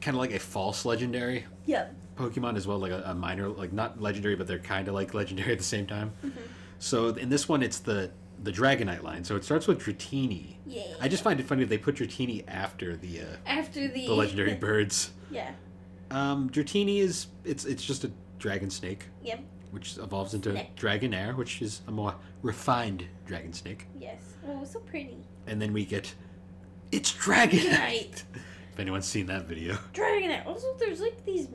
Speaker 1: kind of like a false legendary
Speaker 2: yeah.
Speaker 1: Pokemon as well, like a, a minor, like not legendary, but they're kind of like legendary at the same time.
Speaker 2: Mhm.
Speaker 1: So in this one, it's the the Dragonite line. So it starts with Dratini.
Speaker 2: Yeah.
Speaker 1: I just find it funny that they put Dratini after the uh,
Speaker 2: After the
Speaker 1: the legendary birds.
Speaker 2: Yeah.
Speaker 1: Um, Dratini is it's it's just a dragon snake.
Speaker 2: Yep.
Speaker 1: Which evolves into
Speaker 2: Snake.
Speaker 1: Dragonair, which is a more refined dragon snake.
Speaker 2: Yes. Oh, so pretty.
Speaker 1: And then we get it's Dragonite.
Speaker 2: Dragonite.
Speaker 1: if anyone's seen that video,
Speaker 2: Dragonite. Also, there's like these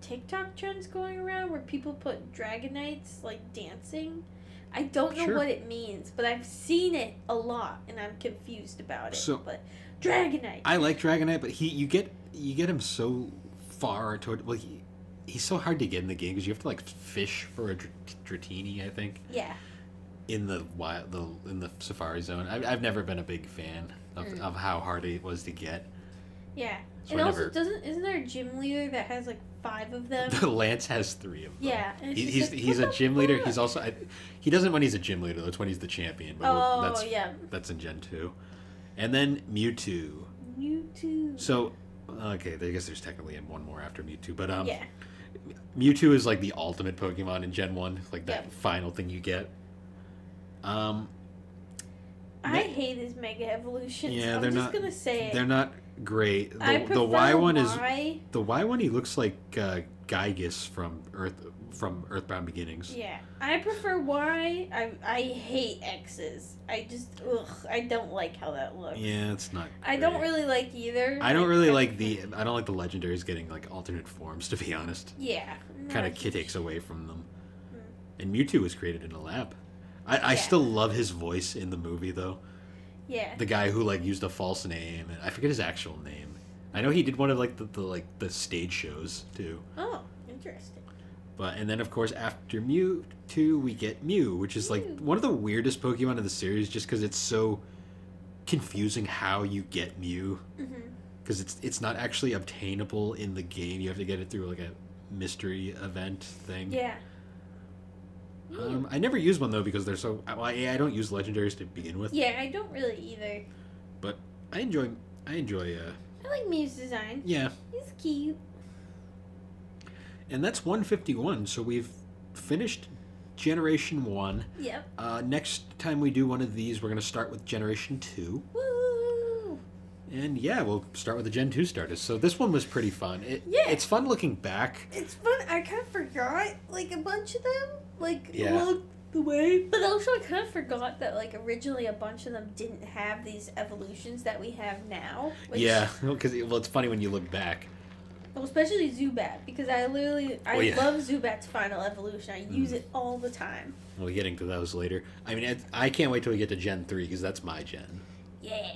Speaker 2: TikTok trends going around where people put Dragonites like dancing. I don't know
Speaker 1: Sure.
Speaker 2: what it means, but I've seen it a lot and I'm confused about it.
Speaker 1: So-
Speaker 2: but Dragonite.
Speaker 1: I like Dragonite, but he you get you get him so far toward well he. He's so hard to get in the game because you have to like fish for a Dr- Dratini, I think,
Speaker 2: yeah.
Speaker 1: in the wild, the in the safari zone. I've, I've never been a big fan of,
Speaker 2: Mm.
Speaker 1: of how hard it was to get.
Speaker 2: Yeah.
Speaker 1: So
Speaker 2: And
Speaker 1: I
Speaker 2: also,
Speaker 1: never-
Speaker 2: doesn't isn't there a gym leader that has like five of them?
Speaker 1: Lance has three of them.
Speaker 2: yeah. and it's
Speaker 1: He,
Speaker 2: just
Speaker 1: he's
Speaker 2: like,
Speaker 1: he's
Speaker 2: what
Speaker 1: a
Speaker 2: the
Speaker 1: gym leader.
Speaker 2: fuck?
Speaker 1: He's also I, he doesn't when he's a gym leader. That's when he's the champion. But we'll-
Speaker 2: Oh
Speaker 1: that's
Speaker 2: yeah.
Speaker 1: that's in Gen two, and then Mewtwo.
Speaker 2: Mewtwo.
Speaker 1: So okay, I guess there's technically one more after Mewtwo, but um,
Speaker 2: yeah.
Speaker 1: Mewtwo is like the ultimate Pokemon in Gen one, like that
Speaker 2: Yep.
Speaker 1: final thing you get. Um,
Speaker 2: I
Speaker 1: ne-
Speaker 2: hate his mega evolutions.
Speaker 1: Yeah,
Speaker 2: I'm
Speaker 1: they're
Speaker 2: just
Speaker 1: not-
Speaker 2: gonna say it.
Speaker 1: they're not great.
Speaker 2: Eh. I
Speaker 1: The,
Speaker 2: prefer
Speaker 1: the Y one is
Speaker 2: Y.
Speaker 1: the Y one. He looks like uh, Gygas from Earth from Earthbound Beginnings.
Speaker 2: Yeah, I prefer Y. I I hate X's. I just ugh. I don't like how that looks.
Speaker 1: Yeah, it's not.
Speaker 2: I don't
Speaker 1: great.
Speaker 2: really like either.
Speaker 1: I don't really like
Speaker 2: prefer-
Speaker 1: the I don't like the legendaries getting like alternate forms to be honest.
Speaker 2: Yeah. I'm not
Speaker 1: Kind
Speaker 2: a
Speaker 1: of
Speaker 2: huge-
Speaker 1: takes away from them.
Speaker 2: Mm.
Speaker 1: And Mewtwo was created in a lab. I, I
Speaker 2: Yeah.
Speaker 1: still love his voice in the movie though.
Speaker 2: Yeah.
Speaker 1: The guy who like used a false name and I forget his actual name. I know he did one of like the, the like the stage shows too.
Speaker 2: Oh, interesting.
Speaker 1: But and then of course after Mewtwo we get Mew, which is like
Speaker 2: Mew.
Speaker 1: one of the weirdest Pokemon in the series just because it's so confusing how you get Mew.
Speaker 2: hmm
Speaker 1: because it's it's not actually obtainable in the game. You have to get it through like a mystery event thing.
Speaker 2: Yeah.
Speaker 1: Um, I never use one though because they're so. I, well, I I don't use legendaries to begin with.
Speaker 2: yeah, I don't really either.
Speaker 1: I enjoy. I enjoy. Uh,
Speaker 2: I like Mew's design.
Speaker 1: yeah,
Speaker 2: He's cute.
Speaker 1: and that's 151. So we've finished generation one.
Speaker 2: Yep.
Speaker 1: Uh, next time we do one of these, we're gonna start with generation two,
Speaker 2: Woo.
Speaker 1: and yeah, we'll start with the Gen two starters. So this one was pretty fun. It,
Speaker 2: Yeah.
Speaker 1: it's fun looking back.
Speaker 2: It's fun. I kind of forgot like a bunch of them, like
Speaker 1: Yeah.
Speaker 2: along the way. But also, I kind of forgot that like originally a bunch of them didn't have these evolutions that we have now. which-
Speaker 1: Yeah, because well, it's funny when you look back.
Speaker 2: Well, especially Zubat because I literally I
Speaker 1: Oh, yeah. Mm.
Speaker 2: love Zubat's final evolution. I use it all the time.
Speaker 1: We'll be getting to those later. I mean, it- I can't wait till we get to Gen 3 because that's my gen.
Speaker 2: Yeah.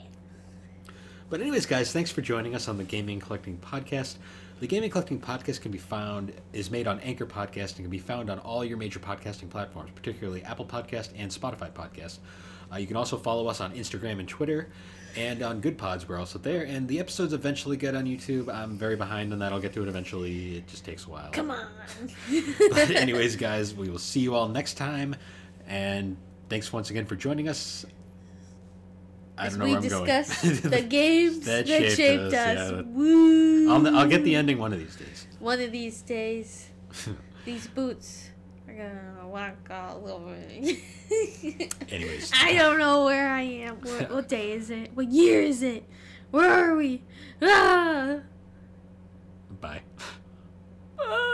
Speaker 1: But, anyways, guys, thanks for joining us on the Gaming and Collecting Podcast. The Gaming and Collecting Podcast can be found, is made on Anchor Podcast and can be found on all your major podcasting platforms, particularly Apple Podcast and Spotify Podcast. Uh, you can also follow us on Instagram and Twitter and on Good Pods. We're also there. And the episodes eventually get on YouTube. I'm very behind on that. I'll get to it eventually. It just takes a while.
Speaker 2: Come on.
Speaker 1: but anyways guys we will see you all next time and thanks once again for joining us i
Speaker 2: As
Speaker 1: don't know
Speaker 2: we
Speaker 1: where i'm
Speaker 2: discussed the
Speaker 1: going
Speaker 2: games
Speaker 1: That
Speaker 2: that,
Speaker 1: shaped us,
Speaker 2: shaped, us.
Speaker 1: yeah.
Speaker 2: Woo.
Speaker 1: I'll, I'll get the ending one of these days
Speaker 2: One of these days. These boots are gonna walk all over me.
Speaker 1: anyways
Speaker 2: I don't know where I am. What, what day is it? What year is it? Where are we? Ah!
Speaker 1: bye
Speaker 2: Ah!